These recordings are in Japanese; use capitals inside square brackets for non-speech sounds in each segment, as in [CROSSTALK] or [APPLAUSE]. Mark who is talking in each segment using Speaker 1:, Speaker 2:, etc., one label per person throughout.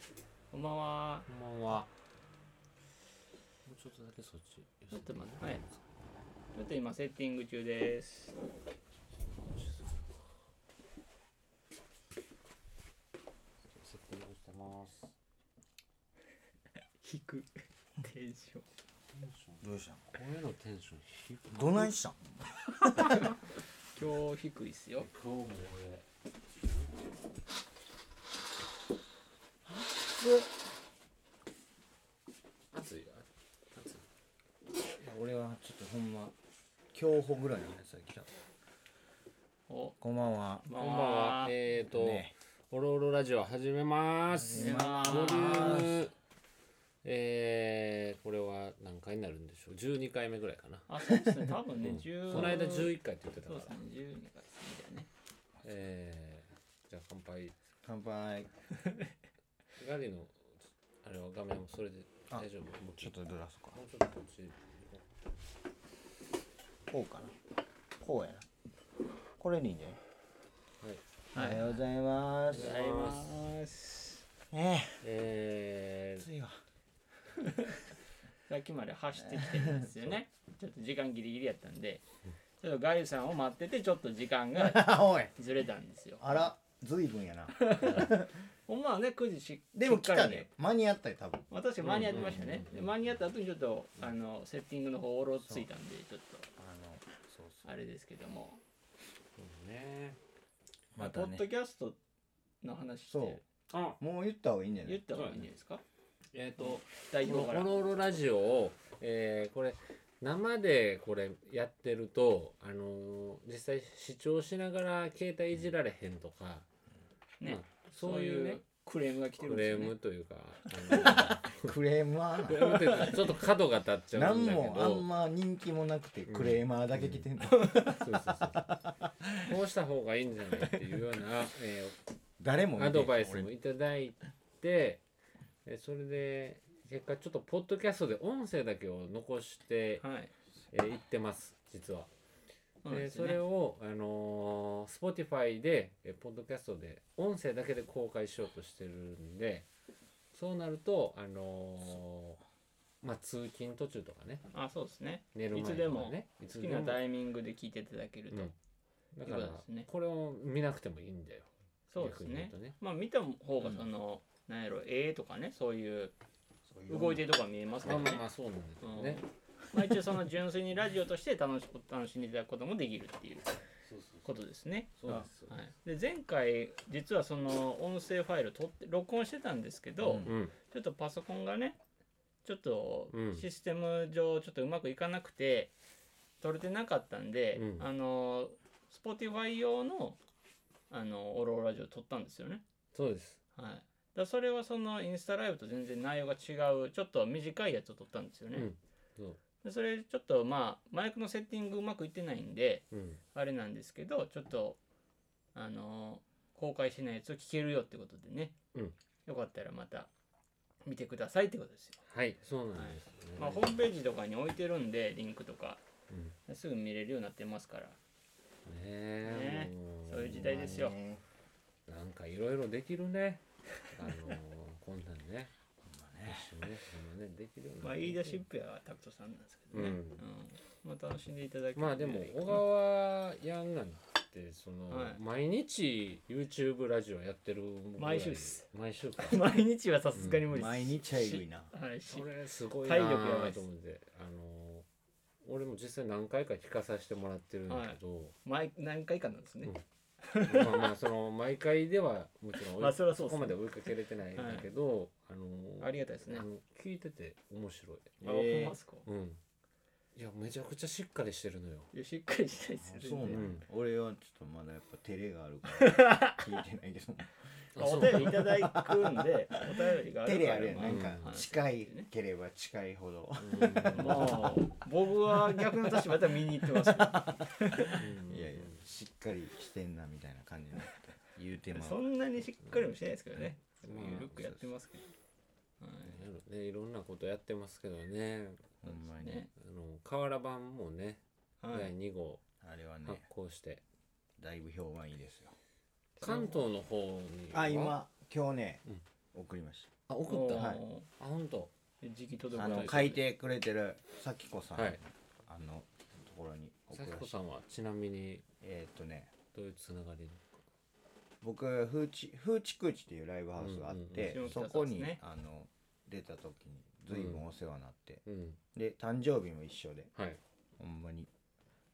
Speaker 1: ばんは。
Speaker 2: こんばんは。もうちょっとだけそっち。
Speaker 1: ちょっと待ってはいちょっと今セッティング中です。
Speaker 2: セッティングしてます。
Speaker 1: 引く。テンション。
Speaker 2: テンション。
Speaker 3: どうしたの
Speaker 2: こういうのテンション低く。
Speaker 3: どないしたん
Speaker 1: 今日低いっすよ。
Speaker 2: 今日も俺。暑い。暑いよ。暑い。
Speaker 3: 俺はちょっとほんま競歩ぐらいのやつが来た
Speaker 1: お。
Speaker 3: こんばんは
Speaker 1: こん
Speaker 2: こんばんは。えっと、
Speaker 3: ね
Speaker 2: オロオロラジオ始めます。
Speaker 1: 始めます
Speaker 2: ボリューム。えー、これは何回になるんでしょう ?12 回目ぐらいかな。
Speaker 1: あ、そうですね。多分
Speaker 2: う
Speaker 1: ね
Speaker 2: ん、
Speaker 1: 十。
Speaker 2: この間11回って言ってた
Speaker 1: そう
Speaker 2: か
Speaker 1: です
Speaker 2: ら
Speaker 1: ね。。十二回ですね。じゃあね。
Speaker 2: えー、じゃあ乾杯。
Speaker 3: 乾杯
Speaker 2: ガリのあれは画面もそれで
Speaker 3: あ
Speaker 2: 大丈夫もう
Speaker 3: ちょっとずらすか
Speaker 2: もうちょっとこっち
Speaker 3: こうかなこうやなこれでいいんじゃ
Speaker 2: はい。
Speaker 3: ない、
Speaker 1: はい
Speaker 3: おはようございます
Speaker 2: おはようござい
Speaker 1: ます。
Speaker 3: ね
Speaker 2: え
Speaker 3: え暑いわ
Speaker 1: さっきまで走ってきてるんですよね。ちょっと時間ギリギリやったんで。ちょっとガユさんを待ってて、ちょっと時間が
Speaker 3: [LAUGHS] おい
Speaker 1: ずれたんですよ。
Speaker 3: あらずいぶんやな
Speaker 1: ほんまはね、9時し
Speaker 3: でも
Speaker 1: しっ
Speaker 3: 来
Speaker 1: か
Speaker 3: た
Speaker 1: り
Speaker 3: ね。間に合ったよ多分
Speaker 1: まあ確かに間に合ってましたね。
Speaker 2: うんうんうんうん
Speaker 1: で間に合った後にちょっと、あの、セッティングの方、おろついたんで、ちょっ
Speaker 3: あのそう
Speaker 1: と、あれですけども。
Speaker 2: ー、そうね。
Speaker 1: ま
Speaker 3: ま
Speaker 1: あ、
Speaker 3: た
Speaker 1: ポッ
Speaker 3: ね
Speaker 1: ドキャストの話っ
Speaker 3: そ
Speaker 1: て
Speaker 2: あ
Speaker 3: うもう言った方がいいんじゃな
Speaker 1: 言っ
Speaker 3: い
Speaker 1: た方がいいんじゃないですか
Speaker 2: えっ、ー、と
Speaker 1: 代
Speaker 2: この「
Speaker 1: 表から
Speaker 2: オ。ロオロラジオを」えーこれ生でこれやってると、あのー実際視聴しながら携帯いじられへんとか、
Speaker 1: ね
Speaker 2: まあ、そういうね
Speaker 1: クレームが来てるん
Speaker 2: ク
Speaker 1: です
Speaker 2: レ
Speaker 1: よ
Speaker 2: ー
Speaker 1: ね
Speaker 2: ムというか、あ
Speaker 3: クレーマーな
Speaker 2: [LAUGHS] のークレームっていうかちょっと角が立っちゃう
Speaker 3: 何
Speaker 2: んだけど
Speaker 3: もあんま人気もなくてクレーマーだけ来てんの、
Speaker 2: そうそうそうこうした方がいいんじゃないっていうような、えー
Speaker 3: 誰も見て
Speaker 2: アドバイス
Speaker 3: 俺
Speaker 2: もいただいてえそれで結果ちょっとポッドキャストで音声だけを残して、
Speaker 1: はい。
Speaker 2: えー、いってます実は。
Speaker 1: そうなん
Speaker 2: で
Speaker 1: です
Speaker 2: そ
Speaker 1: よね
Speaker 2: れを、あのー、Spotify で、えーポッドキャストで音声だけで公開しようとしてるんでそうなると、あのーまあ、通勤途中とかね
Speaker 1: あ、そうですね。
Speaker 2: 寝る前とか、ね、
Speaker 1: いつでも
Speaker 2: い
Speaker 1: 好
Speaker 2: つ
Speaker 1: き
Speaker 2: で
Speaker 1: な
Speaker 2: も
Speaker 1: タイミングで聞いていただけると。
Speaker 2: うん、だ
Speaker 1: という
Speaker 2: か
Speaker 1: こ
Speaker 2: ら
Speaker 1: とですね
Speaker 2: これを見なくてもいいんだよ。
Speaker 1: そうです
Speaker 2: 逆に言う
Speaker 1: ね
Speaker 2: と。ね
Speaker 1: まあ、見た方が、
Speaker 3: うん
Speaker 1: その、なんやろ、絵とかね、そういう
Speaker 3: そうう
Speaker 1: 動いてるとこは見えますけ
Speaker 2: まあ
Speaker 1: ど
Speaker 2: ま
Speaker 1: ね
Speaker 2: あ。まあそうなんですよね。
Speaker 1: まあ、一応その純粋にラジオとして楽し楽しんでいただくこともできるっていうことですね。
Speaker 2: そうですそう
Speaker 1: はい、で前回実はその音声ファイル撮って録音してたんですけど、
Speaker 3: うん
Speaker 2: うん
Speaker 1: ちょっとパソコンがねちょっと
Speaker 2: うん
Speaker 1: システム上ちょっとうまくいかなくて撮れてなかったんで、
Speaker 2: うん
Speaker 1: あの Spotify 用のあのオロオロラジオ撮ったんですよね。
Speaker 2: そうです。
Speaker 1: はい、だからそれはそのインスタライブと全然内容が違うちょっと短いやつを撮ったんですよね。
Speaker 2: うんそう。
Speaker 1: でそれちょっとまあマイクのセッティングうまくいってないんで
Speaker 2: うん。
Speaker 1: あれなんですけどちょっとあのー公開してないやつを聞けるよってことでね、
Speaker 2: うん
Speaker 1: よかったらまた見てくださいってことですよ、
Speaker 2: はい、そうなんです、ね
Speaker 1: まあ、ホームページとかに置いてるんでリンクとか
Speaker 2: うんね
Speaker 1: すぐ見れるようになってますから
Speaker 2: え
Speaker 1: ねえ
Speaker 2: も
Speaker 1: そういう時代ですよ
Speaker 3: まあね
Speaker 2: なんかいろいろできるね。あのー、 [LAUGHS] こんなんね。
Speaker 3: まあね
Speaker 2: 一緒にね、ほんまね、できるようにな
Speaker 1: まあ
Speaker 2: って
Speaker 1: 言い出しっぺはタクトさんなんですけどね、
Speaker 2: うん
Speaker 1: うんまあ楽しんでいただける
Speaker 2: まあでも、小川ヤンなんて、その、
Speaker 1: はい
Speaker 2: 毎日 YouTube ラジオやってるぐらい
Speaker 1: 毎週っす。
Speaker 2: 毎週か。
Speaker 1: [LAUGHS] 毎日はさすがに無理です、
Speaker 3: 毎日はえぐいな
Speaker 1: はいし
Speaker 2: それすごいな
Speaker 1: 体力や
Speaker 2: ぁ
Speaker 1: ばい [LAUGHS] っす
Speaker 2: と思って、あのー俺も実際何回か聞かさせてもらってるんだけど、
Speaker 1: 毎何回かなんですね、
Speaker 2: うんまあまあその毎回ではもちろん追い
Speaker 1: まあそれはそう
Speaker 2: そ
Speaker 1: っす
Speaker 2: こま
Speaker 1: ね
Speaker 2: で追いかけれてないんだけど、あのー
Speaker 1: ありがたいですね
Speaker 2: あの聞いてて面白い、
Speaker 1: あ
Speaker 3: え
Speaker 1: ほ
Speaker 3: ー
Speaker 1: んまっすか
Speaker 2: うんいやめちゃくちゃしっかりしてるのよ
Speaker 1: いやしっかりしたいですよ
Speaker 3: そうなん
Speaker 1: 全
Speaker 3: や、
Speaker 1: 然
Speaker 2: うん
Speaker 3: 俺はちょっとまだやっぱ照れがあるから [LAUGHS] 聞いてないけど
Speaker 1: まあお便りいただくんで、お便りがあるから。
Speaker 3: 照れあるやん
Speaker 1: ま
Speaker 3: な
Speaker 1: あ
Speaker 3: ん
Speaker 2: う
Speaker 3: か近いければ近いほど
Speaker 2: うん
Speaker 1: [LAUGHS] まあ、僕は逆の立場で見に行ってますけど。
Speaker 2: うん
Speaker 3: いやいやしっかりしてんなみたいな感じになって言うてま
Speaker 1: そ
Speaker 3: うん
Speaker 1: なにしっかりもしてないですけどね。
Speaker 2: まあ
Speaker 1: ゆるくやってますけど。は
Speaker 2: ねいろんなことやってますけどね
Speaker 3: ほんま
Speaker 1: い。
Speaker 3: に、
Speaker 1: ね。
Speaker 2: あの瓦版もね、
Speaker 1: は
Speaker 2: 第
Speaker 1: い。
Speaker 2: 2号
Speaker 3: あれはね
Speaker 2: 発行して
Speaker 3: だいぶ評判いいですよ
Speaker 2: 関東の方には
Speaker 3: あ今今日ね、
Speaker 2: うん
Speaker 3: 送りまし
Speaker 2: あ送
Speaker 1: お
Speaker 2: っ
Speaker 1: ー
Speaker 2: たあ
Speaker 3: はい
Speaker 2: 本当
Speaker 1: 時期届
Speaker 3: あ
Speaker 1: く
Speaker 2: は
Speaker 1: と
Speaker 3: の
Speaker 2: い
Speaker 3: 書いてくれてる咲子さん、
Speaker 2: はい
Speaker 3: あのところに送
Speaker 2: 幸
Speaker 3: ら
Speaker 2: 子
Speaker 3: せ
Speaker 2: さ
Speaker 3: て
Speaker 2: んはちなみに
Speaker 3: えーっとね
Speaker 2: どういうつながり
Speaker 3: 僕風知風知空知っていうライブハウスがあって、
Speaker 1: うんうんうん
Speaker 3: そこ
Speaker 1: 下北沢で
Speaker 3: に、
Speaker 1: すね
Speaker 3: あの出た時に随分お世話になって、
Speaker 2: うん
Speaker 3: で誕生日も一緒で
Speaker 2: はい
Speaker 3: ほんまに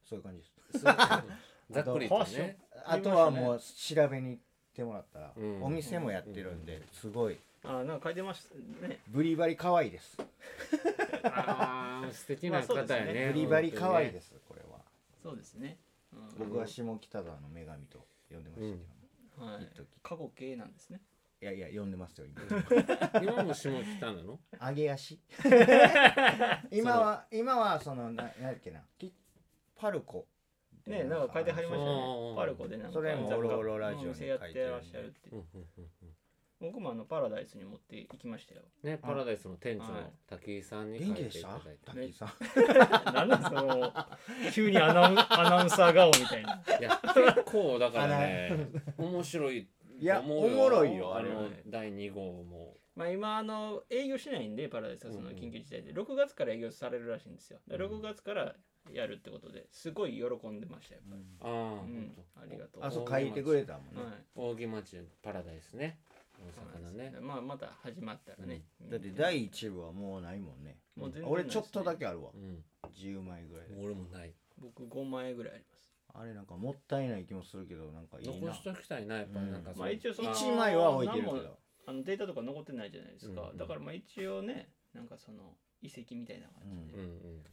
Speaker 3: そういう感じです
Speaker 2: すざっくりと
Speaker 1: あとファッション
Speaker 2: ね
Speaker 3: あとはもう調べに行ってもらったら、
Speaker 2: うん
Speaker 3: お店もやってるんで、すごい
Speaker 1: あなんか書いてましたね
Speaker 3: ブリバリ可愛いです
Speaker 2: あー素敵な方やね
Speaker 3: ブリバリ可愛い
Speaker 2: す
Speaker 3: ですこれは
Speaker 1: そうですね、うん
Speaker 3: 僕は下北沢の女神と呼んでましたけど、
Speaker 2: うん
Speaker 1: はい
Speaker 3: 一時
Speaker 1: 過去形なんですね
Speaker 3: いやいや呼んでますよ今
Speaker 2: 今も下北なの
Speaker 3: 揚げ
Speaker 1: [LAUGHS]
Speaker 3: 足今は今はそのななんだっけなきパルコ
Speaker 1: ねなんか書いてはりました
Speaker 2: あ
Speaker 1: よ
Speaker 2: ー
Speaker 1: ねパルコでなんか
Speaker 3: それも
Speaker 1: 雑貨
Speaker 3: オロオロラジオに
Speaker 1: お店やってらっしゃるって
Speaker 2: うんうんうん
Speaker 1: 僕もあのパラダイスに持って行きましたよ [LAUGHS]
Speaker 2: ねパラダイスの店長
Speaker 1: はい
Speaker 2: の滝井さんに書
Speaker 3: 元
Speaker 2: い
Speaker 3: 気
Speaker 2: て
Speaker 3: で
Speaker 2: い
Speaker 3: した
Speaker 2: だいて
Speaker 3: 滝井さん
Speaker 1: なんなんそ
Speaker 3: [LAUGHS]
Speaker 1: の急にアナウンアナウンサー顔みたいない
Speaker 2: や結構だからね [LAUGHS] 面白い
Speaker 3: いやおもろいよ
Speaker 2: あ
Speaker 3: あれは
Speaker 2: の第2号も
Speaker 1: まあ今あの営業しないんでパラダイスはその緊急事態で6月から営業されるらしいんですよだから
Speaker 2: うん
Speaker 1: 6月からやるってことですごい喜んでましたやっぱり
Speaker 2: ああ
Speaker 1: うん
Speaker 2: ほと
Speaker 1: ありがと
Speaker 3: あそう書いてくれたもんね、
Speaker 1: はい
Speaker 2: 扇町パラダイスね
Speaker 1: そう
Speaker 2: 大阪の
Speaker 1: なんです
Speaker 2: ね
Speaker 1: よまあまた始まったらね
Speaker 3: だって第一部はもうないもんね
Speaker 1: もう全然ない
Speaker 3: 俺
Speaker 1: ですね
Speaker 3: ちょっとだけあるわ
Speaker 2: うん
Speaker 3: 10枚ぐらいで
Speaker 2: 俺もない
Speaker 1: 僕5万円ぐらいあります
Speaker 3: あれなんかもったいない気もするけどなんかいいな
Speaker 2: 残しときたいなやっぱりなんか
Speaker 1: まあ一応その
Speaker 3: 1枚は置いてるけ
Speaker 1: 何も
Speaker 3: ど
Speaker 1: あのデータとか残ってないじゃないですか、
Speaker 2: うんうん
Speaker 1: だからまあ一応ねなんかその遺跡みたいな感じ
Speaker 2: うん
Speaker 1: で
Speaker 2: うんうん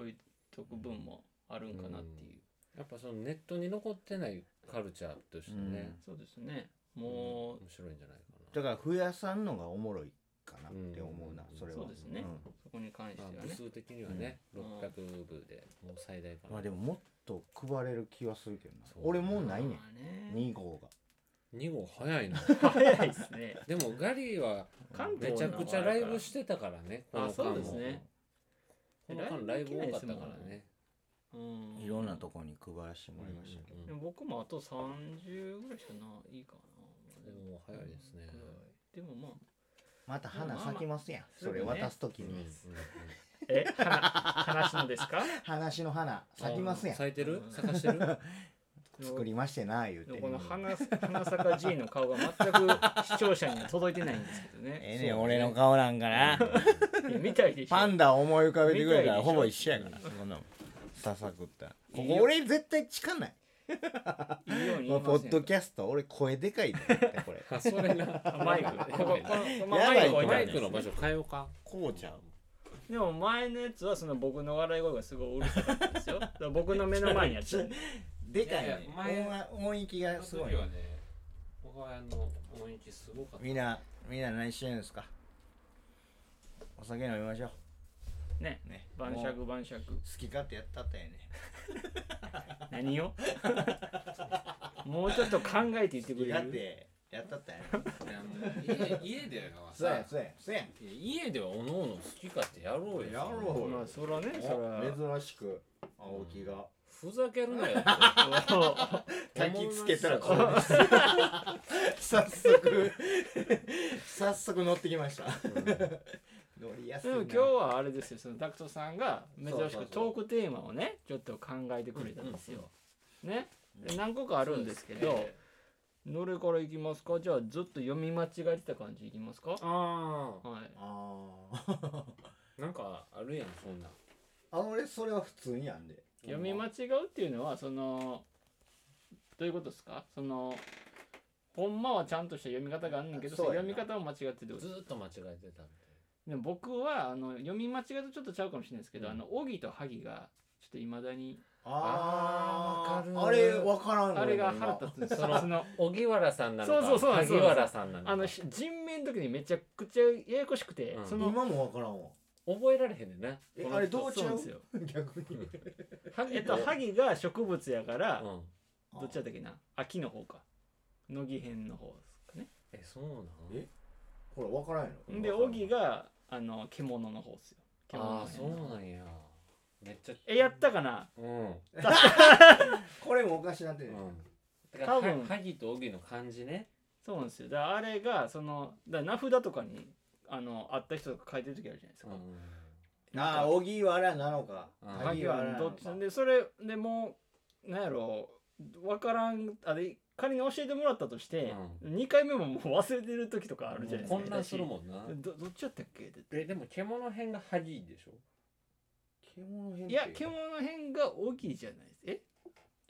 Speaker 1: 置いとく分もあるんかなっていう、
Speaker 2: やっぱそのネットに残ってないカルチャーとしてね
Speaker 1: そうですね
Speaker 2: 面
Speaker 1: もう、
Speaker 2: 白いんじゃないか
Speaker 3: だから不屋さんのがおもろいかなって思うな
Speaker 2: うん
Speaker 3: それは
Speaker 1: そうですね
Speaker 3: ん
Speaker 1: そこに関して
Speaker 2: な
Speaker 1: は
Speaker 2: まあ
Speaker 1: ね
Speaker 2: 部数的にはね
Speaker 1: うん
Speaker 2: 600部でもう最大か
Speaker 3: まあ
Speaker 2: な
Speaker 3: でももっと配れる気はするけどな
Speaker 2: そう
Speaker 3: 俺もうないね
Speaker 1: まあね
Speaker 3: ん2号が
Speaker 2: 2号早
Speaker 3: [LAUGHS]
Speaker 2: いな
Speaker 1: 早いですね
Speaker 2: でもガリーは
Speaker 1: 関東
Speaker 2: めちゃくちゃライブしてたからねこの
Speaker 1: あそ
Speaker 2: 間
Speaker 1: うです
Speaker 2: も
Speaker 1: ね
Speaker 2: この間ライブ多かったからね
Speaker 1: うん
Speaker 3: いろんなとこに配らせてもらいましたけど
Speaker 1: でも僕もあと30ぐらいしかないか
Speaker 2: で
Speaker 1: な
Speaker 2: も早いですね
Speaker 1: でもまあ
Speaker 3: また花咲きますやんそれ渡す時に
Speaker 1: え花話のですか
Speaker 3: 話の花咲きますやん
Speaker 2: 咲いてる
Speaker 1: うん
Speaker 2: 咲かしてる
Speaker 3: 作りましてな言う
Speaker 1: でも
Speaker 3: て
Speaker 1: この花花坂 G の顔が全く視聴者には届いてないんですけどね。
Speaker 3: ええねん俺の顔なんかな
Speaker 1: 見たいでしょ。
Speaker 3: パンダを思い浮かべてくれたら
Speaker 1: 見たいでしょ
Speaker 3: ほぼ一緒やからそんなもんささくったらここ俺絶対近ない
Speaker 1: いいように言
Speaker 3: まあ
Speaker 1: い
Speaker 3: ポ
Speaker 1: ます
Speaker 3: ッドキャスト俺声でかいで絶対これ
Speaker 2: あそれな
Speaker 1: マイク。ここここまあ
Speaker 3: やば
Speaker 1: マイ
Speaker 3: い
Speaker 1: ク置いてあ
Speaker 2: マ
Speaker 1: る
Speaker 2: イ
Speaker 1: ん
Speaker 2: ク
Speaker 1: です
Speaker 2: の場所変えようか
Speaker 3: こうちゃう
Speaker 1: でも前のやつはその僕の笑い声がすごいうるさかったですよ。だから僕の目の前にやっちゃう。
Speaker 3: でかい
Speaker 2: いやい
Speaker 3: ね
Speaker 2: や前
Speaker 3: 音は音域がすごい
Speaker 2: その時はねお母さんの音域すごかった
Speaker 3: みんなみんな何してるんですかお酒飲みましょ
Speaker 1: ね。
Speaker 3: うね
Speaker 1: 晩
Speaker 3: もう
Speaker 1: 酌晩酌。
Speaker 3: 好き勝手やったったよね
Speaker 1: 何をもうちょっと考えて言ってくれ
Speaker 3: だっ
Speaker 1: る
Speaker 3: てやったったよね
Speaker 1: [LAUGHS]
Speaker 2: いやもう家家では
Speaker 3: そうや
Speaker 2: さ
Speaker 3: そうやそうや
Speaker 2: いや家ではおのおの好き勝手やろうよ
Speaker 3: やろ
Speaker 1: まあそらね、そら。
Speaker 3: 珍しく青木が
Speaker 2: ふざけるなよ
Speaker 3: 焚きつけたらこうです早速早速乗ってきました乗りやすい
Speaker 1: でも
Speaker 3: な
Speaker 1: 今日はあれですよそのダクトさんが珍しくトークテーマをねちょっと考えてくれたんですよ。ねで何個 [LAUGHS] かあるんですけどどれからいきますかじゃあずっと読み間違えてた感じいきますか
Speaker 2: あ
Speaker 1: はい
Speaker 3: あ
Speaker 2: あなんかあるやんそんな
Speaker 3: ああ俺それは普通にやんで
Speaker 1: 読み間違うっていうのはそのどういうことですかそのほんまはちゃんとした読み方があんねんけどそ
Speaker 3: そう
Speaker 1: の
Speaker 3: やな
Speaker 1: 読み方を間違ってるってこと
Speaker 2: ず
Speaker 1: です
Speaker 2: ーっと間違えてたみ
Speaker 1: でも僕はあの読み間違えとちょっとちゃうかもしれないですけど、
Speaker 2: うん
Speaker 1: あのオギとハギがちょっといまだに
Speaker 2: あーわか
Speaker 3: ああ
Speaker 2: る
Speaker 3: れわからんの
Speaker 1: あれが
Speaker 3: 今
Speaker 1: 腹立つんです
Speaker 2: そのた
Speaker 1: その
Speaker 2: いな荻原さんなのか
Speaker 1: そうそうそうなんです
Speaker 2: 萩原さんなのか
Speaker 1: あのし人名の時にめちゃくちゃややこしくて、
Speaker 2: うん
Speaker 1: その
Speaker 3: 今もわからんわ
Speaker 2: 覚えられへんねんなこ
Speaker 3: え
Speaker 2: の人
Speaker 3: あれどう
Speaker 1: そう
Speaker 3: ち
Speaker 1: な
Speaker 3: ゃ
Speaker 1: ん
Speaker 3: う
Speaker 1: ですよ
Speaker 3: 逆に
Speaker 1: えっとハギが植物やから、
Speaker 2: うん
Speaker 1: どっちだったっけな秋の方か乃木編の方ですかね、
Speaker 2: えそうなん
Speaker 3: えほらわからんやろ
Speaker 2: うん
Speaker 1: で
Speaker 2: わかる
Speaker 1: オギがあの獣の方ですよ獣
Speaker 2: あ
Speaker 1: の
Speaker 2: あ
Speaker 1: 編
Speaker 2: そうなんやめっちゃ
Speaker 1: えやったかな
Speaker 2: うん
Speaker 3: これもおかしなってる
Speaker 2: だから
Speaker 1: 多分
Speaker 2: は萩と荻の漢字ね
Speaker 1: そうなんですよだからあれがそのだから名札とかにあの会った人とか書いてる時あるじゃないですか、
Speaker 3: ああ荻原なのか
Speaker 2: うん
Speaker 1: 鍵
Speaker 3: 萩原
Speaker 1: は
Speaker 3: な
Speaker 1: ど
Speaker 3: の
Speaker 1: っち
Speaker 3: か
Speaker 1: でそれでもうなんやろ分からんあれ仮に教えてもらったとして、二2回目ももう忘れてる時とかあるじゃないですか
Speaker 2: 混乱するもんな
Speaker 1: 私どどっちやったっけって
Speaker 2: えでも獣編がハギーでしょ
Speaker 3: 獣編
Speaker 1: いや
Speaker 3: ってう
Speaker 1: 獣編が大きいじゃないです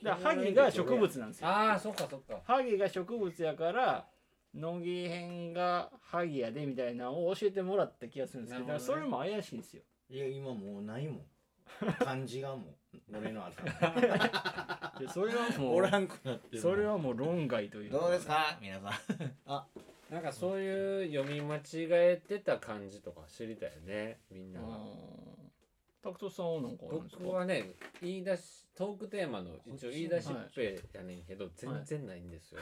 Speaker 1: えだからハ
Speaker 3: 獣
Speaker 1: ギ
Speaker 3: 編
Speaker 1: が植物なんですよ
Speaker 2: ああそっかそっか
Speaker 1: ハギが植物やから乃木編がハギやでみたいなのを教えてもらった気がするんですけど
Speaker 2: なるほど
Speaker 1: そ
Speaker 2: ね
Speaker 1: れも怪しいんですよ
Speaker 3: いや今もうないもん漢字がもう [LAUGHS] 俺の頭
Speaker 1: でそれはも
Speaker 3: お
Speaker 1: う
Speaker 3: らんくなってる
Speaker 1: それはもう論外という
Speaker 3: どうですか皆さん
Speaker 2: なんかそういう読み間違えてた感じとか知りたいよねみんなが
Speaker 1: うんタクトさんはなんかあるんですか
Speaker 2: 僕はね言い出しトークテーマの一応言い出しっぺやねんけど全然ないんですよ、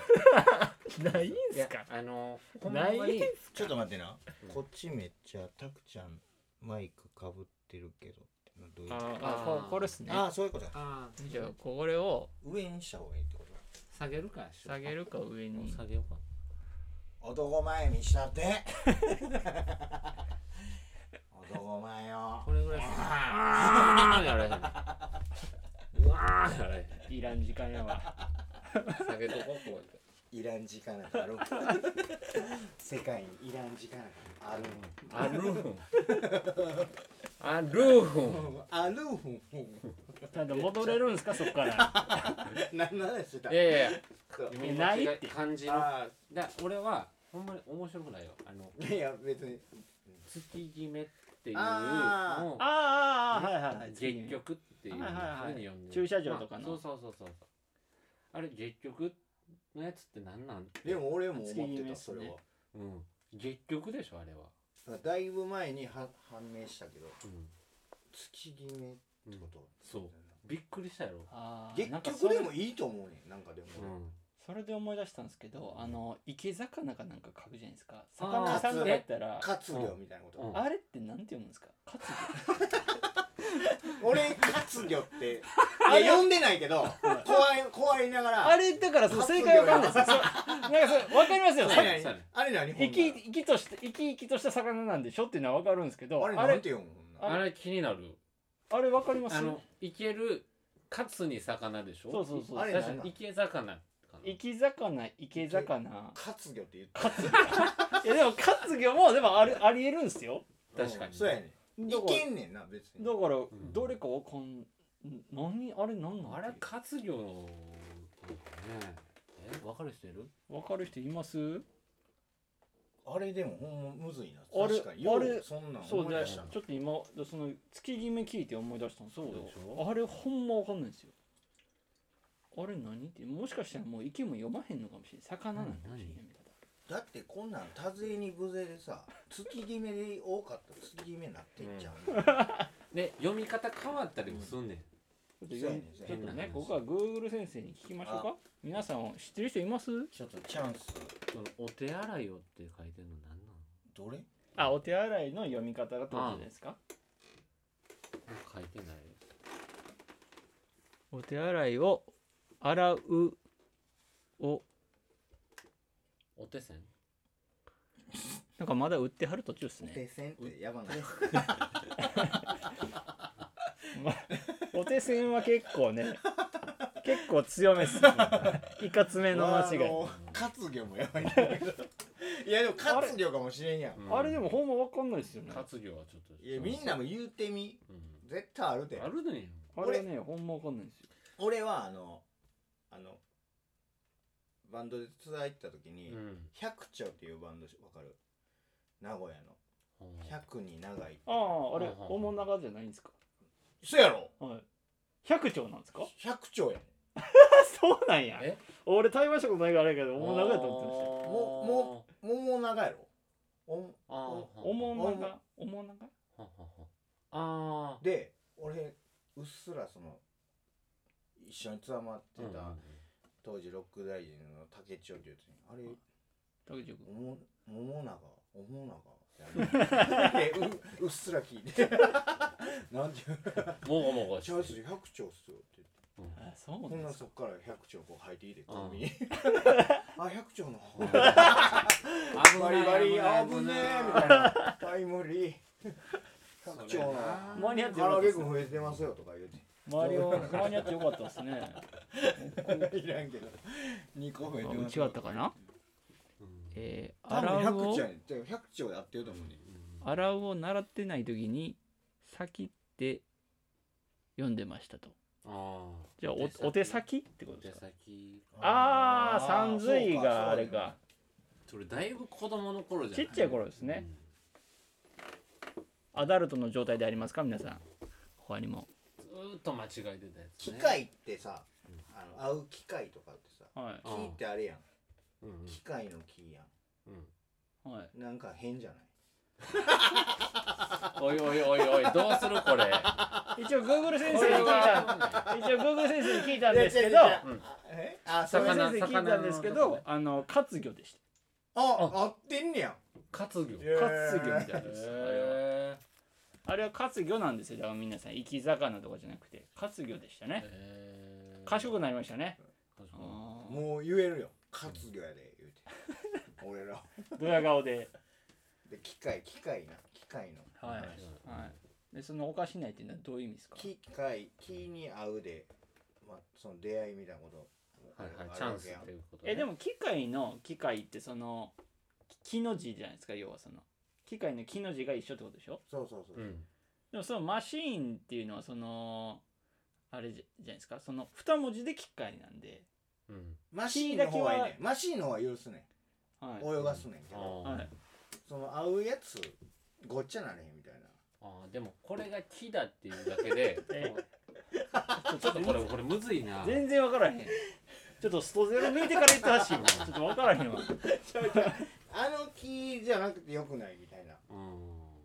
Speaker 1: ない
Speaker 2: [LAUGHS]
Speaker 1: ん
Speaker 2: い
Speaker 1: す
Speaker 2: や
Speaker 1: か
Speaker 2: あのほんま
Speaker 1: ない
Speaker 2: に
Speaker 3: ちょっと待ってな
Speaker 2: うん
Speaker 3: こっちめっちゃタクちゃんマイクかぶってるけどってのはどういう
Speaker 1: あ
Speaker 3: あ
Speaker 1: あここれっすね
Speaker 3: あーそういうことか
Speaker 2: あー
Speaker 1: じゃあこれを
Speaker 3: 上にした方がいいってことか
Speaker 2: 下げるか
Speaker 1: 下げるか上に
Speaker 2: 下げようか
Speaker 3: 男前にしたって男前よ
Speaker 2: これぐらいああやらへんうわーやらへん
Speaker 1: いらん時間やわ
Speaker 2: 下げとこうこうやって
Speaker 3: いらん時間なんかある世界にいらん時間なんかあ
Speaker 2: あ
Speaker 3: る
Speaker 2: るーふ [LAUGHS] んあるーふん
Speaker 3: あるふん
Speaker 1: ただ戻れるんすかそっ [LAUGHS] から
Speaker 3: 何の話してた
Speaker 2: いやいやいや
Speaker 1: いやないって
Speaker 2: 感じの
Speaker 3: あ
Speaker 2: だ俺はほんまに面白くないよあの
Speaker 3: ーいや別に
Speaker 2: 月決めっていう
Speaker 3: あー
Speaker 2: のを
Speaker 1: ああはいはいはい
Speaker 2: 月局っていうふうに呼んでる
Speaker 1: 駐車場とかの
Speaker 2: まあそうそうそうそうあれ月局のやつってなんなん
Speaker 3: でも俺も
Speaker 1: 月
Speaker 3: 思っ
Speaker 1: 決
Speaker 3: て
Speaker 1: めったす
Speaker 3: そ
Speaker 1: ね
Speaker 3: れは
Speaker 2: うん月局でしょあれは
Speaker 3: だいぶ前には判明したけど
Speaker 2: うん
Speaker 3: 月決めってこと
Speaker 2: そうびっくりしたやろ
Speaker 1: あー
Speaker 3: 結
Speaker 1: なんかそ
Speaker 3: 局で
Speaker 1: れ
Speaker 3: もいいと思うねんなんかでも俺
Speaker 1: それで思い出したんですけどあの池魚かなんか書くじゃないですか
Speaker 2: あー
Speaker 1: 魚屋さんとかやったら
Speaker 3: 活魚みたいなこと、
Speaker 2: うん
Speaker 1: あれってなんて読むんですかカツ
Speaker 3: 俺活魚
Speaker 1: [LAUGHS]
Speaker 3: っていや呼んでないけど怖い怖いながら
Speaker 1: あれだからそう正解わかんないですよそうなんかそうわかりますよ
Speaker 3: あ
Speaker 2: は
Speaker 3: れ
Speaker 2: い
Speaker 3: 何
Speaker 2: そうやね
Speaker 3: あれ何
Speaker 1: 生き生きとして生き生きとした魚なんでしょっていうのはわかるんですけど
Speaker 3: あれ
Speaker 1: あ
Speaker 3: なん
Speaker 1: れ
Speaker 3: て読む
Speaker 1: あ
Speaker 3: の
Speaker 2: あれ気になる
Speaker 1: あれわかります
Speaker 2: あのいけるかつに魚でしょ
Speaker 1: そうそうそう
Speaker 3: あれ
Speaker 2: 確か
Speaker 3: 何なん
Speaker 2: にけ魚かな
Speaker 1: 生き魚池魚
Speaker 3: 活魚って言って
Speaker 1: カツ [LAUGHS] いやでもカツ魚もでもあるありえるんですよ
Speaker 2: 確かに
Speaker 3: そうやねんい
Speaker 1: だから
Speaker 3: けんねんな別に
Speaker 1: だから
Speaker 2: ん
Speaker 1: どれかわかん何あれ何なん
Speaker 2: あれ
Speaker 1: っていう
Speaker 2: 活魚のねえ分かる人いる
Speaker 1: わかる人います
Speaker 3: あれでもほんまむずいな
Speaker 1: あれ
Speaker 3: 確かによ
Speaker 1: あれ
Speaker 3: うそんなん
Speaker 1: そう
Speaker 3: 思い
Speaker 1: で
Speaker 3: 出したな
Speaker 1: ちょっと今その月決め聞いて思い出したんですけ
Speaker 2: そうでし
Speaker 1: ど
Speaker 2: ょ
Speaker 1: あれほんまわかんないんですよあれ何ってもしかしたらもう池も読まへんのかもしれない魚なんかもしれないみたいな
Speaker 3: だってこんなん多勢に無勢でさ月決めで多かったら月決めになってんじゃん、
Speaker 2: で読み方変わったりもすんねん
Speaker 1: ちょっと読んち
Speaker 3: そうやね
Speaker 1: ょっと
Speaker 2: 変な
Speaker 1: ね
Speaker 2: 話
Speaker 1: ここは Google 先生に聞きましょうか皆さん知ってる人います
Speaker 3: ちょっとチャンス
Speaker 2: そのお手洗いをって書いてるのなんなの
Speaker 3: どれ
Speaker 1: あお手洗いの読み方だってことですか
Speaker 2: なんか書いてない
Speaker 1: お手洗いを洗うを
Speaker 2: お手線
Speaker 1: なんかまだ売ってはる途中ですね。
Speaker 3: 手線ってやばない
Speaker 1: お手線は結構ね、 [LAUGHS] 結構強めっ [LAUGHS] す、ね。いかつめの間違い。
Speaker 3: あの活魚もやばいんだけどいやでも活魚かもしれんやん
Speaker 1: あれでもほんまわかんないですよね。
Speaker 2: 活魚はちょっと
Speaker 3: いやみんなも言うてみ
Speaker 2: うん
Speaker 3: 絶対あるで
Speaker 2: あるねん
Speaker 1: あれはね、ほんまわかんないですよ。
Speaker 3: 俺はあのあのバンドでツアー行った時に、
Speaker 2: うん
Speaker 3: 百丁っていうバンドわかる名古屋の百に長いって
Speaker 1: ああ、あれ
Speaker 2: はいはいは、い
Speaker 1: おもながじゃないんですか。
Speaker 3: そやろ
Speaker 1: はい。百丁なんですか
Speaker 3: 百丁やん
Speaker 1: [LAUGHS] そうなんや
Speaker 2: え。
Speaker 1: 俺、台湾したことないからあれやけど、おもながやと思ってましたよ。
Speaker 3: もも桃長やろお
Speaker 2: うも
Speaker 1: おも
Speaker 3: う
Speaker 1: なが、おもなが
Speaker 2: はははあ
Speaker 3: で俺うっすらその一緒にツアー回ってた、当時ロック大臣の竹千代っていうやつにあれ
Speaker 1: 竹内君。
Speaker 3: 桃桃長桃長ってあれ
Speaker 1: [LAUGHS]
Speaker 3: でううっすら聞いて [LAUGHS] なんていう
Speaker 2: もごもご
Speaker 3: チャンス百丁っすよって言って
Speaker 2: うん
Speaker 1: あそう
Speaker 3: ほん
Speaker 1: なん
Speaker 3: な
Speaker 1: で
Speaker 3: ら
Speaker 1: すか
Speaker 3: そっから100兆こう入ってきて首
Speaker 1: [LAUGHS]
Speaker 3: にあ100兆のバリバリ危ねえみた
Speaker 1: [LAUGHS]
Speaker 3: いなタイムリー100兆の
Speaker 1: 間に合って
Speaker 3: カ
Speaker 1: よか
Speaker 3: ラ
Speaker 1: った
Speaker 3: オケ
Speaker 1: っす
Speaker 3: 君増えてますよとか言う
Speaker 1: 周りを間に合ってよかったです [LAUGHS] ね
Speaker 3: ていらんけど2個増えて
Speaker 1: う
Speaker 3: ます
Speaker 1: ちはあったかなえー、
Speaker 3: 多
Speaker 1: 洗う
Speaker 3: 分100
Speaker 1: を
Speaker 3: 兆やねん100兆やってると思うねん
Speaker 1: 洗うを習ってない時に先って読んでましたと
Speaker 2: あ
Speaker 1: じゃあ
Speaker 2: お手先
Speaker 1: おお手先ってこと
Speaker 2: 手
Speaker 1: ですか
Speaker 2: 先
Speaker 1: ああ
Speaker 3: ー
Speaker 1: 三髄
Speaker 3: そうか
Speaker 1: があれか
Speaker 2: それだいぶ子供の頃じゃ
Speaker 1: ちっちゃい頃ですねアダルトの状態でありますか皆さん他にも
Speaker 2: ずーっと間違えてたやつ
Speaker 3: 機
Speaker 2: ね
Speaker 3: 械ってさあの会う機械とかってさ
Speaker 1: は
Speaker 2: あ
Speaker 3: 木ってあれやん
Speaker 2: うんうん
Speaker 3: 機械の木や
Speaker 2: うん
Speaker 1: いはい
Speaker 3: んなんか変じゃない
Speaker 2: おいおいおいおいどうするこれ
Speaker 1: 一応 Google 先
Speaker 2: こ
Speaker 1: 生
Speaker 2: れ
Speaker 1: に聞いた
Speaker 2: は
Speaker 1: 一応 Google 先生に聞いたんですけ
Speaker 3: い
Speaker 1: ど
Speaker 3: や違う違う
Speaker 2: うん
Speaker 3: えあそれ
Speaker 1: 先
Speaker 3: あ
Speaker 1: 生に聞いたんですけ
Speaker 2: 魚のとこね
Speaker 1: どあの活魚でし
Speaker 3: 合ってんねや
Speaker 2: 活魚へ
Speaker 1: た活魚みたいですあれは
Speaker 2: え
Speaker 1: あれは活魚なんですよだから皆さん生き魚とかじゃなくて活魚でしたね
Speaker 2: へー
Speaker 1: 賢くなりましたね
Speaker 2: 賢い
Speaker 1: あー
Speaker 3: もう言えるよ活魚やで言う
Speaker 1: [LAUGHS]
Speaker 3: て俺ら
Speaker 1: ドヤ顔で
Speaker 3: で機械機械な機械の
Speaker 1: はいはいでそのおかしないっていうのはどういう意味ですか
Speaker 3: 機械木に合うで、まあ、その出会いみたいなこと
Speaker 2: はい
Speaker 3: あ
Speaker 2: はい
Speaker 3: る
Speaker 2: チャン
Speaker 3: わ
Speaker 2: ス
Speaker 3: けやん
Speaker 2: っていうことね
Speaker 1: えでも機械の機械ってその木の字じゃないですか要はその機械の木の字が一緒ってことでしょ
Speaker 3: そうそうそう、
Speaker 2: うん
Speaker 1: でもそのマシーンっていうのはそのあれじゃじゃないですかその2文字で機械なんで、
Speaker 2: うん
Speaker 3: マシーンの方はいい
Speaker 1: 木だ
Speaker 3: ねマシーンの方は許すね
Speaker 1: はい
Speaker 3: ん泳がすねんけ
Speaker 2: あ
Speaker 3: ど
Speaker 2: ー
Speaker 1: はい、
Speaker 3: その合うやつごっちゃなれへんみ [LAUGHS] たいな
Speaker 2: あーでもこれが木だっていうだけで
Speaker 1: え
Speaker 2: [LAUGHS] ちょっとこれこれむずいな
Speaker 1: 全然分からへんちょっとストゼロ抜いてから言ってほ [LAUGHS] しいなちょっと分からへんわ
Speaker 3: あの木じゃなくてよくないみたいな
Speaker 2: うん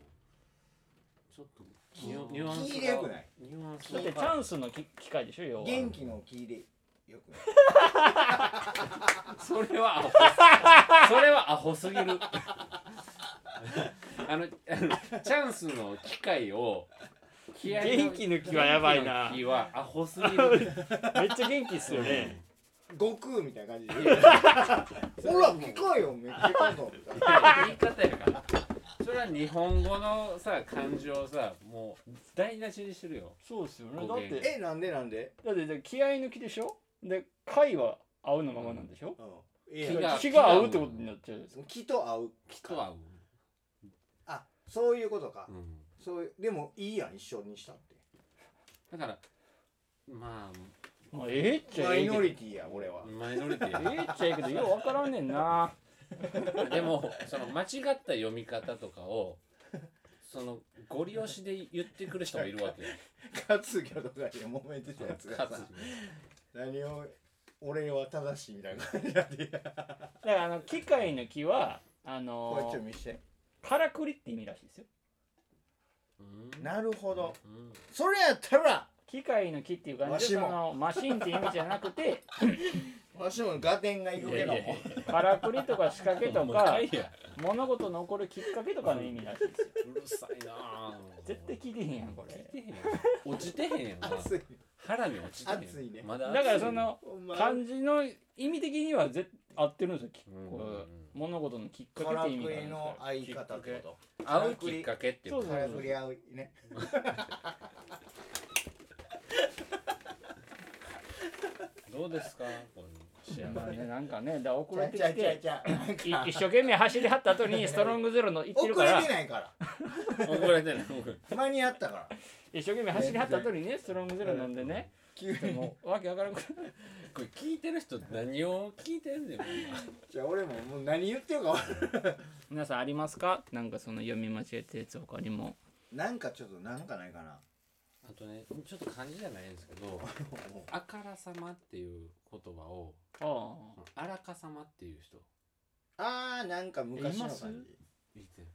Speaker 2: ちょっと
Speaker 3: 木
Speaker 2: ニュニュアンス
Speaker 3: 木でよくない
Speaker 2: ニュアンス
Speaker 1: だってチャンスのき機械でしょ要は
Speaker 3: 元気の木でよくない [LAUGHS]
Speaker 2: それはアホ
Speaker 1: [LAUGHS]
Speaker 2: すそれはアホすぎるあのあのチャンスの機会を気合い
Speaker 1: 元気の気はやばい
Speaker 2: 元
Speaker 1: な
Speaker 2: 気の気はアホすぎる
Speaker 1: [LAUGHS] めっちゃ元気っすよね
Speaker 3: 悟空みたいな感じでほら機械をめっちゃ感動みたい
Speaker 2: い
Speaker 3: な
Speaker 2: や言い方やからそれは日本語のさ漢字をさもう台無しにしてるよ
Speaker 1: そうっすよねだ
Speaker 2: ご
Speaker 1: っ
Speaker 2: めん
Speaker 1: て
Speaker 3: [LAUGHS] えなんでなんで
Speaker 1: だってだって気合い抜きでしょで貝は合うのままなんでしょ、
Speaker 3: うんい
Speaker 1: 気
Speaker 3: や
Speaker 1: が
Speaker 2: 気が
Speaker 1: 合うってことになっちゃうじゃないですか
Speaker 3: 木と合う木
Speaker 2: 人は、
Speaker 3: あそういうことか、
Speaker 2: うん、
Speaker 3: そういうでもいいやん一緒にしたって
Speaker 2: だからま
Speaker 1: まあええっちゃ
Speaker 3: マ
Speaker 1: ええ
Speaker 3: イ
Speaker 1: け
Speaker 3: ノ
Speaker 1: ど
Speaker 3: リティや俺は
Speaker 2: あマイノリティ
Speaker 1: ええっちゃええけどよう分からんねんな
Speaker 2: [LAUGHS] でもその間違った読み方とかをそのゴリ押しで言ってくる人もいるわけよ。
Speaker 3: 活魚とかで揉めてたやつ
Speaker 2: か
Speaker 3: が
Speaker 2: つ
Speaker 3: さ何を俺は正しいみたいな感じで
Speaker 1: だからあの機械の木はあ
Speaker 3: こっちを
Speaker 1: の
Speaker 3: 見して
Speaker 1: からくりって意味らしいですよ
Speaker 2: うん
Speaker 3: なるほど
Speaker 2: うん
Speaker 3: それやったら
Speaker 1: 機械の木っていう感じで
Speaker 3: わ
Speaker 1: そ
Speaker 3: しも
Speaker 1: のマシンって意味じゃなくて
Speaker 3: わしもガテンがいく
Speaker 2: いや
Speaker 3: け
Speaker 2: い
Speaker 3: ど
Speaker 2: や
Speaker 3: も
Speaker 2: いや
Speaker 1: からくりとか仕掛けと
Speaker 2: もう
Speaker 1: か
Speaker 2: 一回や
Speaker 1: 物事の起こるきっかけとかの意味らしいですよ
Speaker 2: うるさいなあ。
Speaker 1: 絶対聞いてへんやんこ
Speaker 2: 聞い
Speaker 1: れ
Speaker 2: てへんやん落ちてへんやんな。
Speaker 3: 熱い
Speaker 2: 腹に落ちてへん。
Speaker 3: 熱いね
Speaker 2: まだ熱い
Speaker 1: だからそ。の
Speaker 3: お前
Speaker 1: 漢字の意味的には絶合ってるんですよき
Speaker 2: うん
Speaker 1: こう物事のきっか
Speaker 3: か
Speaker 1: けっ
Speaker 3: ら
Speaker 1: て
Speaker 3: く
Speaker 1: 意味があるんで
Speaker 3: り
Speaker 1: す
Speaker 3: の
Speaker 1: か
Speaker 3: 相方ってこ
Speaker 2: 会うきっかけっていうか
Speaker 1: そう
Speaker 3: と
Speaker 1: そ
Speaker 3: か
Speaker 1: う
Speaker 3: らくり合うね
Speaker 2: どうですかこの仕
Speaker 1: ら
Speaker 2: 上
Speaker 1: ま
Speaker 2: が
Speaker 1: あ
Speaker 2: り
Speaker 1: ね。なんかねだから遅れて
Speaker 3: ちゃ
Speaker 1: き
Speaker 3: うちゃう
Speaker 1: て
Speaker 3: ちゃうなんか
Speaker 1: い一生懸命走り張った後 [LAUGHS] にストロングゼロの行ってる
Speaker 3: 遅
Speaker 1: か
Speaker 3: れ
Speaker 1: ら
Speaker 3: てないか
Speaker 2: [LAUGHS]
Speaker 3: ら
Speaker 2: 怒られてない。
Speaker 3: 間に合ったから
Speaker 1: 一生懸命走り張った後にねストロングゼロ飲んでね
Speaker 3: 急に
Speaker 1: も [LAUGHS] うわけわからんくなる
Speaker 2: これ聞いてる人何を聞いてんねん。ほんま
Speaker 3: じゃあ俺ももう何言ってるか分からん
Speaker 1: [LAUGHS] 皆さんありますかなんかその読み間違えたやつ他にも
Speaker 3: なんかちょっとなんかないかな
Speaker 2: あとねちょっと漢字じゃないんですけど。 [LAUGHS]
Speaker 3: も
Speaker 2: あからさまっていう言葉を
Speaker 1: あ
Speaker 2: あらかさまっていう人
Speaker 3: う [LAUGHS] あーなんか昔の
Speaker 1: いま
Speaker 3: 感じ
Speaker 2: いて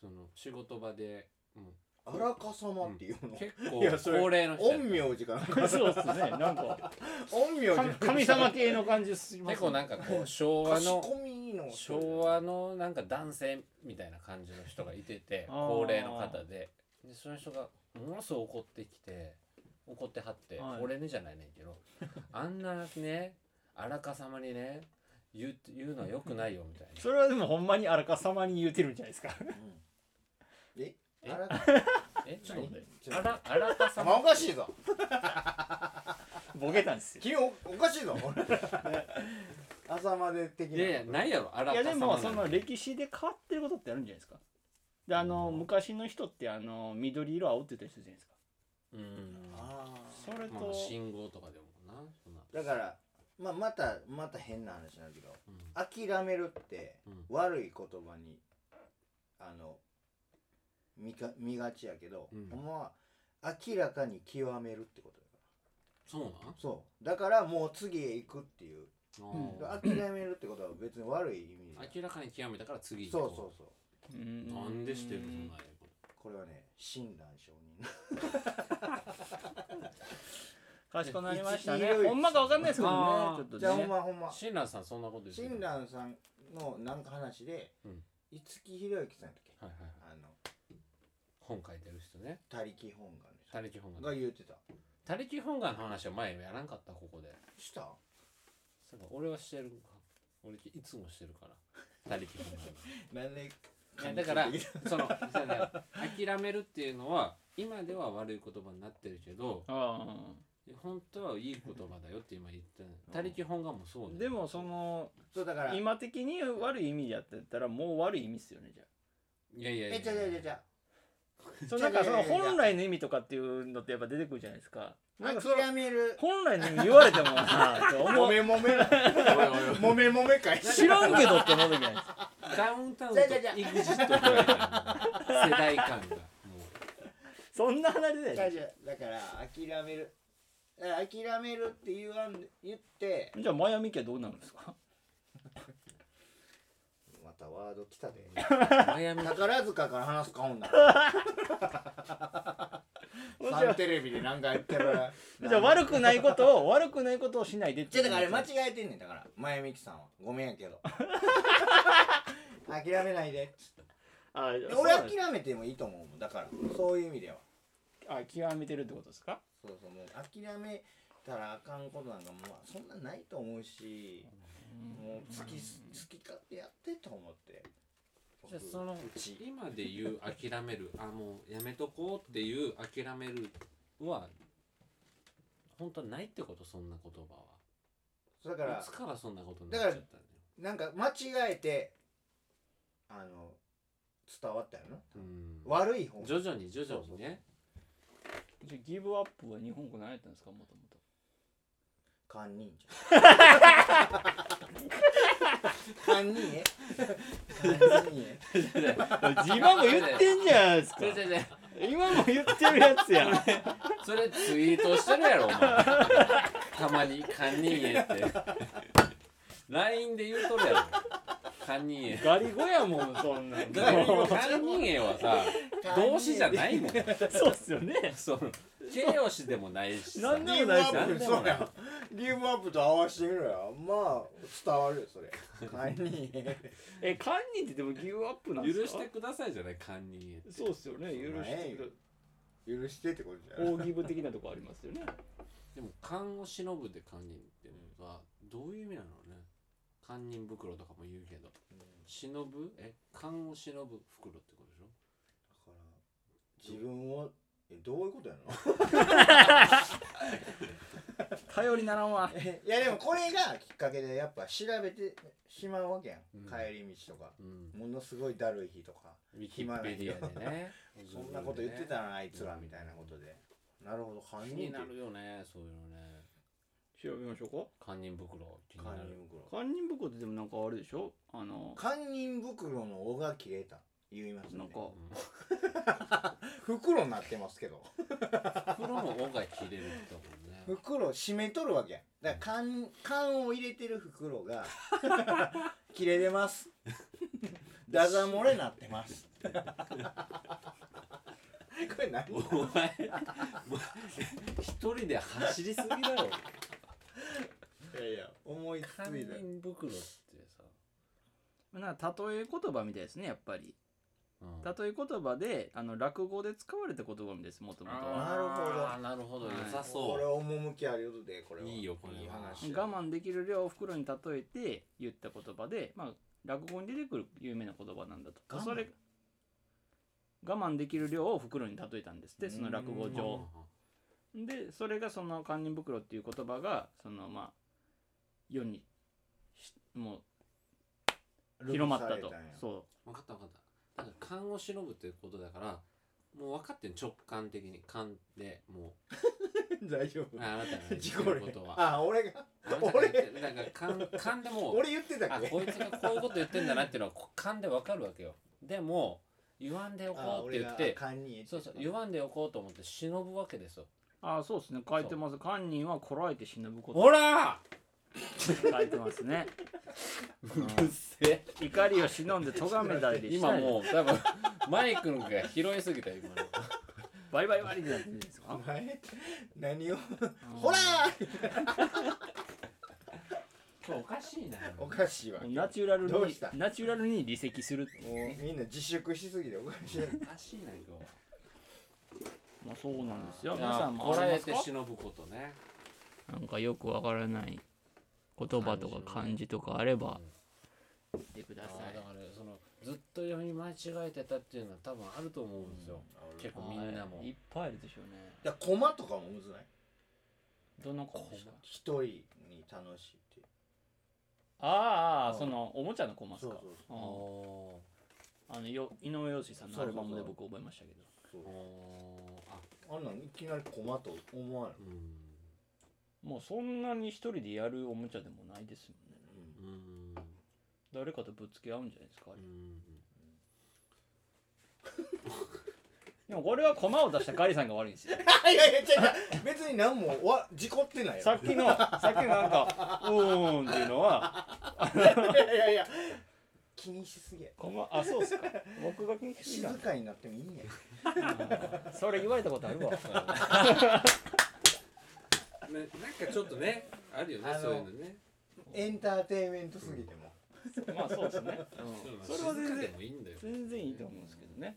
Speaker 2: その仕事場で、う、
Speaker 3: あらかさまっていうんの、
Speaker 2: 結
Speaker 3: いや
Speaker 2: 構
Speaker 3: それ
Speaker 2: 高齢の人やった
Speaker 3: 陰陽師かなんか
Speaker 1: あそうっすねなん [LAUGHS] か
Speaker 3: 陰陽師
Speaker 1: 神神様系の感じしますね
Speaker 2: 結構なんかこう昭和
Speaker 3: 賢
Speaker 2: の
Speaker 3: みの
Speaker 2: 昭和のなんか男性みたいな感じの人がいてて
Speaker 1: あー
Speaker 2: 高齢の方ででその人がものすごい怒ってきて怒ってはって、
Speaker 1: はい
Speaker 2: 俺ねじゃないねんけどあんなねあらかさまにね言う言うのはよくないよみたいな
Speaker 1: それはでもほんまにあらかさまに言うてるんじゃない [LAUGHS] ですか
Speaker 3: え
Speaker 2: え
Speaker 3: あらか
Speaker 2: え
Speaker 1: ちょっと待って
Speaker 3: ちょっ
Speaker 2: あ
Speaker 3: と
Speaker 2: らあらかさ
Speaker 3: 頭
Speaker 2: ま
Speaker 3: おかしいぞ
Speaker 1: ボケたんですよ
Speaker 3: 君おおかしいぞ朝まで的
Speaker 2: い
Speaker 3: な
Speaker 2: やいやないやろあら
Speaker 1: い
Speaker 2: か
Speaker 1: や
Speaker 2: さま
Speaker 1: でもそ
Speaker 2: な
Speaker 1: の
Speaker 2: んて
Speaker 1: 歴史で変わってることってあるんじゃないですかであの
Speaker 2: うん
Speaker 1: 昔の人ってあの緑色青って言った人じゃないですか
Speaker 2: うん
Speaker 3: あ
Speaker 1: それと、
Speaker 2: まあ信号とかでもなそんな
Speaker 3: ーだからまあまたまた変な話なんだけど
Speaker 2: うん
Speaker 3: 諦めるって
Speaker 2: うん
Speaker 3: 悪い言葉にあの見か見がちやけど、
Speaker 2: うん
Speaker 3: ほんまは明らかに極めるってことだか
Speaker 2: そうなん
Speaker 3: らそうだからもう次へ行くっていう
Speaker 1: うん
Speaker 2: あー
Speaker 3: 諦めるってことは別に悪い意味じゃない
Speaker 2: 明らかに極めたから次行
Speaker 3: そ
Speaker 2: こ
Speaker 3: うそうそう
Speaker 1: うん
Speaker 2: なんでしてるそんな英語
Speaker 3: これはね親鸞上人
Speaker 1: かしこなりましたね
Speaker 3: 一一
Speaker 1: ほんまかわかんないですけどね
Speaker 2: あー
Speaker 1: ちょっとね
Speaker 3: じゃあほんまほんま
Speaker 2: 親鸞さんそんなこと言って
Speaker 3: 親鸞さんのなんか話で、
Speaker 2: うん
Speaker 3: 五木ひろゆきさんやったっけ
Speaker 2: はいはいはい
Speaker 3: あの
Speaker 2: 本書いてる人ね
Speaker 3: 「他力本願」の人
Speaker 2: 他力本願
Speaker 3: が言ってた
Speaker 2: 他力本願の話は前やらんかったここで
Speaker 3: した
Speaker 2: そうか俺はしてるか俺いつもしてるから他力本
Speaker 3: なんで
Speaker 2: 願いやだからその
Speaker 1: [LAUGHS]
Speaker 2: そうやね諦めるっていうのは今では悪い言葉になってるけど
Speaker 1: あ
Speaker 2: 本当はいい言葉だよって今言ったの他力本願もそう
Speaker 1: ー
Speaker 2: ね
Speaker 1: でもその
Speaker 3: そうだから
Speaker 1: 今的に悪い意味やってたらもう悪い意味っすよねじゃ [LAUGHS]
Speaker 2: いやいやいや
Speaker 3: えちゃうちゃうちゃうちゃう
Speaker 1: あそうなんかその本来の意味とかっていうのってやっぱ出てくるじゃないですかなんかその
Speaker 3: 諦める
Speaker 1: 本来の意味言われてもなあと思
Speaker 3: も
Speaker 1: う
Speaker 3: めもめな
Speaker 2: おいおいおい
Speaker 3: もめもめかい
Speaker 1: [LAUGHS] 知らんけどって思う時じゃないですか
Speaker 2: ダウンタウンと EXIT ぐらいの世代感がも
Speaker 1: そんな話で
Speaker 3: 違う違うだから諦めるだから諦めるって言わん言って
Speaker 1: じゃあマヤミ家どうなるんですか
Speaker 3: またワード来たで
Speaker 2: う悩み
Speaker 3: 宝塚から話すかほんな
Speaker 1: じ
Speaker 3: [LAUGHS] サ
Speaker 1: ゃ
Speaker 3: ンテレビでなんかやってる [LAUGHS]
Speaker 1: あじゃあ悪くないことを悪くないことをしないでっ
Speaker 3: じゃ
Speaker 1: 言
Speaker 3: だからあ
Speaker 1: マ
Speaker 3: れ間違
Speaker 1: ジ
Speaker 3: えてんねんだから前みきさんはごめんやけ [LAUGHS] ど諦めないで
Speaker 1: あ
Speaker 3: で
Speaker 1: 俺
Speaker 3: 俺
Speaker 1: は
Speaker 3: 諦めてもいいと思うもんだからそういう意味では
Speaker 1: あ極めてるってことですか
Speaker 3: そうそうもう諦めたらあかんことなんかもうそんなないと思うしもう好き好き勝手やってと思って
Speaker 2: じゃあその
Speaker 3: うち
Speaker 2: 今で言う諦めるあもうやめとこうっていう諦めるは本当はないってことそんな言葉
Speaker 3: だか
Speaker 2: は
Speaker 3: ら
Speaker 2: いつからそんなことになっちゃったんだよ
Speaker 3: なんか間違えてあの伝わったよな
Speaker 2: うん
Speaker 3: 悪い方
Speaker 2: 徐々に徐々にね
Speaker 1: じゃあギブアップは日本語何やったんですかもともと
Speaker 3: 堪忍じ
Speaker 2: [LAUGHS]
Speaker 3: ゃん堪忍ね堪忍ね
Speaker 1: 今も言ってんじゃないです [LAUGHS] か
Speaker 2: それそれそれ
Speaker 1: 今も言ってるやつやん
Speaker 2: それツイートしてるやろお前たまに「堪忍へ」って LINE で言うとるやろ「堪忍へ」
Speaker 1: [LAUGHS] ガリゴやもんそんな
Speaker 2: だから
Speaker 1: ん
Speaker 2: 堪忍へはさ動詞じゃないもん
Speaker 1: [LAUGHS] そうっすよね
Speaker 2: その形容詞でもないしさ
Speaker 1: なんでもないですよ
Speaker 2: なんでも
Speaker 3: そう
Speaker 2: ない
Speaker 3: やギブアップと合わせてみろよまあ伝わるよそれ堪忍ね
Speaker 1: え堪忍ってでもギブアップなんです
Speaker 2: 許
Speaker 1: か
Speaker 2: してくださいじゃない堪忍へって
Speaker 1: そうっすよね許してく
Speaker 3: 許してってことじゃ
Speaker 1: れ
Speaker 3: ない
Speaker 1: 大義部的なとこありますよね
Speaker 2: でも勘を忍ぶで堪忍っていうのはどういう意味なのね堪忍袋とかも言うけど忍ぶえ勘を忍ぶ袋ってことでしょ
Speaker 3: だから自分をえどういうことやの [LAUGHS]
Speaker 1: 頼りならんわ
Speaker 3: いやでもこれがきっかけでやっぱ調べてしまうわけやん、
Speaker 2: うん
Speaker 3: 帰り道とか
Speaker 2: うん
Speaker 3: ものすごいだるい日とか
Speaker 2: ウィキペディアでね
Speaker 3: そんなこと言ってたなあいつらみたいなことでなるほど堪
Speaker 2: 気
Speaker 3: 忍って
Speaker 2: になるよねそういうのね
Speaker 1: 調べましょうか
Speaker 2: 堪忍袋気にな
Speaker 3: 堪
Speaker 2: る
Speaker 3: 忍袋
Speaker 1: 堪忍袋ってでもなんかあれでしょあの
Speaker 3: 堪忍袋の尾が切れた言いますね
Speaker 1: なんか
Speaker 3: 袋になってますけど
Speaker 2: うん袋の尾が切れるってことだもんね
Speaker 3: 袋締めとるわけやんだから缶缶を入れてる袋が切れてますダザ漏れなってますこれ何
Speaker 2: お前お前一人で走りすぎだろ
Speaker 3: いやいや思い
Speaker 2: 堪
Speaker 3: ついた
Speaker 2: 忍袋ってさ
Speaker 1: なんか例え言葉みたいですねやっぱり
Speaker 4: うん
Speaker 1: 例え言葉であの落語で使われた言葉ですもともとは
Speaker 3: なるほど
Speaker 2: あーなるほど
Speaker 1: はい
Speaker 2: 良さ
Speaker 3: これ
Speaker 2: そう
Speaker 3: 趣あるでこれはい
Speaker 2: いよこれはい
Speaker 3: 話
Speaker 1: 我慢できる量を袋に例えて言った言葉で、まあ、落語に出てくる有名な言葉なんだと
Speaker 3: 我慢
Speaker 1: それ我慢できる量を袋に例えたんですってその落語上でそれがその堪忍袋っていう言葉がそのまあ世にしもう広まったとそ
Speaker 2: 分かった分かっただから勘を忍ぶっていうことだからもう分かってん直感的に勘でも
Speaker 3: う [LAUGHS] 大
Speaker 2: [LAUGHS]
Speaker 3: 丈夫
Speaker 2: うああなたが言って
Speaker 3: 事故
Speaker 2: る
Speaker 3: る
Speaker 2: ことは
Speaker 3: あ俺が
Speaker 2: あなたが言ってなんか勘勘で [LAUGHS] もう
Speaker 3: 俺言ってた
Speaker 2: あ
Speaker 3: っけ
Speaker 2: こいつがこういうこと言ってんだなっていうのはこ勘で分かるわけよでも言わんでお
Speaker 3: あ
Speaker 2: こうって
Speaker 3: 俺
Speaker 2: 言っ
Speaker 3: が
Speaker 2: て
Speaker 3: 勘に
Speaker 2: そうそう言わんでおこうと思って忍ぶわけですよ
Speaker 1: うああそうですね書いてます堪忍はこらえて忍ぶこと
Speaker 2: ほら
Speaker 1: って書いてますね
Speaker 2: うっせえ
Speaker 1: 怒りを忍んで咎めたりし
Speaker 2: 今
Speaker 1: たり
Speaker 2: もう多分マイクのが拾いすぎた今の
Speaker 1: バリバリバリってなってるんです
Speaker 3: お
Speaker 1: か
Speaker 3: 前何をほら
Speaker 2: これおかしいな
Speaker 3: おかしいわ
Speaker 1: ナチュラルに
Speaker 3: どうした
Speaker 1: ナチュラルに離席するっていう
Speaker 3: も
Speaker 1: ね
Speaker 3: うみんな自粛しすぎておかしい
Speaker 2: おかしいな今日
Speaker 1: まあそうなんですよ。皆さ
Speaker 2: あ
Speaker 1: んも
Speaker 2: こ
Speaker 1: あ
Speaker 2: ら
Speaker 1: りま
Speaker 2: え
Speaker 1: す
Speaker 2: て
Speaker 1: か
Speaker 2: 忍ぶことね
Speaker 1: なんかよくわからない言葉とか漢字とかあれば言ってくだ
Speaker 2: あ
Speaker 1: さ
Speaker 2: ー
Speaker 1: い
Speaker 2: だ。からそのずっと読み間違えてたっていうのは多分あると思うんですよ、結構みんなも
Speaker 1: はいいっぱいいるでしょうね。
Speaker 3: だコマとかもむずない
Speaker 1: どのコマですか
Speaker 3: 一人に楽しいって
Speaker 1: あーあ
Speaker 3: う
Speaker 1: ー
Speaker 3: ん
Speaker 1: そのおもちゃのコマですか
Speaker 3: そうそう
Speaker 2: あー
Speaker 1: あーあのよ井上陽水さんのアルバムで
Speaker 3: そうそう
Speaker 1: 僕覚えましたけど
Speaker 3: そう
Speaker 2: あーあ
Speaker 3: あんなんいきなりコマと思わない
Speaker 2: うん
Speaker 1: もうそんなに一人でやるおもちゃでもないですよね
Speaker 2: うん
Speaker 1: 誰かとぶつけ合うんじゃないですかあ
Speaker 2: う
Speaker 1: れ
Speaker 2: ん
Speaker 1: でもこれはコマを出したガリさんが悪いん
Speaker 3: [LAUGHS]
Speaker 1: ですよ
Speaker 3: あいやいや違う違う別に何もわ事故ってないよ
Speaker 1: さっきのさっきのなんか「うーん」っていうのはい
Speaker 3: やいやいや気にしすぎや
Speaker 1: コマあそうっすか僕が気にし
Speaker 3: 静
Speaker 1: な
Speaker 3: かになってもいい
Speaker 2: [LAUGHS]
Speaker 3: んや
Speaker 1: それ言われたことあるわ
Speaker 2: ななんかちょっとねあるよね
Speaker 3: あの
Speaker 2: そういうのね
Speaker 3: エンターテインメントすぎても
Speaker 1: まあそうですね、それは全
Speaker 2: 静か
Speaker 1: 然
Speaker 2: でもいいんだよ
Speaker 1: 全然いいと思うんですけどね、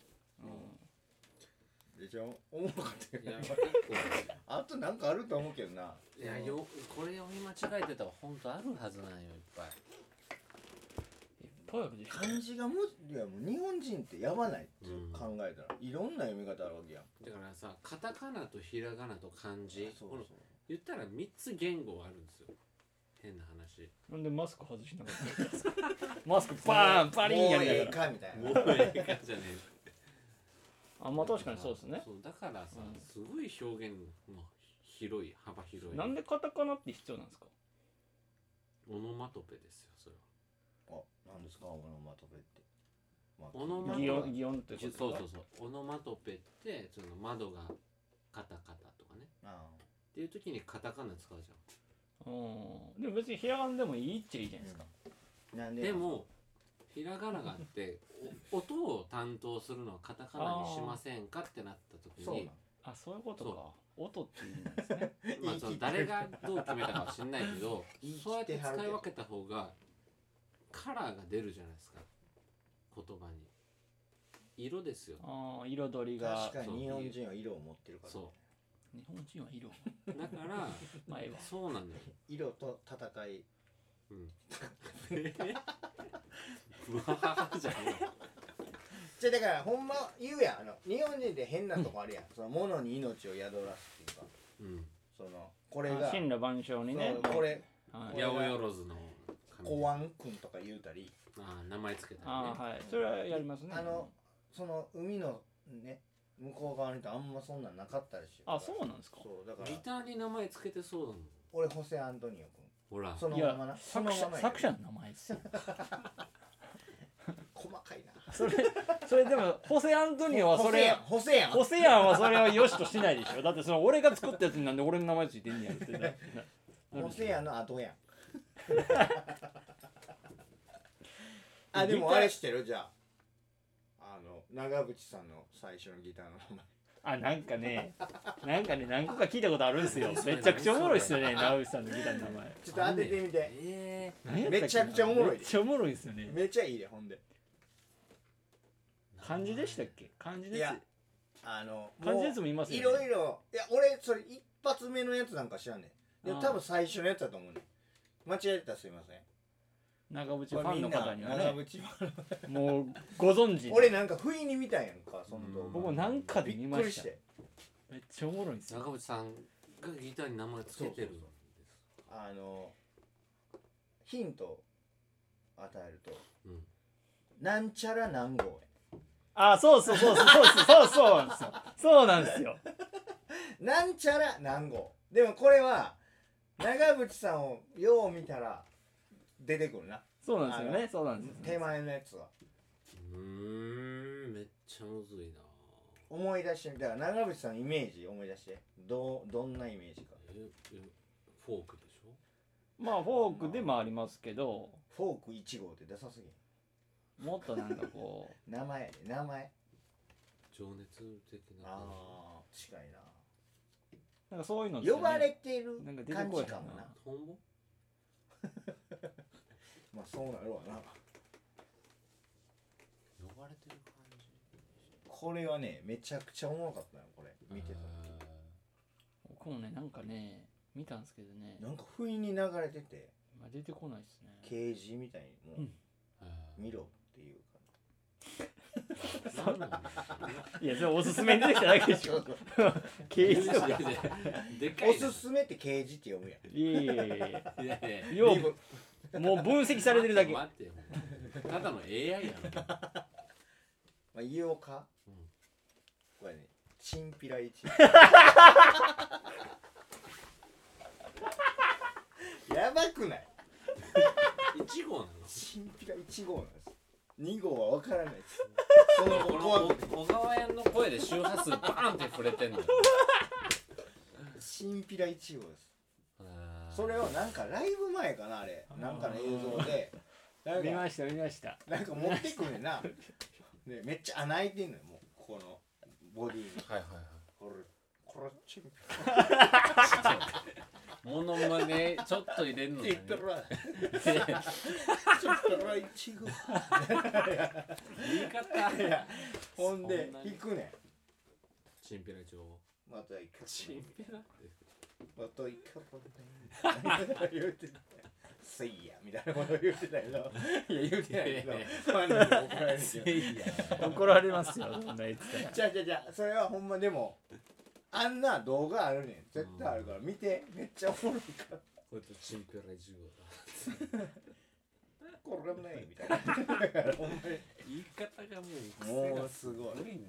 Speaker 3: でしょ思うかった
Speaker 2: いや
Speaker 3: よ
Speaker 2: 一
Speaker 3: あとなんかあると思うけどな
Speaker 2: 個いやよこれ読み間違えてたら本当あるはずなんよいっぱい
Speaker 1: いっぱいあるでしょ
Speaker 3: 漢字がもいやもう日本人ってやばないって考えたら、いろんな読み方あるわけやん
Speaker 2: だからさカタカナとひらがなと漢字
Speaker 3: そう
Speaker 2: この
Speaker 3: そう
Speaker 2: 言ったら3つ言語あるんですよ変な話
Speaker 1: なんでマスク外しなかったんですかマスクバーンパリンやりなが
Speaker 3: もうええ
Speaker 1: ら
Speaker 3: かみたい
Speaker 2: も
Speaker 3: な
Speaker 2: うええかじゃね [LAUGHS] え
Speaker 1: あまあ確かにそうですね
Speaker 2: そうだからさ、
Speaker 1: うん
Speaker 2: すごい表現の広い幅広い
Speaker 1: なんでカタカナって必要なんですか
Speaker 2: オノマトペですよそれは
Speaker 3: あなんですかオノマトペって、まあ
Speaker 2: オノマトペ
Speaker 1: 擬音擬音ってこと
Speaker 2: そう
Speaker 1: ですか
Speaker 2: そうそうオノマトペってその窓がカタカタとかね
Speaker 3: あ
Speaker 2: っていう時にカタカナ使うじゃ
Speaker 1: うんでも別にひらがなでもいいっちゃいいじゃないですか、
Speaker 3: あなん
Speaker 2: ん
Speaker 3: で
Speaker 2: でもひらがながあってお音を担当するのはカタカナにしませんかってなった時
Speaker 3: そうなん
Speaker 2: に、
Speaker 1: あそういうことか音っていうんですね
Speaker 2: まあ、その誰がどう決めたかは知んないけど
Speaker 3: 言い
Speaker 2: そうや
Speaker 3: 切っ
Speaker 2: って
Speaker 3: て
Speaker 2: 使
Speaker 3: はるけど
Speaker 2: い分けた方がカラーが出るじゃないですか言葉に色ですよ
Speaker 1: ああ彩りが
Speaker 3: 確かに日本人は色を持ってるから、ね
Speaker 2: そ、
Speaker 1: 日本人は色が
Speaker 2: だから
Speaker 1: まあええわ
Speaker 2: そうなんだよ、
Speaker 3: 色と戦い
Speaker 2: うん、うわーじゃねえよ
Speaker 3: じゃあだからほんま言うやんあの日本人って変なとこあるやん、その物に命を宿らすっていうか
Speaker 2: うん
Speaker 3: そのこれが
Speaker 1: あ神羅万象にね
Speaker 3: そうこれ
Speaker 1: は
Speaker 2: 八
Speaker 1: い
Speaker 2: 百万の神
Speaker 3: 公安君とか言うたり
Speaker 2: ああ名前つけたりね
Speaker 1: ああはいそれはやりますね
Speaker 3: あのその海のね向こう側にとあんまそんなんなかったりし
Speaker 1: あそう
Speaker 3: う
Speaker 1: なんですか
Speaker 3: そうだから
Speaker 2: ギターに名前つけてそうだもん
Speaker 3: 俺ホセアントニオ
Speaker 2: ほら
Speaker 3: 君そのままなその
Speaker 1: 作
Speaker 3: ま
Speaker 1: 者
Speaker 3: まや
Speaker 1: 作者の名前ですよ
Speaker 3: 細かい
Speaker 1: [LAUGHS]
Speaker 3: な
Speaker 1: それそれでもホセ・アントニオはそれ
Speaker 3: ホセやん
Speaker 1: ホ
Speaker 3: ホセ
Speaker 1: セアンはそれは良しとしないでしょだってその俺が作ったやつになんで俺の名前ついてんねやろってなな
Speaker 3: やん
Speaker 1: な
Speaker 3: ホ
Speaker 1: る
Speaker 3: セ
Speaker 1: でしょ
Speaker 3: やんの
Speaker 1: [LAUGHS]
Speaker 3: 後やんあでもあれしてるじゃああの長渕さんの最初のギターの名前
Speaker 1: あなんかねなんかね何個か聞いたことあるんですよめちゃくちゃおもろいっすよね直内さんのギターの名前
Speaker 3: ちょっと当ててみて
Speaker 2: ええ
Speaker 1: 何やったっけな
Speaker 3: めちゃくちゃおもろい
Speaker 1: めっちゃおもろいっすよね
Speaker 3: めっちゃいいでほんで
Speaker 2: ー、
Speaker 1: 漢字でしたっけ漢字
Speaker 3: い
Speaker 1: です
Speaker 3: やあの
Speaker 1: 漢字
Speaker 3: も
Speaker 1: ですもいます
Speaker 3: い
Speaker 1: よ
Speaker 3: ろ
Speaker 1: ね
Speaker 3: いろいや俺それ一発目のやつなんか知らんねんでも
Speaker 1: あー
Speaker 3: 多分最初のやつだと思うねん間違えてたらすいません
Speaker 1: 長渕ファンの方には
Speaker 3: 長
Speaker 1: ね
Speaker 3: 渕は
Speaker 1: もうご存知
Speaker 3: 俺なんか不意に見たやんかその動
Speaker 1: 僕も
Speaker 3: 画
Speaker 1: なんかで
Speaker 3: び
Speaker 1: 見
Speaker 3: っ
Speaker 1: ま
Speaker 3: くり
Speaker 1: し
Speaker 3: したて
Speaker 1: めっちゃおもろいんですよ
Speaker 2: 長渕さんがギターに名前つけてるんです
Speaker 3: あのヒントを与えると
Speaker 2: うん
Speaker 3: なんちゃら何号や
Speaker 1: あそうそうそうそうそうそうなんですよそうなんですよ
Speaker 3: なんちゃら何号でもこれは長渕さんをよう見たら出てくるな
Speaker 1: そうなんですよねそうなんですよ
Speaker 3: 手前のやつは
Speaker 2: うーんめっちゃむずいな
Speaker 3: 思い出してみたら長渕さんのイメージ思い出してどうどんなイメージか
Speaker 2: ええフォークでしょ
Speaker 1: まあフォークでもありますけど
Speaker 3: フォーク1号ってダサすぎん
Speaker 1: もっとなんかこう
Speaker 3: 名前やで名前
Speaker 2: 情熱的な感
Speaker 3: ああ近いな
Speaker 1: [LAUGHS] なんかそういうのですよ
Speaker 3: 呼
Speaker 1: ね
Speaker 3: ばれてる
Speaker 1: なんか出て
Speaker 3: 感
Speaker 1: こ
Speaker 3: じ
Speaker 1: い
Speaker 3: かもな
Speaker 2: じトンボ
Speaker 3: まあそうなるわ
Speaker 2: 呼
Speaker 3: な
Speaker 2: ばれてる感じ
Speaker 3: これはねめちゃくちゃおもろかったよこれ見てた時
Speaker 1: 僕もねなんかね見たんですけどね
Speaker 3: なんか不意に流れてて
Speaker 1: まあ出てこないですね
Speaker 3: 刑事みたいにもう
Speaker 2: えー
Speaker 3: 見ろっていうか
Speaker 2: なんなん
Speaker 1: いやそれおすすめに出てきただけでしょ [LAUGHS] 刑事と [LAUGHS] か
Speaker 2: でかい
Speaker 3: お
Speaker 2: な
Speaker 3: すすめって刑事って読むやん
Speaker 1: いやいやいやいや
Speaker 2: いやいや
Speaker 1: よ
Speaker 3: リボ
Speaker 1: うもう分析されてる [LAUGHS] だけ
Speaker 2: 待ってよただの AI やろ
Speaker 3: まあ言おうか
Speaker 2: うん
Speaker 3: これねチンピラ1 [LAUGHS] やばくない
Speaker 2: 1号なの
Speaker 3: チンピラ1号なんです2号は分からないですそ
Speaker 2: [LAUGHS]
Speaker 3: の
Speaker 2: この
Speaker 3: 後怖くて
Speaker 2: 小川屋の声で周波数バーンって触れてんの
Speaker 3: チンピラ1号です [LAUGHS] それをなんかライブ前かなあれなんかの映像でなん
Speaker 1: 見
Speaker 3: か
Speaker 1: ました見ました
Speaker 3: なんか持ってくんねんなでめっちゃ穴開いてんのよもうこのボディに
Speaker 2: はいはいはい
Speaker 3: これこれチンピ
Speaker 2: モノマネちょっと入れんの
Speaker 3: ラ
Speaker 2: ね
Speaker 3: チンピラチンピラ1号
Speaker 2: 言い方
Speaker 3: いやほん
Speaker 2: そ
Speaker 3: で
Speaker 2: んなに
Speaker 3: 弾くね
Speaker 2: チンピラ一応
Speaker 3: んまた一回
Speaker 2: チンピラ
Speaker 3: また一回また言うてたせいやみたいなこと言うてたけどいや言うてないけどファンにも怒られるけど
Speaker 2: いや
Speaker 1: 怒られますよそんな言ってたら
Speaker 3: じゃあじゃあじゃあそれはほんまでもあんな動画あるねん絶対あるから見てめっちゃおもろいから
Speaker 2: これとチンピラ一号
Speaker 3: これないみたいなほんま
Speaker 2: 言い方がもう
Speaker 3: にもうすごい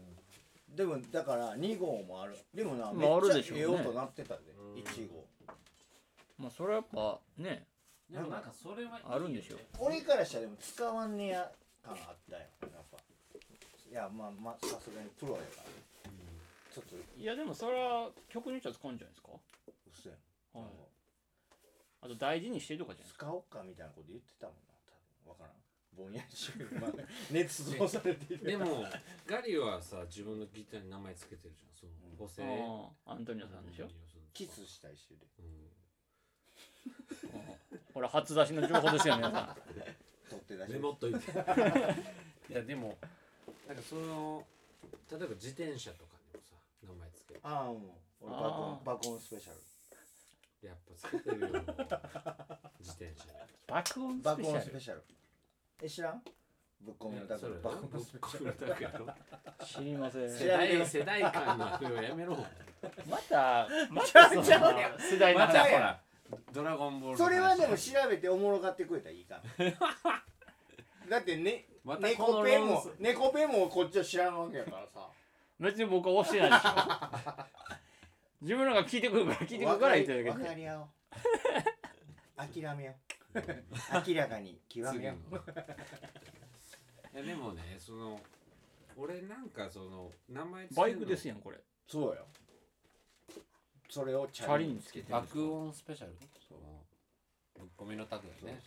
Speaker 3: でもだから2号もあるでもなめ
Speaker 1: まあある
Speaker 3: っ
Speaker 1: で
Speaker 3: ち
Speaker 1: し
Speaker 3: ゃ
Speaker 1: ょう
Speaker 3: え
Speaker 1: ね
Speaker 3: え音なってたで
Speaker 2: うん
Speaker 3: 1号
Speaker 1: [LAUGHS] まあそれはやっぱね
Speaker 2: でもなんかそれはいいよね
Speaker 1: あるんでしょ
Speaker 3: 俺からしたらでも使わんねや感あったよやっぱいやまあまあさすがにプロやからちょっと
Speaker 1: いやでもそれは曲によっちゃ使うんじゃないですか、
Speaker 3: 薄い
Speaker 1: は
Speaker 3: の、
Speaker 1: い、あと大事にしてるとかじゃないですか
Speaker 3: 使おうかみたいなこと言ってたもんな多分わからんぼんやりしてる、まあ、 [LAUGHS] 熱造されている
Speaker 2: でもガリはさ自分のギターに名前つけてるじゃんその補正
Speaker 1: あーアントニオさんでしょ、
Speaker 3: キスしたりしてる
Speaker 2: うん
Speaker 1: うんほら初出しの情報ですよ皆さん
Speaker 3: 取って出し
Speaker 2: メ
Speaker 3: て
Speaker 2: モっといて [LAUGHS] いやでもなんかその例えば自転車とかにもさ名前つける
Speaker 3: ああもう俺爆
Speaker 1: あ
Speaker 3: 音
Speaker 1: ー
Speaker 3: 爆音スペシャル
Speaker 2: やっぱつけて [LAUGHS] るよ自転車
Speaker 1: 爆音スペ
Speaker 3: 爆
Speaker 1: シ
Speaker 3: 音
Speaker 1: ャ
Speaker 3: ス
Speaker 1: ル
Speaker 3: ペシャルえ知らんぶっ込みのダブル
Speaker 2: いや
Speaker 3: 爆音スペシャル
Speaker 2: それはぶっ込みのタクやろ
Speaker 1: 知りません
Speaker 2: 世代世代間のあれをやめろ
Speaker 1: またま
Speaker 3: ち
Speaker 1: た
Speaker 3: ゃう
Speaker 1: その
Speaker 3: ちゃ
Speaker 1: 世代の
Speaker 2: ま
Speaker 1: 話
Speaker 2: た
Speaker 3: や
Speaker 2: ほらドラゴンボールの
Speaker 3: [LAUGHS] そ
Speaker 2: 話
Speaker 3: れはでも調べておもろがってくれたらいいかなだってね
Speaker 2: またこ
Speaker 3: 猫
Speaker 2: の
Speaker 3: ペ
Speaker 2: 論
Speaker 3: も
Speaker 2: 争
Speaker 3: 猫ペもこっちは知らんわけやからさ
Speaker 1: 別に僕は押してないでしょ自分のが聞いてくるから聞いてくるから言ってるだけ
Speaker 3: 分
Speaker 1: で
Speaker 3: かり合おう諦めよう明らかに極
Speaker 2: 次
Speaker 3: め
Speaker 2: の
Speaker 3: よう
Speaker 2: いやでもねその俺なんかその名前つけるの
Speaker 1: バイクですやんこれ
Speaker 3: そうよそれをチ
Speaker 1: チャ
Speaker 3: ャ
Speaker 1: リ
Speaker 3: リ
Speaker 1: に
Speaker 3: ン
Speaker 1: つけてるんですか
Speaker 2: 爆音スペシャルそのぶっ込みのタクだね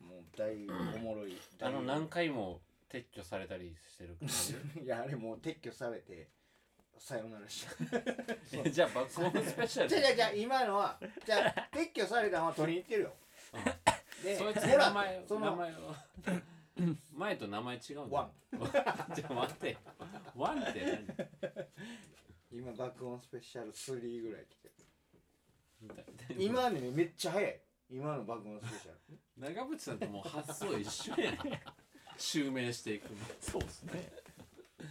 Speaker 3: もうだいぶおもろい
Speaker 2: あの
Speaker 3: だい
Speaker 2: 何回も撤去されたりしてる感じ
Speaker 3: ぶいやあれもう撤去されてさよならした
Speaker 2: [LAUGHS]
Speaker 3: そう
Speaker 2: えじゃあ爆音スペシャ
Speaker 1: [LAUGHS]
Speaker 2: ル
Speaker 3: [LAUGHS] じゃあじゃあじゃあ今のはじゃあ撤去されたのは取りに行ってるよ
Speaker 2: うん
Speaker 3: で
Speaker 2: そいつ
Speaker 3: ほ
Speaker 2: 名
Speaker 3: ら
Speaker 2: 前
Speaker 3: そ
Speaker 2: 名
Speaker 3: の
Speaker 2: 前を前と名前違うんだ
Speaker 3: ワン
Speaker 2: じゃあ待ってワンって
Speaker 3: 今爆音スペシャル3ぐらい来てる
Speaker 2: 何
Speaker 3: 今ねめっちゃ早い今の爆音スペシャル
Speaker 2: 長渕さんともう発想一緒やん襲名していくのそうですね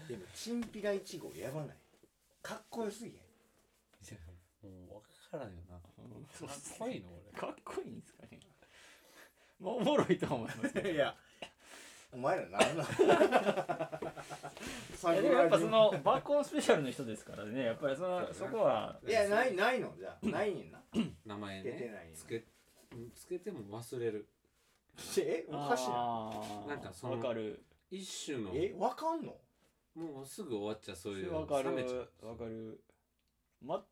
Speaker 3: でもチンピラ1号やばないかっこよすぎへん
Speaker 2: もう分からんよなかっこいいの俺
Speaker 1: かっこいいんですかねまあおもろいとは思いますけど
Speaker 3: いや、お前らなんなん
Speaker 1: いやでもやっぱその爆音スペシャルの人ですからねやっぱりそのそこはい
Speaker 3: や、ない、ないの、じゃあ。ないねんな。
Speaker 2: 名前
Speaker 3: 出て
Speaker 2: ね
Speaker 3: ないねん
Speaker 2: つけうんつけても忘れる
Speaker 3: え、おかしいな。
Speaker 1: あー
Speaker 2: なんかその
Speaker 1: わかる
Speaker 2: 一種の
Speaker 3: え、わかんの
Speaker 2: もうすぐ終わっちゃうそういうの
Speaker 1: わか
Speaker 2: 冷
Speaker 1: る
Speaker 2: めちゃう
Speaker 1: わかる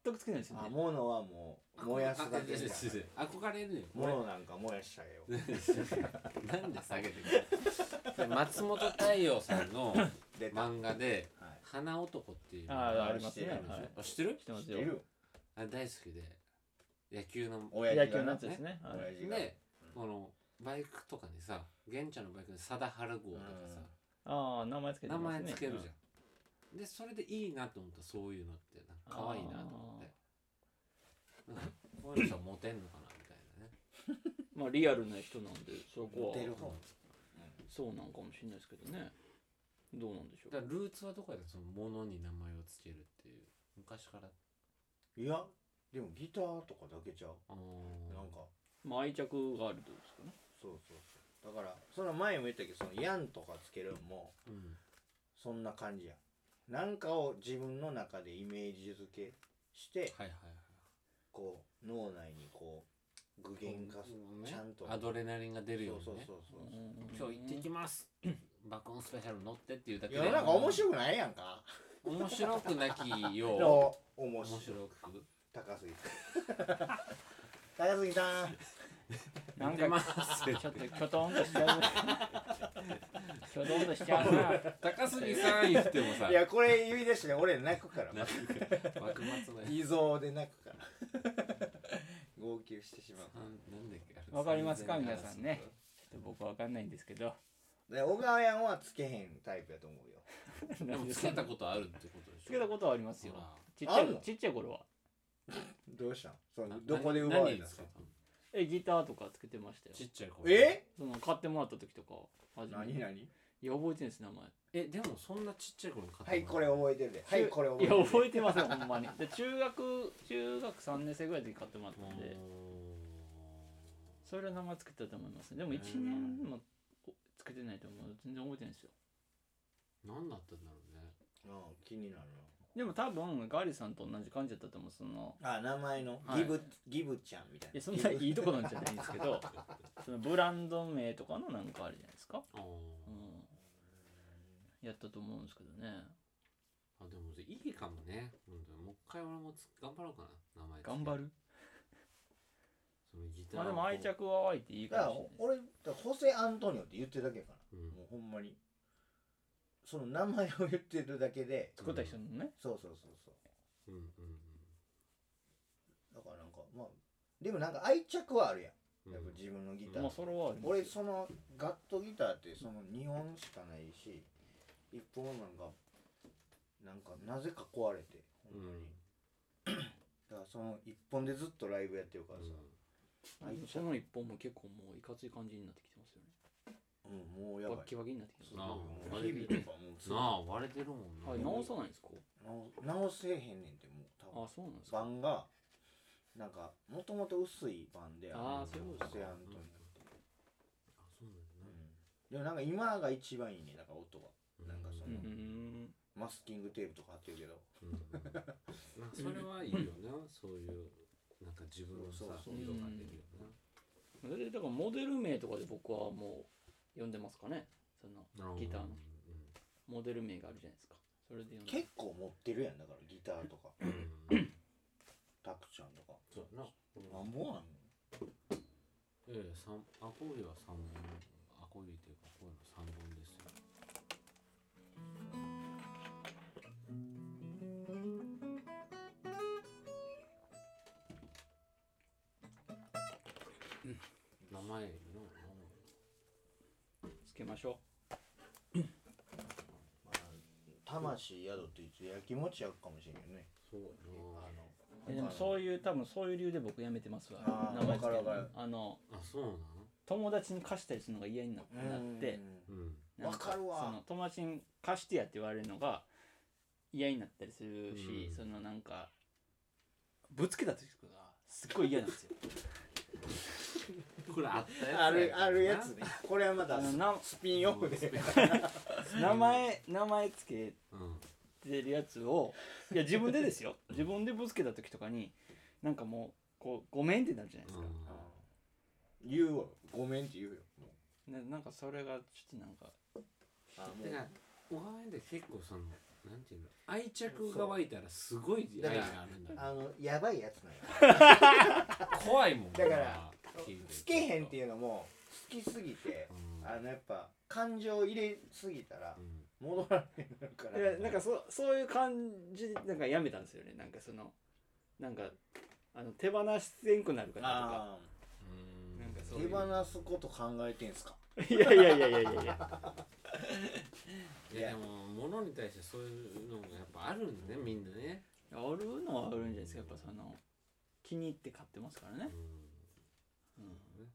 Speaker 1: 全くつけないですよ
Speaker 3: あ、
Speaker 1: ね
Speaker 3: ものはもう、燃やすだけ
Speaker 2: あ違う
Speaker 3: じ
Speaker 2: 違う違う憧れるよ
Speaker 3: ものなんか燃やしちゃえよ。
Speaker 2: なんで下げてくる松本太陽さんの
Speaker 3: 出た。
Speaker 2: 漫画で
Speaker 3: はい
Speaker 2: 「花男」っていうの
Speaker 1: あ
Speaker 2: が
Speaker 1: ーありますね
Speaker 3: 知って
Speaker 1: は
Speaker 3: る
Speaker 2: あるで
Speaker 1: い
Speaker 2: しょあ知ってる
Speaker 1: 知ってま
Speaker 3: 知っ
Speaker 1: す
Speaker 3: て
Speaker 1: よ
Speaker 3: る
Speaker 2: あ大好きで野球の
Speaker 1: 野
Speaker 3: 親
Speaker 1: 球
Speaker 3: 父
Speaker 1: のや
Speaker 3: が
Speaker 1: つですねはい
Speaker 3: 親父が。
Speaker 2: で
Speaker 3: うん
Speaker 2: このバイクとかにさ玄ちゃんのバイクに貞治号とかさ
Speaker 1: ああ名前つけて
Speaker 2: 名
Speaker 1: ます
Speaker 2: 前
Speaker 1: ね
Speaker 2: つけるじゃんでそれでいいなと思ったそういうのってなんか可愛いなと思ってなんかこういう人はモテんのかなみたいなね
Speaker 1: うんまあリアルな人なんでそこは
Speaker 3: 出る方。
Speaker 1: そうなんかもしれないですけどねどうなんでしょ
Speaker 2: だ
Speaker 1: う
Speaker 2: からルーツはどこやったのそのものに名前をつけるっていう昔から
Speaker 3: いや、でもギターとかだけちゃう。
Speaker 2: あ
Speaker 3: なん
Speaker 2: ー
Speaker 3: か、
Speaker 1: まあ愛着があるってことですかね
Speaker 3: そうそうそう。だから、その前も言ったけど、そのヤンとかつけるんも、
Speaker 2: うん
Speaker 3: そんな感じやん。なんかを自分の中でイメージ付けして、
Speaker 2: はいはいはい
Speaker 3: こう脳内にこう具現化する、
Speaker 2: うん
Speaker 3: ちゃんと
Speaker 2: アドレナリンが出るようにね
Speaker 3: そうそうそうそう、
Speaker 2: 今日行ってき
Speaker 3: [CLEARS THROAT]
Speaker 2: ます爆音スペシャル乗ってっていうだけ
Speaker 3: 世の中面白くないやんか
Speaker 2: 面白くなきよう面
Speaker 3: の面白
Speaker 2: 白く
Speaker 3: 高すぎて
Speaker 2: [LAUGHS]
Speaker 3: 高すぎたん
Speaker 1: なん
Speaker 2: 出ま
Speaker 1: か
Speaker 2: す
Speaker 1: ちょっときょとんとしちゃうきょとんとしちゃうな
Speaker 2: 高杉さん言ってもさ
Speaker 3: いやこれ言い出してね俺泣くから
Speaker 2: なんか幕末の
Speaker 3: 偽造で泣くから [LAUGHS] 号泣してしまう
Speaker 2: なんだっけあれ
Speaker 1: わかりますか皆さんねちょっと僕わかんないんですけど
Speaker 3: で小川やんはつけへんタイプやと思うよ
Speaker 2: でもつけたことあるってことでしょ
Speaker 1: つけたことはありますよ
Speaker 2: ほら
Speaker 1: ちっちゃ
Speaker 3: あん
Speaker 1: い
Speaker 3: の
Speaker 1: ちっちゃい頃は
Speaker 3: どうしたんその
Speaker 2: な
Speaker 3: どこで奪わ
Speaker 2: 何
Speaker 3: れ
Speaker 2: に
Speaker 3: たん
Speaker 2: つけたの
Speaker 1: えギターとかつけてましたよ
Speaker 2: ちっちゃい頃
Speaker 3: え
Speaker 1: その買ってもらった時とか初め
Speaker 3: 何
Speaker 1: にい
Speaker 3: 何
Speaker 1: や覚えてるんです名前
Speaker 2: えでもそんなちっちゃい頃に買った
Speaker 3: はいこれ
Speaker 2: を
Speaker 3: 覚えてるではいこれ覚え
Speaker 1: い
Speaker 3: て
Speaker 1: や
Speaker 3: る
Speaker 1: 覚えてますよほんまにで中学中学3年生ぐらいで買ってもらったんでそれは名前つけてたと思いますでも1年もつけてないと思う全然覚えてないんですよ
Speaker 2: 何だったんだろうね
Speaker 3: うん気になるな
Speaker 1: でも多分ガリさんと同じ感じだったと思うその
Speaker 3: あ名前の、
Speaker 1: はい
Speaker 3: ギブギブちゃんみ [LAUGHS] たいない
Speaker 1: やそんないいとこなんじゃないんですけど
Speaker 3: [LAUGHS]
Speaker 1: そのブランド名とかのなんかあるじゃないですか、
Speaker 2: あー
Speaker 1: うん、やったと思うんですけどね
Speaker 2: あでもいいかもね本当にもう一回俺もつ頑張ろうかな名前つけて
Speaker 1: 頑張る
Speaker 2: そのギター
Speaker 1: まあでも愛着は湧いていい
Speaker 3: だか
Speaker 1: からもしれないです
Speaker 3: 俺だからホセ・アントニオって言ってるだけやから、
Speaker 2: うん
Speaker 3: もうほんまにその名前を言ってるだけで
Speaker 1: 作った人のね
Speaker 3: そうそうそうそ
Speaker 2: うんうん
Speaker 3: うだからなんかまあでもなんか愛着はあるや
Speaker 2: うんん
Speaker 3: やっぱ自分のギター、
Speaker 1: まあそれはありますよ
Speaker 3: 俺そのガットギターってその2本しかないし1本なんかなんかなぜか壊れてほんまに、
Speaker 2: うん
Speaker 3: [CLEARS THROAT] だからその1本でずっとライブやってるからさ、愛
Speaker 1: そ
Speaker 3: 着
Speaker 1: の一本も結構もういかつい感じになってきてますよね
Speaker 3: うん、もうやばい
Speaker 1: バッキバキになってきて
Speaker 3: そう
Speaker 1: ま
Speaker 2: なあ
Speaker 3: もう日々とかもうずっ
Speaker 2: な
Speaker 3: と
Speaker 2: あ割れてるもん
Speaker 1: す
Speaker 2: な、
Speaker 1: はい直さないんですか
Speaker 3: 直直せへんねんってもう多分
Speaker 1: あそうなんですか
Speaker 3: 版がなんかもともと薄い版で
Speaker 1: ああ
Speaker 3: の
Speaker 1: そういうことです
Speaker 3: セ
Speaker 1: か
Speaker 3: アントニオって、
Speaker 2: あそうなんだ
Speaker 3: う
Speaker 2: ね
Speaker 3: んでもなんか今が一番いいねだから音がなんかそう
Speaker 1: うんんうん
Speaker 3: なマスキングテープとか貼ってるけど
Speaker 2: うんまあそれはいいよなそういうなんか自分のさ
Speaker 3: そうそう
Speaker 1: そう
Speaker 2: 色が出るよ
Speaker 1: それでだからモデル名とかで僕はもう呼んでますかねその
Speaker 2: な
Speaker 1: ギタ
Speaker 2: う
Speaker 1: ーの
Speaker 2: ん
Speaker 1: モデル名があるじゃないですかそれで呼んで
Speaker 3: 結構持ってるやんだからギターとか
Speaker 2: うんうん
Speaker 3: タクちゃんとか
Speaker 2: そうやな
Speaker 3: なんぼあんの
Speaker 2: ええ三アコギは三本アコギというかこういうの三本ですよ名前の名前
Speaker 1: つけましょう
Speaker 3: 魂宿っていつやきもちやくかもしれんよね
Speaker 4: そう
Speaker 3: あの
Speaker 1: えでもそういう多分そういう理由で僕辞めてますわ
Speaker 3: あー
Speaker 1: 名前つける
Speaker 3: わかるわかる
Speaker 1: のあの
Speaker 2: あそうなの
Speaker 1: 友達に貸したりするのが嫌にななって
Speaker 2: うん
Speaker 1: なん
Speaker 3: わかるわ
Speaker 1: その友達に貸してやって言われるのが嫌になったりするし、
Speaker 2: うん
Speaker 1: そのなんかぶつけた時とかがすっごい嫌なん [LAUGHS] ですよ
Speaker 2: これあったやつ
Speaker 3: あるあるやつねこれはま
Speaker 1: あ
Speaker 3: だ
Speaker 1: のな
Speaker 3: スピンオフで
Speaker 1: 名前名前つけ
Speaker 2: うん
Speaker 1: てるやつをいや自分でです [LAUGHS] よ自分でぶつけた時とかになんかもうこうごめんってなるじゃないですか、
Speaker 3: 言うわごめんって言うよもう
Speaker 1: ななんかそれがちょっとなんか
Speaker 3: あ
Speaker 2: だからお前で結構そのなんていうの愛着が湧いたらすごい
Speaker 3: だ
Speaker 2: 愛
Speaker 3: から
Speaker 2: があるんだ
Speaker 3: あのやばいやつなんよ
Speaker 2: 怖いもん
Speaker 3: だから
Speaker 2: な聞いてると
Speaker 3: つけへんっていうのも好きすぎて
Speaker 2: うん
Speaker 3: あのやっぱ感情入れすぎたら
Speaker 2: うん
Speaker 3: 戻られるから
Speaker 1: いやなんかそそういう感じでなんかやめたんですよねなんかそのなんかあの手放せんくなるからとか
Speaker 3: あ
Speaker 2: うん
Speaker 1: なんか
Speaker 3: ー
Speaker 1: そうい
Speaker 3: 手
Speaker 1: う
Speaker 3: 放すこと考えてんすか
Speaker 1: いやいやいやいやいやいや
Speaker 2: いやでも物に対してそういうのもやっぱあるんだねみんなね
Speaker 1: あるのはあるんじゃないですかやっぱその気に入って買ってますから
Speaker 2: う
Speaker 1: ね、
Speaker 2: ん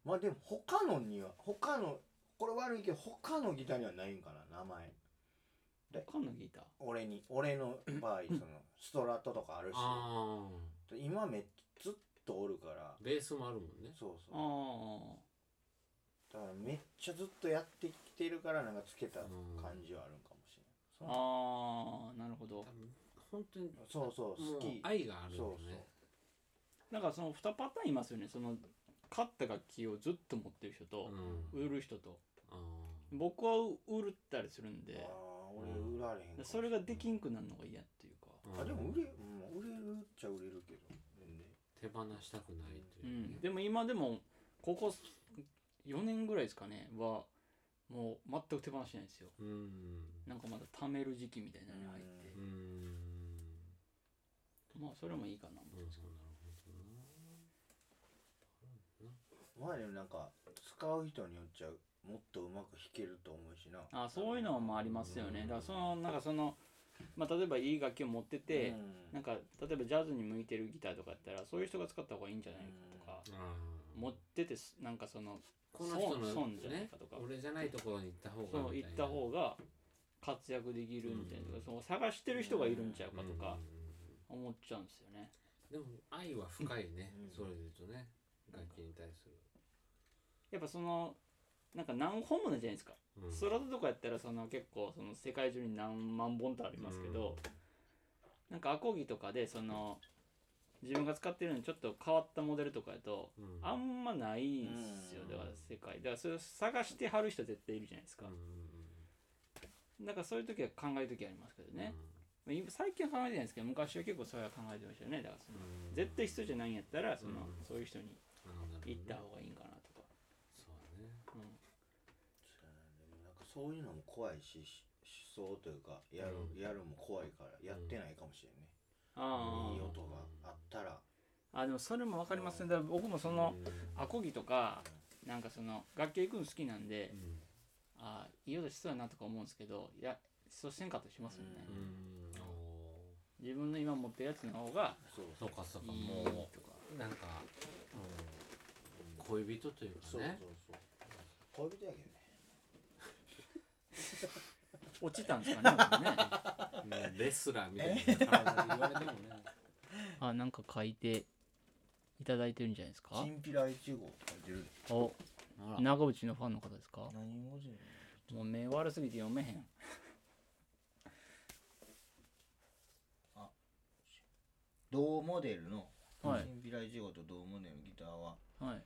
Speaker 3: まあでも他のには他のこれ悪いけど他のギターにはないんかな名前
Speaker 1: うん、他のギター
Speaker 3: 俺に俺の場
Speaker 1: [LAUGHS]
Speaker 3: 合そのストラットとかあるし
Speaker 2: あ
Speaker 3: 今めっずっとおるから
Speaker 2: あベースもあるもんね
Speaker 3: そう
Speaker 1: あ
Speaker 3: そう
Speaker 1: あ
Speaker 3: だからめっちゃずっとやってきてるからなんかつけた感じはあるんかもしれない
Speaker 1: ああなるほ
Speaker 2: 多
Speaker 1: ど
Speaker 2: 分本当に
Speaker 3: そうそう
Speaker 2: もう
Speaker 3: 好き
Speaker 2: 愛がある
Speaker 3: そ
Speaker 2: よ
Speaker 3: う
Speaker 2: ね
Speaker 3: そ
Speaker 1: なんかその2パターンいますよねその買った楽器をずっと持ってる人と
Speaker 2: う、
Speaker 1: 売る人と
Speaker 2: あー
Speaker 1: 僕は売るったりするん
Speaker 3: う
Speaker 1: で
Speaker 3: ああ俺売られへんかも
Speaker 1: それができんくなるのが嫌っていうか
Speaker 2: うん
Speaker 3: あでも売れ、うん、売れるっちゃ売れるけど全然
Speaker 2: 手放したくないと
Speaker 1: う
Speaker 2: いうんね、
Speaker 1: でも今でもここ4年ぐらいですかねはもう全く手放しないんですよ
Speaker 2: うん
Speaker 1: なんかまだ貯める時期みたいなのに入って
Speaker 2: う、ん
Speaker 1: まあそれもいいかな思ってますけど
Speaker 3: まあでもなんか使う人によっちゃもっとうまく弾けると思うしな
Speaker 1: あそういうのもありますよね
Speaker 2: うん
Speaker 1: だからそのなんかその、まあ、例えばいい楽器を持ってて、
Speaker 3: うん
Speaker 1: なんか例えばジャズに向いてるギターとかやったらそういう人が使った方がいいんじゃないかとか、
Speaker 2: あー
Speaker 1: 持っててすなんかその
Speaker 2: この人の
Speaker 1: 損じゃない
Speaker 2: ね
Speaker 1: かとか
Speaker 2: 俺じゃないところに行った方が
Speaker 1: そう行った方が活躍できるみたいな、
Speaker 2: うん
Speaker 1: その探してる人がいるんちゃうかとか
Speaker 2: うんうんうん
Speaker 1: 思っちゃうんですよね、
Speaker 2: でも愛は深いね、
Speaker 3: うん
Speaker 2: それで言うとね楽器に対する、
Speaker 1: やっぱそのなんか何本もないじゃないですか、
Speaker 2: うん
Speaker 1: ストラトとかやったらその結構その世界中に何万本とありますけど、なんかアコギとかでその自分が使ってるのにちょっと変わったモデルとかやと
Speaker 2: うん、
Speaker 1: あんまないんですよ
Speaker 3: うん
Speaker 1: だから世界だからそれを探してはる人絶対いるじゃないですか
Speaker 2: うん、
Speaker 1: だからそういう時は考える時ありますけどね、まあ今最近は考えてないんですけど昔は結構それは考えてましたよねだからその
Speaker 2: うん
Speaker 1: 絶対必要じゃないんやったらそ
Speaker 2: う
Speaker 1: の、
Speaker 2: ん
Speaker 1: そういう人に
Speaker 2: あーなるほどね
Speaker 1: 行った方がいいんかなとか、
Speaker 2: そうね
Speaker 1: うん
Speaker 3: でもなんかそういうのも怖いしし思想というかやる、
Speaker 2: うん
Speaker 3: やるも怖いからやってないかもしれんね、
Speaker 1: あ
Speaker 3: いい
Speaker 1: ー
Speaker 3: 音があったら
Speaker 1: あでもそれも分かりますねだから僕もその、アコギとかなんかその楽器行くの好きなんで、
Speaker 2: うん
Speaker 1: あーいい音しそうやなとか思うんですけどいやそうせんかったりしますよね、
Speaker 3: う
Speaker 2: うん
Speaker 1: 自分の今持ってるやつの方が
Speaker 3: そう
Speaker 2: そ
Speaker 3: そうう
Speaker 2: かそう
Speaker 1: い
Speaker 2: か
Speaker 1: い
Speaker 2: も
Speaker 1: とか
Speaker 2: うなんか、うん、恋人というか
Speaker 3: そうそう
Speaker 2: ね
Speaker 3: そう恋人やけどね
Speaker 1: 落ちたんですかね僕ね
Speaker 2: うんレスラーみたいな体で言われて
Speaker 1: [LAUGHS]
Speaker 2: もね
Speaker 1: あなんか書いていただいてるんじゃないですか
Speaker 3: チンピラ1号とか出る
Speaker 1: お
Speaker 2: ほら
Speaker 1: 長渕のファンの方ですか
Speaker 3: 何文字
Speaker 1: もう目悪すぎて読めへん
Speaker 3: 同モデルの、
Speaker 1: はい
Speaker 3: チンピラ1号と同モデルのギターは
Speaker 1: はい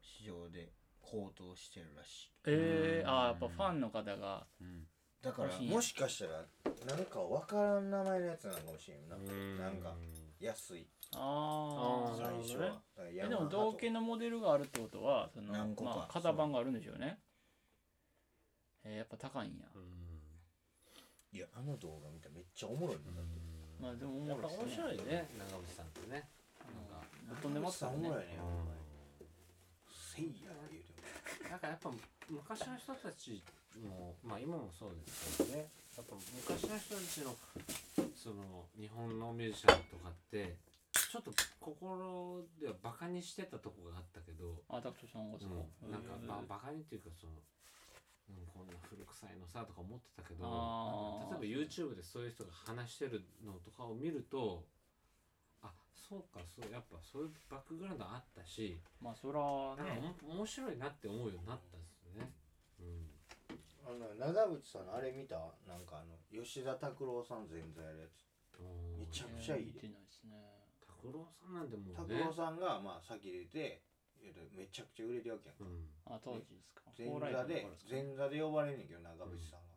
Speaker 3: 市場で高騰してるらしい
Speaker 1: えー、あーやっぱファンの方が
Speaker 2: うん
Speaker 3: だから
Speaker 1: 欲しい
Speaker 3: もしかしたらなんかわからん名前のやつなのかもしれんななんか安い
Speaker 1: あ
Speaker 2: あ
Speaker 1: あ
Speaker 2: ー
Speaker 3: 最
Speaker 1: なるほ
Speaker 3: 初
Speaker 1: どね
Speaker 3: はだから
Speaker 1: え
Speaker 3: ヤ
Speaker 1: で
Speaker 3: マハ
Speaker 1: も
Speaker 3: と
Speaker 1: 同系のモデルがあるってことはその
Speaker 3: 何個か
Speaker 1: まあ、型番があるんでしょうねえーやっぱ高いんや、
Speaker 2: うん
Speaker 3: いやあの動画見たらめっちゃおもろいんだって
Speaker 1: まあでもお
Speaker 2: や
Speaker 1: も
Speaker 2: っ
Speaker 1: ろ
Speaker 2: ぱ
Speaker 1: い
Speaker 2: 面
Speaker 1: っす
Speaker 2: 白
Speaker 1: ね
Speaker 2: いね長渕さんってね
Speaker 1: なんか
Speaker 3: ぶ
Speaker 1: ぶっ飛んで
Speaker 3: っ飛んでま
Speaker 1: ますす
Speaker 3: か
Speaker 1: からら
Speaker 3: ね
Speaker 1: ね
Speaker 2: うん
Speaker 3: せいや言うても
Speaker 2: なんかやっぱ昔の人たちもうまあ今もそうですけどねやっぱ昔の人たちのその日本のミュージシャンとかってちょっと心ではバカにしてたとこがあったけど、
Speaker 1: あダクトさんがそう、
Speaker 2: うん、なんかばバカにっていうかその、うん、こんな古臭いのさとか思ってたけど
Speaker 1: あー
Speaker 2: なんか例えば YouTube でそういう人が話してるのとかを見るとあそうかそうやっぱそういうバックグラウンドあったし
Speaker 1: まあそら
Speaker 2: なんか
Speaker 1: ね
Speaker 2: おも面白いなって思うようになったんですよね。うん
Speaker 3: あの長渕さんのあれ見たなんかあの吉田拓郎さん全然やるやつめちゃくちゃいい
Speaker 1: 見てないですね
Speaker 2: 拓郎さんなんてもう
Speaker 3: 拓
Speaker 2: ね
Speaker 3: 郎さんがまあ先出て言うてめちゃくちゃ売れるわけやんか
Speaker 2: うん
Speaker 1: あ当時ですか
Speaker 3: 前
Speaker 1: 高麗
Speaker 3: 座
Speaker 1: の頃
Speaker 3: です
Speaker 1: か
Speaker 3: 前座で呼ばれんねんけど長渕さんが、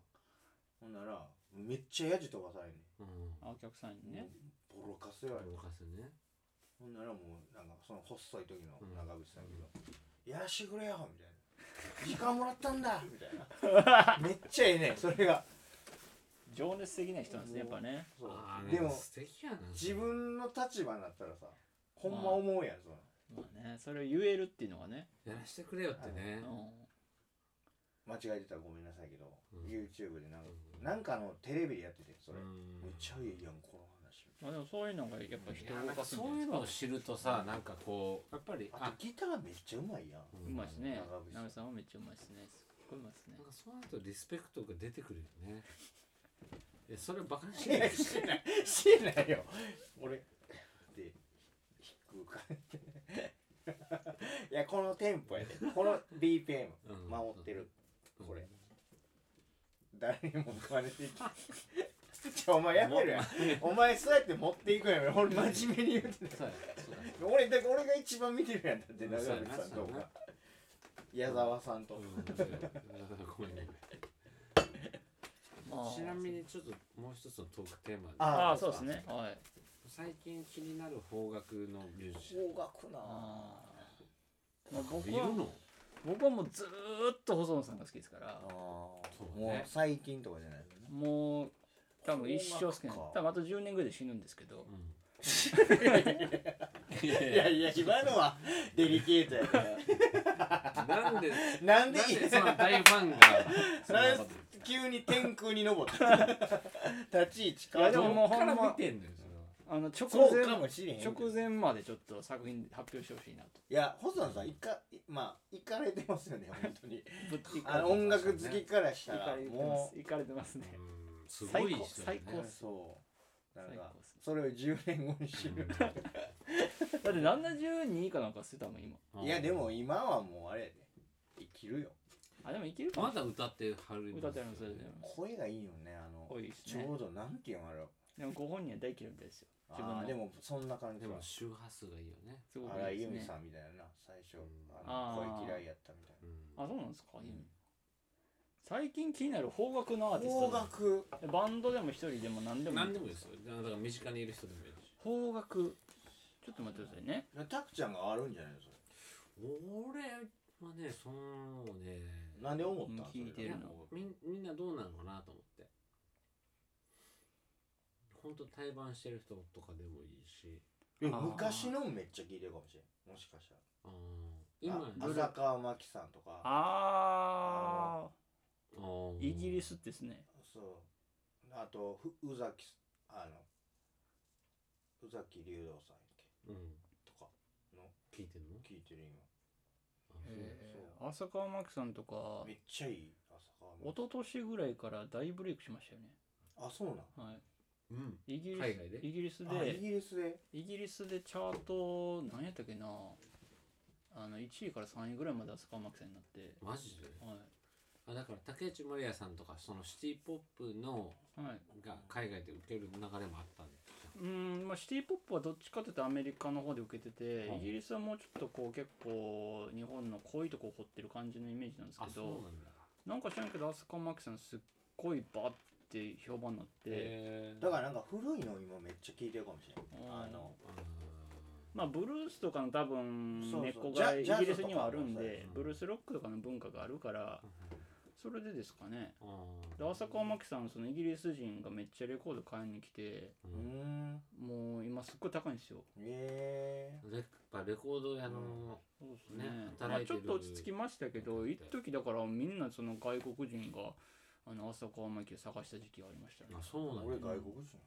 Speaker 3: ほんならめっちゃヤジ飛ばされんね
Speaker 2: うん
Speaker 1: あお客さんに
Speaker 3: ん
Speaker 1: ね
Speaker 3: ボロカス言われて
Speaker 2: 動かすね
Speaker 3: ほんならもうなんかその細い時の長渕さんやけど「やらしてくれよ」みたいな「時間もらったんだ」みたいなめっちゃええねんそれが
Speaker 1: 情熱的な人なんですねやっぱね
Speaker 3: そう
Speaker 2: あー
Speaker 3: で
Speaker 2: でも
Speaker 3: も
Speaker 2: 素敵やな
Speaker 3: 自分の立場になったらさほんま思うやんその
Speaker 1: まあねそれを言えるっていうのがね
Speaker 2: やらしてくれよって
Speaker 1: う
Speaker 2: ね
Speaker 1: ん
Speaker 3: 間違えてたらごめんなさいけど、
Speaker 2: うん
Speaker 3: YouTube でなんか、
Speaker 2: うん
Speaker 3: なんかのテレビでやっててそれ、
Speaker 2: うん
Speaker 3: めっちゃいいやんこの話
Speaker 1: まあでもそういうのがやっぱ
Speaker 2: い
Speaker 1: 人
Speaker 2: や
Speaker 1: を
Speaker 2: なんか
Speaker 1: 動かすんじ
Speaker 2: そ
Speaker 1: ゃ
Speaker 2: ういうのを知るとさなん
Speaker 1: ないですか
Speaker 2: かこうやっぱり
Speaker 3: あとギターめっちゃうまいやん
Speaker 2: う
Speaker 1: うんまいですね
Speaker 3: 長渕さ
Speaker 1: 長渕さんは
Speaker 3: ん
Speaker 1: めっちゃうまいですねすっごいうまいですね
Speaker 2: なんかそうなるとリスペクトが出てくるよ
Speaker 3: [LAUGHS]
Speaker 2: ねえそれバカにしてない
Speaker 3: してないしてないよ俺で引くかいやこのテンポやでこの BPM
Speaker 2: うん
Speaker 3: 守ってる、
Speaker 2: うん
Speaker 3: これ誰にも真似できないちょお前やめるやんお前そうやって持っていくやん俺真面目に言うてた [LAUGHS]
Speaker 2: そうやそうだ
Speaker 3: 俺だから俺が一番見てるやんだって
Speaker 2: うん
Speaker 3: 長
Speaker 2: そうやな
Speaker 3: 渕さんと
Speaker 2: そうやな
Speaker 3: か矢沢さんと
Speaker 2: う
Speaker 3: か、
Speaker 2: んそうやごめんごめん
Speaker 1: まあ
Speaker 2: ちなみにちょっともう一つのトークテーマで
Speaker 3: あ
Speaker 1: ああそうですねはい
Speaker 2: 最近気になる邦楽のミュージシャン
Speaker 3: 邦楽なあ
Speaker 1: あーまあ僕
Speaker 2: いる
Speaker 1: は
Speaker 2: の
Speaker 1: 僕はもうずーっと細野さんが好きですから
Speaker 3: あーも
Speaker 2: そうね
Speaker 3: う最近とかじゃないのね
Speaker 1: もう多分一生好きな
Speaker 3: 邦楽か
Speaker 1: 多分あと10年ぐらいで死ぬんですけど
Speaker 2: うんいやい
Speaker 3: いやいや、今のはデリケートやから。
Speaker 2: やなんで
Speaker 3: なんで
Speaker 2: なんでその大ファンがそんなこと
Speaker 3: 急に天空に登った立ち位置変わ
Speaker 1: いやでももう
Speaker 2: どっから
Speaker 1: ほんま
Speaker 2: 見てんのよそれは
Speaker 1: あの直
Speaker 3: そう
Speaker 1: 前
Speaker 3: かもしれへんけど。
Speaker 1: 直前までちょっと作品発表してほしいなと
Speaker 3: いや、細野さん、いか、まあ、行かれてますよね、本当に。
Speaker 1: ぶっ
Speaker 3: あの音楽好きからした、
Speaker 1: いかられてま
Speaker 3: も
Speaker 1: すいかれてますね
Speaker 2: うんすご
Speaker 1: 最
Speaker 2: い人
Speaker 1: 高
Speaker 2: だ
Speaker 1: 最
Speaker 2: よ
Speaker 1: 高
Speaker 3: う
Speaker 1: っ
Speaker 2: ね。
Speaker 1: す
Speaker 3: そう。なんか
Speaker 1: 最高っす、
Speaker 3: それを10年後に知る。
Speaker 1: だって72かなんかしてたもん今
Speaker 2: うん
Speaker 3: いや、でも今はもうあれやで。生きるよ。
Speaker 1: あでもいけるかも
Speaker 2: まだ歌ってはるんです
Speaker 1: 歌
Speaker 2: よ
Speaker 1: ってあるのそれでも
Speaker 3: 声がいいよね、あの
Speaker 1: 多、いです
Speaker 3: ち
Speaker 1: ね
Speaker 3: ょうど、なんていうのあれ。
Speaker 1: でもご本人は大嫌いみたいですよ自分
Speaker 3: あー
Speaker 1: の
Speaker 3: でも、そんな感じ
Speaker 2: で
Speaker 3: は
Speaker 2: も。周波数がいいよね。
Speaker 1: すごく
Speaker 3: 荒
Speaker 1: いい
Speaker 3: 井
Speaker 1: です
Speaker 3: 由実
Speaker 1: ね
Speaker 3: さんみたいな最初
Speaker 1: あ
Speaker 3: あ
Speaker 1: ー
Speaker 3: の声嫌いやったみたい
Speaker 1: あそうなんですか、
Speaker 2: うん
Speaker 1: 由実最近気になる邦楽のア
Speaker 3: な
Speaker 1: ーティストだ
Speaker 3: 楽
Speaker 1: バンドでも一人でも何でもいい
Speaker 2: 何でもいいですよ。だから身近にいる人でもいいし。
Speaker 1: 邦楽ちょっと待ってくださいね
Speaker 3: タクちゃんがあるんじゃないのそれ
Speaker 2: 俺はね、そのね。
Speaker 3: なんで思ったん
Speaker 1: うん聞いて
Speaker 2: い
Speaker 1: る
Speaker 2: や
Speaker 1: の
Speaker 2: みんみんなどうなのかなと思って。本当対バンしてる人とかでもいいし。
Speaker 3: それで
Speaker 1: あ
Speaker 3: も
Speaker 1: ー
Speaker 3: 昔のめっちゃ聞いてるかもしれんもしかしたら
Speaker 2: あー今
Speaker 3: あ浅川真紀さんとか
Speaker 1: あ
Speaker 2: あ
Speaker 1: ー
Speaker 2: ー
Speaker 1: イギリスですね
Speaker 3: そうあとふ宇崎すあの宇崎竜童さんやっ
Speaker 2: う
Speaker 3: け
Speaker 2: ん
Speaker 3: とかの
Speaker 2: 聞いてるの
Speaker 3: 聞いてる
Speaker 2: あそう
Speaker 3: そう
Speaker 1: 浅川真紀さんとか
Speaker 3: 今めっちゃいい浅川真
Speaker 1: 一昨年ぐらいから大ブレイクしましたよね、
Speaker 3: 紀あそうなん
Speaker 1: は
Speaker 2: うん。
Speaker 1: い、イギリス
Speaker 2: 海外で
Speaker 1: イギリス
Speaker 3: あイ
Speaker 1: で
Speaker 3: ギリスで
Speaker 1: イギリスでチャート何やったっけなあの1位から3位ぐらいまで浅川真紀さんになって
Speaker 2: マジで
Speaker 1: は
Speaker 2: あだから竹内まりやさんとかそのシティポップの
Speaker 1: い、はい、
Speaker 2: が海外で受ける流れもあったんですよ
Speaker 1: うーんまあシティ・ポップはどっちかというとアメリカの方で受けてて、
Speaker 2: はい
Speaker 1: イギリスはもうちょっとこう結構日本の濃いとこを掘ってる感じのイメージなんです
Speaker 2: あ
Speaker 1: け
Speaker 2: そう
Speaker 1: ど
Speaker 2: なんだ
Speaker 1: なんか知らんけど浅川真紀さんすっごいバッて評判になって
Speaker 2: へー
Speaker 3: だからなんか古いの今めっちゃ聞いてるかもしれん
Speaker 1: うん
Speaker 3: あの
Speaker 2: あ
Speaker 1: まあブルースとかの多分
Speaker 3: そうそう
Speaker 1: 根っこが
Speaker 3: ジャ
Speaker 1: イ
Speaker 3: ジャズ
Speaker 1: ギリスにはあるん
Speaker 3: とかもそう
Speaker 1: で
Speaker 2: やな
Speaker 1: ブルースロックとかの文化があるから
Speaker 2: ー
Speaker 1: それでですかね
Speaker 2: あー
Speaker 1: で浅川真紀さんそのイギリス人がめっちゃレコード買いに来て
Speaker 2: う
Speaker 3: うんん
Speaker 1: もう今すっごい高いんですよ
Speaker 3: え
Speaker 2: レやっぱレコード屋の、
Speaker 1: そうです
Speaker 2: ね
Speaker 1: まあ、
Speaker 2: 働いて
Speaker 1: ちょ
Speaker 2: る
Speaker 1: っと落ち着きましたけど一時だからみんなその外国人があの浅川真紀を探した時期がありましたね
Speaker 2: あそうなん
Speaker 3: 俺
Speaker 2: だ
Speaker 3: 外国人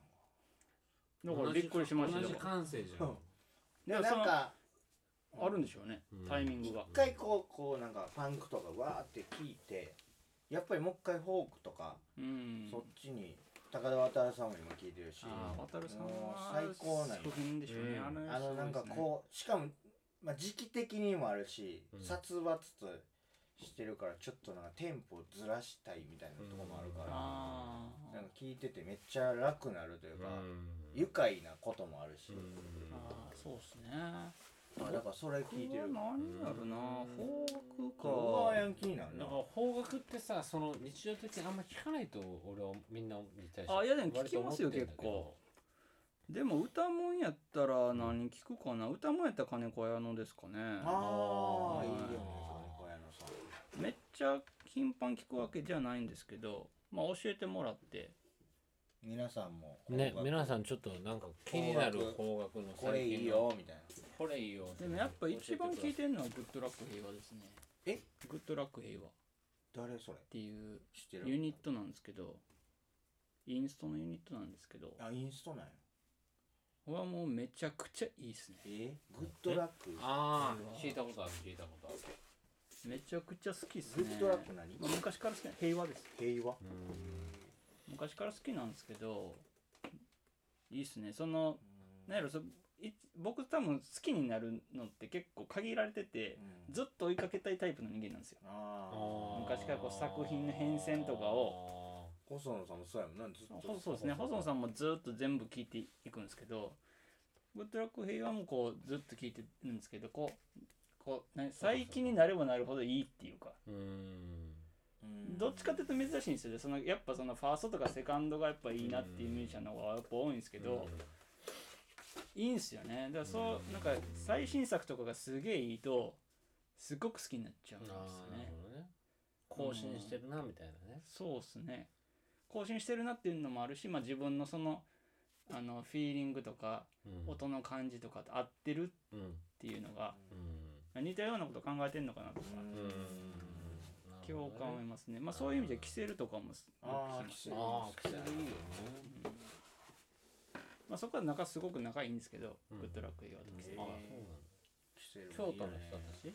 Speaker 1: だからびっくりしました
Speaker 2: 同
Speaker 1: だ
Speaker 2: じ
Speaker 1: か
Speaker 2: 感性じゃん、
Speaker 3: [LAUGHS]
Speaker 1: らでもそ
Speaker 3: な
Speaker 1: の
Speaker 3: んか
Speaker 1: あるんでしょうね
Speaker 2: うん
Speaker 1: タイミングが
Speaker 3: 一回こうこうなんかパンクとかわーって聞いてやっぱりもう一回フォークとか、
Speaker 1: うん
Speaker 3: そっちに高田渡さんも今聞いてるし
Speaker 1: ああ渡るさんは
Speaker 3: もう最高なんよ
Speaker 1: 作品でしょうね、
Speaker 4: うん
Speaker 1: の
Speaker 3: あのなんかこうしかも、まあ、時期的にもあるし、
Speaker 4: うん
Speaker 3: 殺伐としてるからちょっとなんかテンポずらしたいみたいなとこもあるか
Speaker 1: う
Speaker 3: ら、
Speaker 1: あー
Speaker 3: なんか聞いててめっちゃ楽になるというか、愉
Speaker 4: ん
Speaker 3: 快なこともある
Speaker 1: あ
Speaker 3: し、
Speaker 1: ーそうっすね
Speaker 3: あだからそれ聞いてる
Speaker 1: 僕は何やろな方
Speaker 3: うわー
Speaker 1: 角か
Speaker 3: ヤンキーになる
Speaker 2: だ
Speaker 3: な
Speaker 2: から邦楽ってさその日常的にあんま聞かないと俺はみんなに対して
Speaker 1: あいやでも聞
Speaker 2: 割
Speaker 1: き
Speaker 2: と
Speaker 1: ま
Speaker 2: 思っ
Speaker 1: す
Speaker 2: てんだけ
Speaker 1: よ
Speaker 2: ど
Speaker 1: 結構でも歌もんやったら何聞くかな歌もんやったら金子綾乃ですかね
Speaker 3: ああいいよね
Speaker 1: うん
Speaker 3: 小屋のさん
Speaker 1: めっちゃ頻繁聞くわけじゃないんですけどまあ教えてもらって
Speaker 3: 皆さんも
Speaker 4: ね
Speaker 3: こ、う
Speaker 4: 皆さんちょっとなんか気になる方角の
Speaker 3: これいいよみたいな
Speaker 4: これいいよ
Speaker 1: でもやっぱ一番聞いてるのはグッドラック平和ですね
Speaker 3: え
Speaker 1: グッドラック平和っ
Speaker 3: 誰それ
Speaker 1: ていう
Speaker 3: 知ってる
Speaker 1: ユニットなんですけどインストのユニットなんですけど
Speaker 3: あインストなんや
Speaker 1: これはもうめちゃくちゃいいっすね
Speaker 3: えグッドラック
Speaker 4: ああ聞いたことある聞いたことある
Speaker 1: めちゃくちゃ好きっす
Speaker 3: グ
Speaker 1: ね
Speaker 3: ッドラック何
Speaker 1: まあ昔から好きな平和です
Speaker 3: 平和
Speaker 1: 昔から好きなんですけどいいっすねそのなんやろそい僕多分好きになるのって結構限られててずっと追いかけたいタイプの人間なんですよ
Speaker 3: ああ
Speaker 1: 昔からこう作品の変遷とか
Speaker 4: を
Speaker 3: 細野さんもそうやもんなずっと
Speaker 1: そうですね細野さ
Speaker 3: ん
Speaker 1: んもずっと全部聞いていくんですけどグッドラック平和もこうずっと聞いてるんですけどこうこう、ね、最近になればなるほどいいっていうか
Speaker 4: うん
Speaker 1: どっちかっていうと珍しいんですよねそのやっぱそのファーストとかセカンドがやっぱいいなっていうミュージシャンの方がやっぱ多いんですけど、いいんすよねだからそう、なんか最新作とかがすげえいいとすごく好きになっちゃうんですよね
Speaker 4: ね更新してるなみたいなね
Speaker 1: そうっすね更新してるなっていうのもあるし、まあ、自分のそのあのフィーリングとか音の感じとかと合ってるっ
Speaker 4: うん
Speaker 1: ていうのが
Speaker 4: うん
Speaker 1: 似たようなこと考えてんのかなとか共感を得ますねまあそういう意味でキセルとかもすよ
Speaker 3: あ
Speaker 1: く聞き
Speaker 3: あ
Speaker 1: ます
Speaker 3: き
Speaker 4: ああ
Speaker 1: まあ、そこは仲すごく仲いいんですけど、
Speaker 4: うん
Speaker 1: グッドラック平和とキセル、
Speaker 3: うん
Speaker 1: い
Speaker 3: あ
Speaker 4: 京都の人たち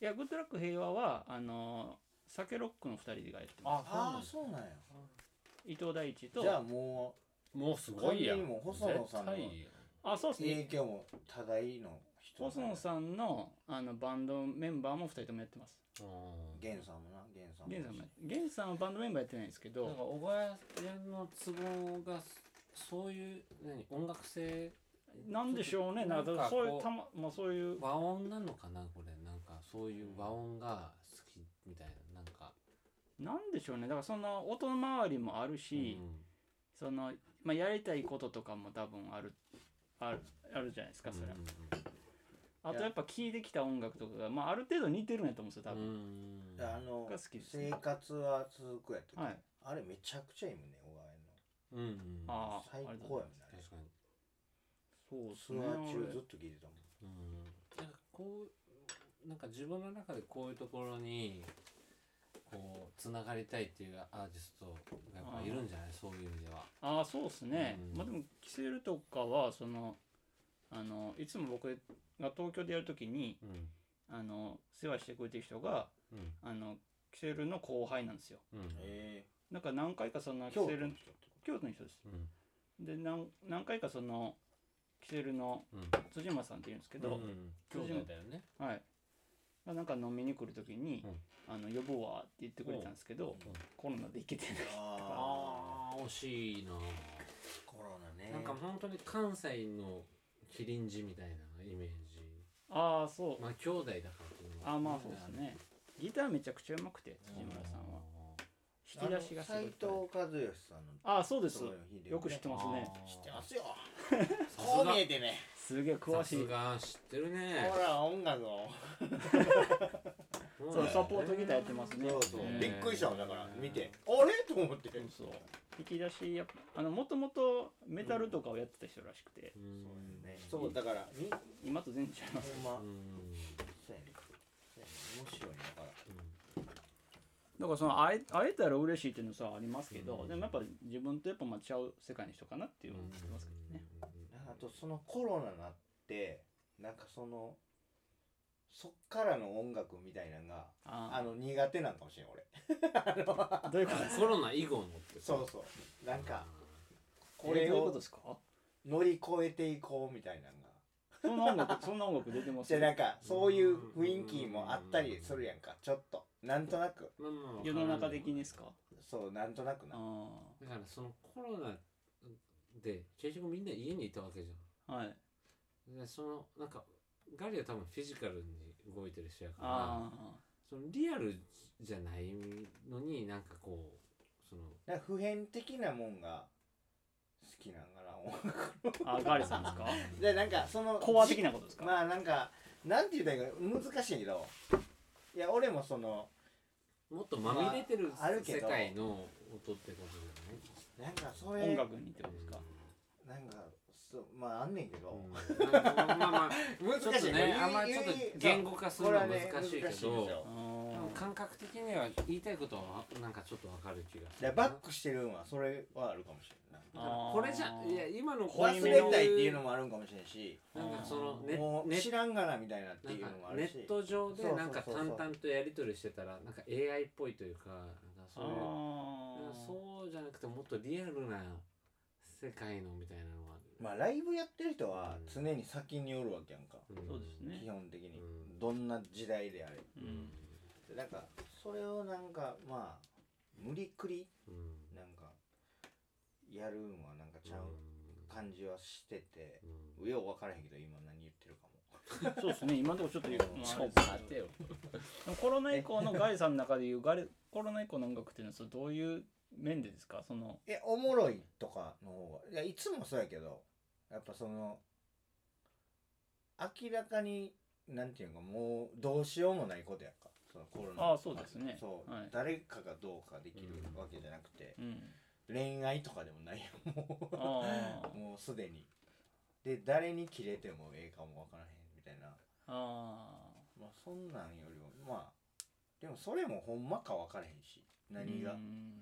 Speaker 1: やグッドラック平和はあのー、酒ロックの2人がやってます
Speaker 3: ああそうなんや
Speaker 1: 伊藤大地と
Speaker 3: じゃあも
Speaker 4: もうす
Speaker 3: う
Speaker 4: ごいや
Speaker 3: 完全に
Speaker 4: ん
Speaker 3: もう細野さ
Speaker 4: 絶
Speaker 3: んの
Speaker 4: 対いいよ
Speaker 1: あそうですね
Speaker 3: 影響も多大の人
Speaker 1: 細野さんのあのバンドメンバーも2人ともやってます
Speaker 4: うん
Speaker 3: 源さんもな源さん
Speaker 1: 源さんもや源さんはバンドメンバーやってないんですけ
Speaker 2: なんか
Speaker 1: ど
Speaker 2: 小林のツボがそういう何音楽性
Speaker 1: なんでしょうねなん
Speaker 2: なん
Speaker 1: か
Speaker 2: か
Speaker 1: そうい
Speaker 2: こ
Speaker 1: う
Speaker 2: う
Speaker 1: たま、まあ、そういう
Speaker 2: 和音なのかなこれなんかそういう和音が好きみたいななんか、
Speaker 1: なんでしょうねだからその音の周りもあるし、
Speaker 2: う
Speaker 1: その、まあ、やりたいこととかも多分あるあるあるじゃないですか
Speaker 2: ん
Speaker 1: それは、
Speaker 2: う
Speaker 1: あとやっぱ聴いてきた音楽とかが、まあ、ある程度似てるんやと思うんですよ多
Speaker 2: んう
Speaker 1: 分、
Speaker 2: んうん
Speaker 3: あの
Speaker 1: が好きですね
Speaker 3: 生活は続くやったっけ
Speaker 1: はい
Speaker 3: あれめちゃくちゃいいもんね小川
Speaker 2: うんうん
Speaker 1: ああ
Speaker 3: 園の
Speaker 1: あり
Speaker 3: 最
Speaker 1: がとうござ
Speaker 3: 高や
Speaker 1: い
Speaker 3: もんねあれ
Speaker 2: 確かに
Speaker 1: そうです
Speaker 3: ツ
Speaker 1: ね
Speaker 3: アー中ずっと聞いてたもん
Speaker 2: うんなんかこうなんか自分の中でこういうところにこうつながりたいっていうアーティストがやっぱいるんじゃないそういう意味では。
Speaker 1: ああそうですね、
Speaker 2: うん
Speaker 1: まあでもキセルとかはそのあのいつも僕が東京でやるときに
Speaker 2: うん
Speaker 1: あの世話してくれてる人が
Speaker 2: うん
Speaker 1: あのキセルの後輩なんですよ
Speaker 2: うん
Speaker 3: え
Speaker 1: なんか何回かその
Speaker 3: え
Speaker 1: キセ
Speaker 3: 京都
Speaker 1: ル
Speaker 3: の
Speaker 1: の
Speaker 3: 人ってこ
Speaker 1: 京都の人です
Speaker 2: うん
Speaker 1: で何何回かそのキセルの
Speaker 2: うん
Speaker 1: 辻間さんって言うんですけ
Speaker 2: う
Speaker 1: ど、
Speaker 2: ん
Speaker 1: 巨人
Speaker 2: 兄弟だよね。
Speaker 1: はいまあなんか飲みに来るときに
Speaker 2: うん
Speaker 1: 「あの呼ぶわ」って言ってくれたんですけど、
Speaker 2: うん
Speaker 1: コロナで行けてない [LAUGHS]
Speaker 3: とあ
Speaker 2: あ
Speaker 3: あ
Speaker 2: あ惜しいな。
Speaker 3: コロナね
Speaker 2: なんか本当に関西のキリンジみたいなイメージ。
Speaker 1: ああそう
Speaker 2: まあ兄弟だからっていうのも
Speaker 1: ああまあそうですねギターめちゃくちゃうまくて
Speaker 2: あ
Speaker 1: 辻
Speaker 2: るんだよね。
Speaker 1: 村さんは
Speaker 3: あ
Speaker 1: 引き
Speaker 3: の
Speaker 1: 出しがすごい
Speaker 3: 斉
Speaker 1: いっ
Speaker 3: 藤
Speaker 1: ぱい
Speaker 3: 和義さんの
Speaker 1: ああそうです
Speaker 3: そういう日で
Speaker 1: よく知ってますね
Speaker 2: あー
Speaker 3: 知ってますよ
Speaker 2: さ
Speaker 3: こ
Speaker 2: す
Speaker 3: う
Speaker 2: が
Speaker 3: 見えてね
Speaker 1: すげえ詳し
Speaker 2: さす
Speaker 1: い
Speaker 2: が知ってるね。
Speaker 3: ほら音楽を
Speaker 1: そうサポートギターやってますね
Speaker 3: そうそう
Speaker 1: うん
Speaker 3: びっくりしたもんだから見てあれと思って
Speaker 1: そうそう引き出しやっぱあのもともとメタルとかをやってた人らしくて、
Speaker 2: うん
Speaker 3: そうだからみ
Speaker 1: 今と全然違います
Speaker 3: ほんま
Speaker 2: うん
Speaker 3: そうやねそうやね面白いなだから
Speaker 1: だからその会え会えたら嬉しいっていうのさありますけど、
Speaker 2: うん
Speaker 1: でもやっぱ自分とやっぱまあ違う世界の人かなっていうのは思ってますけどね、
Speaker 3: あとそのコロナになってなんかそのそっからの音楽みたいなのがあ
Speaker 1: あ
Speaker 3: の苦手なんかもしれん俺
Speaker 1: あどういうことですか
Speaker 2: コロナ以後のって
Speaker 3: そうそうなんかこ
Speaker 1: え
Speaker 3: れ
Speaker 1: どういうこ
Speaker 3: を
Speaker 1: とですか
Speaker 3: 乗り越えていこうみたいなのが
Speaker 1: そんな音楽そんな音楽出てます
Speaker 3: じゃあなんかそういう雰囲気もあったりするやんかちょっとなんとなく
Speaker 2: まあまあ
Speaker 1: 世の中的にですか
Speaker 3: そうなんとなく
Speaker 1: あ
Speaker 3: な
Speaker 1: あ
Speaker 2: だからそのコロナで結局みんな家にいたわけじゃん
Speaker 1: はい
Speaker 2: でそのなんかガリは多分フィジカルに動いてる人やから
Speaker 1: あ
Speaker 2: そのリアルじゃないのになんかこうその
Speaker 3: なんか普遍的なもんが好きなんかな音楽
Speaker 1: ーあガーリさんですか
Speaker 3: でなんかその
Speaker 1: コア的なことですか、
Speaker 3: まあなんかなんて言うたらいいか難しいけどいや俺もその
Speaker 2: もっとまみれてる
Speaker 3: まああるけ
Speaker 2: 世
Speaker 3: ど
Speaker 2: 界の音ってことじゃない
Speaker 3: なんかそれ
Speaker 1: 音楽にってことですか、
Speaker 3: なんかそうまああんねんけど、
Speaker 2: うんなんかまあまあ
Speaker 3: 難
Speaker 2: ちょっと
Speaker 3: これ
Speaker 2: ねあんまりちょっと言語化するのは難しい
Speaker 3: これはね難
Speaker 2: け
Speaker 3: ですよ
Speaker 2: ど
Speaker 1: あ
Speaker 2: でも感覚的には言いたいことはなんかちょっとわかる気がす
Speaker 3: だ
Speaker 2: る
Speaker 3: から
Speaker 2: な
Speaker 3: バックしてるんはそれはあるかもしれない
Speaker 2: だからこれじゃいや今の
Speaker 1: 濃い
Speaker 3: 忘
Speaker 1: め
Speaker 3: れ
Speaker 1: の
Speaker 3: たいっていうのもあるんかもしれんし
Speaker 2: なんかそのネ
Speaker 3: もう
Speaker 2: ネ
Speaker 3: 知らんがなみたいなって
Speaker 2: なん
Speaker 3: いう
Speaker 2: か
Speaker 3: のもあ
Speaker 2: ネ
Speaker 3: るし
Speaker 2: ット上で
Speaker 3: そうそうそうそう
Speaker 2: なんか淡々とやり取りしてたらなんか AI っぽいというかなんかそういうなんか
Speaker 1: あ
Speaker 2: そうじゃなくてもっとリアルな世界のみたいなのは
Speaker 3: まあライブやってる人は常に先におるわけやんか、
Speaker 2: ん
Speaker 1: そうですね
Speaker 3: 基本的に、
Speaker 2: うん
Speaker 3: どんな時代であれ
Speaker 1: う
Speaker 2: うん
Speaker 1: ん
Speaker 3: なんかそれをなんかまあ無理くり
Speaker 2: うん
Speaker 3: なんかやるんはなんかちゃう感じはしてて、
Speaker 2: うん
Speaker 3: よう分からへんけど今何言ってるかも
Speaker 1: そうですね今のところちょっと言う
Speaker 3: うん
Speaker 1: まあ
Speaker 4: ち
Speaker 1: あれ
Speaker 4: ょ
Speaker 1: で
Speaker 4: っと
Speaker 1: すけど
Speaker 4: 待てよ
Speaker 1: でもコロナ以降のガイさんの中でいうガリコロナ以降の音楽っていうのはそれどういう面でですかその
Speaker 3: えおもろいとかの方がいやいつもそうやけどやっぱその明らかになんていうかもうどうしようもないことやんかそのコロナ
Speaker 1: ああそうですね
Speaker 3: そう、
Speaker 1: はい
Speaker 3: 誰かがどうかできるわけじゃなくて、
Speaker 1: うん
Speaker 3: 恋愛とかでもないやんも
Speaker 1: あ
Speaker 3: うもうすでにで誰に切れてもええかもわからへんみたいな
Speaker 1: ああ
Speaker 3: まあそんなんよりもまあでもそれもほんまか分からへんし
Speaker 1: あ
Speaker 3: [LAUGHS] 何が、
Speaker 1: うん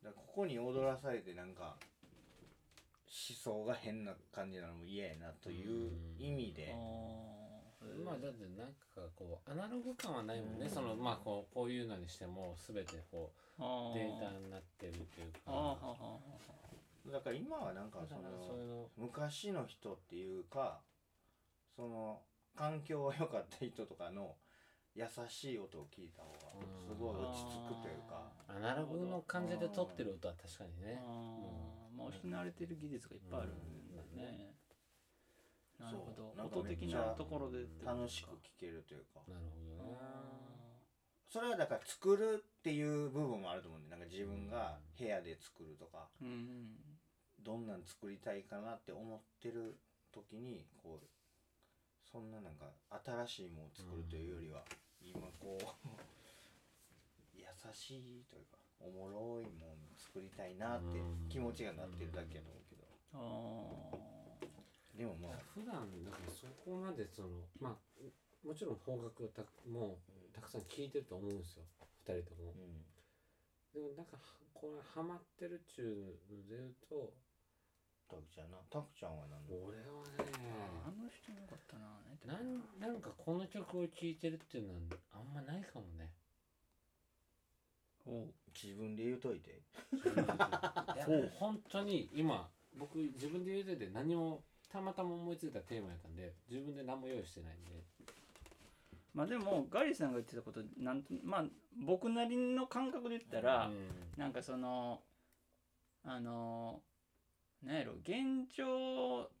Speaker 3: だからここに踊らされてなんか思想が変な感じなのも嫌やなという意味
Speaker 1: あ
Speaker 3: で
Speaker 1: ー
Speaker 4: まあだってなんかこうアナログ感はないもんね、そのまあこうこういうのにしても全てこ
Speaker 1: あ
Speaker 4: う
Speaker 1: ー
Speaker 4: データになってるというか
Speaker 1: あーはーは
Speaker 3: だから今はなんか
Speaker 4: だか
Speaker 3: そ
Speaker 4: らそうい
Speaker 3: の
Speaker 4: うの
Speaker 3: 昔の人っていうかその環境が良かった人とかの優しい音を聞いた方がすごい
Speaker 1: ーはー
Speaker 3: 落ち着くというか
Speaker 4: アナログの感じで撮ってる音は確かに
Speaker 1: あー
Speaker 4: ね
Speaker 1: まあ失われてる技術がいっぱいあるんだねなるほど
Speaker 3: そうなんか
Speaker 1: 音的なところでってこと
Speaker 3: 楽
Speaker 1: です
Speaker 3: し
Speaker 1: か
Speaker 3: く聴けるというか
Speaker 4: なるほどね
Speaker 3: それはだから作るっていう部分もあると思うんでなんか自分が部屋で作るとか
Speaker 1: あーうん
Speaker 3: どんなん作りたいかなって思ってる時にこうそんななんか新しいものを作るというよりは、今こう優しいというかおもろいもの作りたいなって
Speaker 2: うん
Speaker 3: 気持ちがなってるだけやと思うけ
Speaker 1: ああ
Speaker 3: ど、でもまあ
Speaker 2: 普段だからそこまでそのまあもちろん方角をたもうたくさん聞いてると思うんですよ二人とも
Speaker 3: うん
Speaker 2: でもなんかこれハマってるっちゅうので言うと
Speaker 3: タクちゃんなタクちゃんは何だ
Speaker 2: 俺は
Speaker 1: あ
Speaker 2: ね
Speaker 1: の人よかったななんて
Speaker 4: なんなんかこの曲を聴いてるっていうのはあんまないかもね
Speaker 1: おう
Speaker 3: 自分で言うといて
Speaker 4: そう
Speaker 2: う本当に今僕自分で言うてて何もたまたま思いついたテーマやったんで自分で何も用意してないんで
Speaker 1: まあでもガリさんが言ってたことなんとまあ僕なりの感覚で言ったら、
Speaker 4: うん
Speaker 1: なんかそのあのなんやろ現状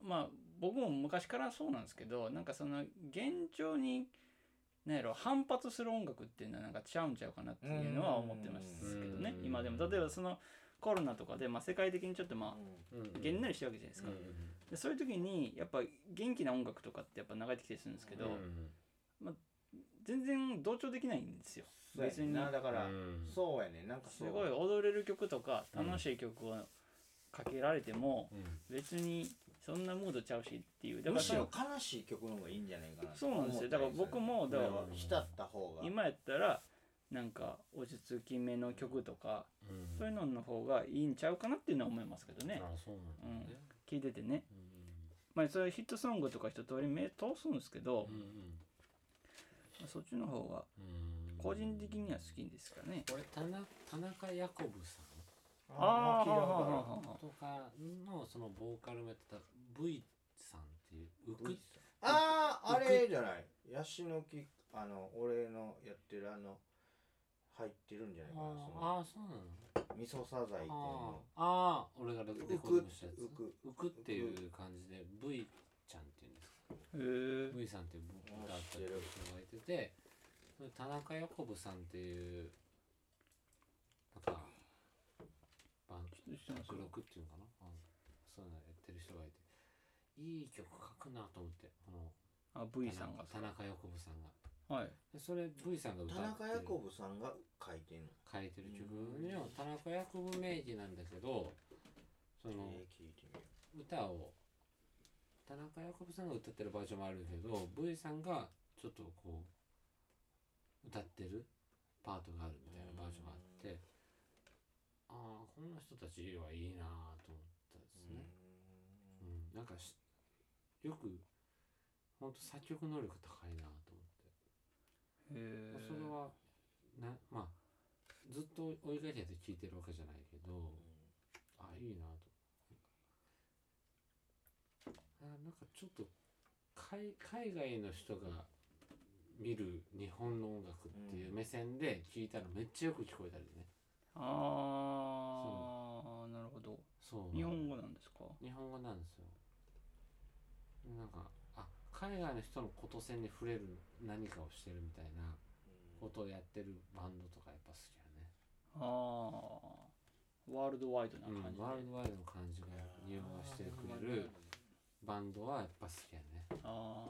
Speaker 1: まあ僕も昔からそうなんですけどなんかその現状になんやろ反発する音楽っていうのはなんかちゃうんちゃうかなっていうのは思ってますけどね
Speaker 4: うん
Speaker 1: 今でも例えばそのコロナとかで、まあ、世界的にちょっとまあ
Speaker 4: うん
Speaker 1: げんなりしてるわけじゃないですか、でそういう時にやっぱ元気な音楽とかってやっぱ流れてきたりするんですけど、
Speaker 4: うん
Speaker 1: まあ、全然同調できないんですよ
Speaker 3: そうやねん
Speaker 1: 別
Speaker 3: な
Speaker 1: に
Speaker 3: だから、
Speaker 2: うん
Speaker 3: そうやねんなんか
Speaker 1: す
Speaker 3: そう
Speaker 1: ごい踊れる曲とか
Speaker 2: うん
Speaker 1: 楽しい曲をかけられても
Speaker 2: うん
Speaker 1: 別にそんなムードちゃうしっていうだか
Speaker 3: む
Speaker 1: ら
Speaker 3: しろ悲しい曲の方がいいんじゃないかな
Speaker 1: そうなんですよだから僕もだ
Speaker 3: だ
Speaker 1: か
Speaker 3: からら浸った方が
Speaker 1: 今やったらなんか落ち着き目の曲とか
Speaker 2: うん
Speaker 1: そういうのの方がいいんちゃうかなっていうのは思いますけどね
Speaker 2: あそうなんだね
Speaker 1: 聞いててね
Speaker 2: うん
Speaker 1: まあそれヒットソングとか一通り目通すんですけど
Speaker 2: うんうん
Speaker 1: そっちの方が
Speaker 2: うん
Speaker 1: 個人的には好きですかね
Speaker 2: 俺田中田中ヤコブさん
Speaker 1: ああーはあはあは
Speaker 3: あ
Speaker 1: あはあ
Speaker 2: とかのそのボーカルもやってた V さんっていうウク
Speaker 3: あーあれじゃないヤシの木あの俺のやってるあの入ってるんじゃないかな
Speaker 2: ああそうなの
Speaker 3: その味噌サザエっていう
Speaker 2: あ
Speaker 3: の
Speaker 2: ああー俺がレコーディングしたやつ
Speaker 3: ウク
Speaker 2: ウクっていう感じで V ちゃんっていうんですか
Speaker 1: へえ
Speaker 2: V さんっていう歌った人がいててそれ田中ヤコブさんっていうなんかバンクロクっていうのかなあのそういうのやってる人がいていい曲書くなと思ってこの
Speaker 1: あ V さんが
Speaker 2: 田中ヤコブさんが
Speaker 1: はい
Speaker 2: でそれ V さんが歌って
Speaker 3: 田中ヤコブさんが書いてんの
Speaker 2: 書いてる曲にも田中ヤコブ名義なんだけどそ
Speaker 3: えー
Speaker 2: の
Speaker 3: 聞いてみよ
Speaker 2: 歌を田中ヤコブさんが歌ってるバージョンもあるけど V さんがちょっとこう歌ってるパートがあるみたいなバージョンがあってああこんな人たちはいいなあと思ったんです
Speaker 3: う
Speaker 2: ね、うん、なんかしよくほんと作曲能力高いなあと思って
Speaker 1: へえ
Speaker 2: それはなまあずっと追いかけて聴いてるわけじゃないけど、あいいなとあなんかちょっと海海外の人が見る日本の音楽っていう目線で聞いたらめっちゃよく聞こえたりね、
Speaker 1: ああなるほど
Speaker 2: そう
Speaker 1: 日本語なんですか
Speaker 2: 日本語なんですよなんかあ海外の人のこと線に触れる何かをしてるみたいな
Speaker 3: う
Speaker 2: こ
Speaker 3: ん
Speaker 2: とをやってるバンドとかやっぱ好きやね
Speaker 1: ああワールドワイドな
Speaker 2: うん
Speaker 1: 感じ、で
Speaker 2: ワールドワイドの感じが融合してくれるバンドはやっぱ好きやね、
Speaker 1: あ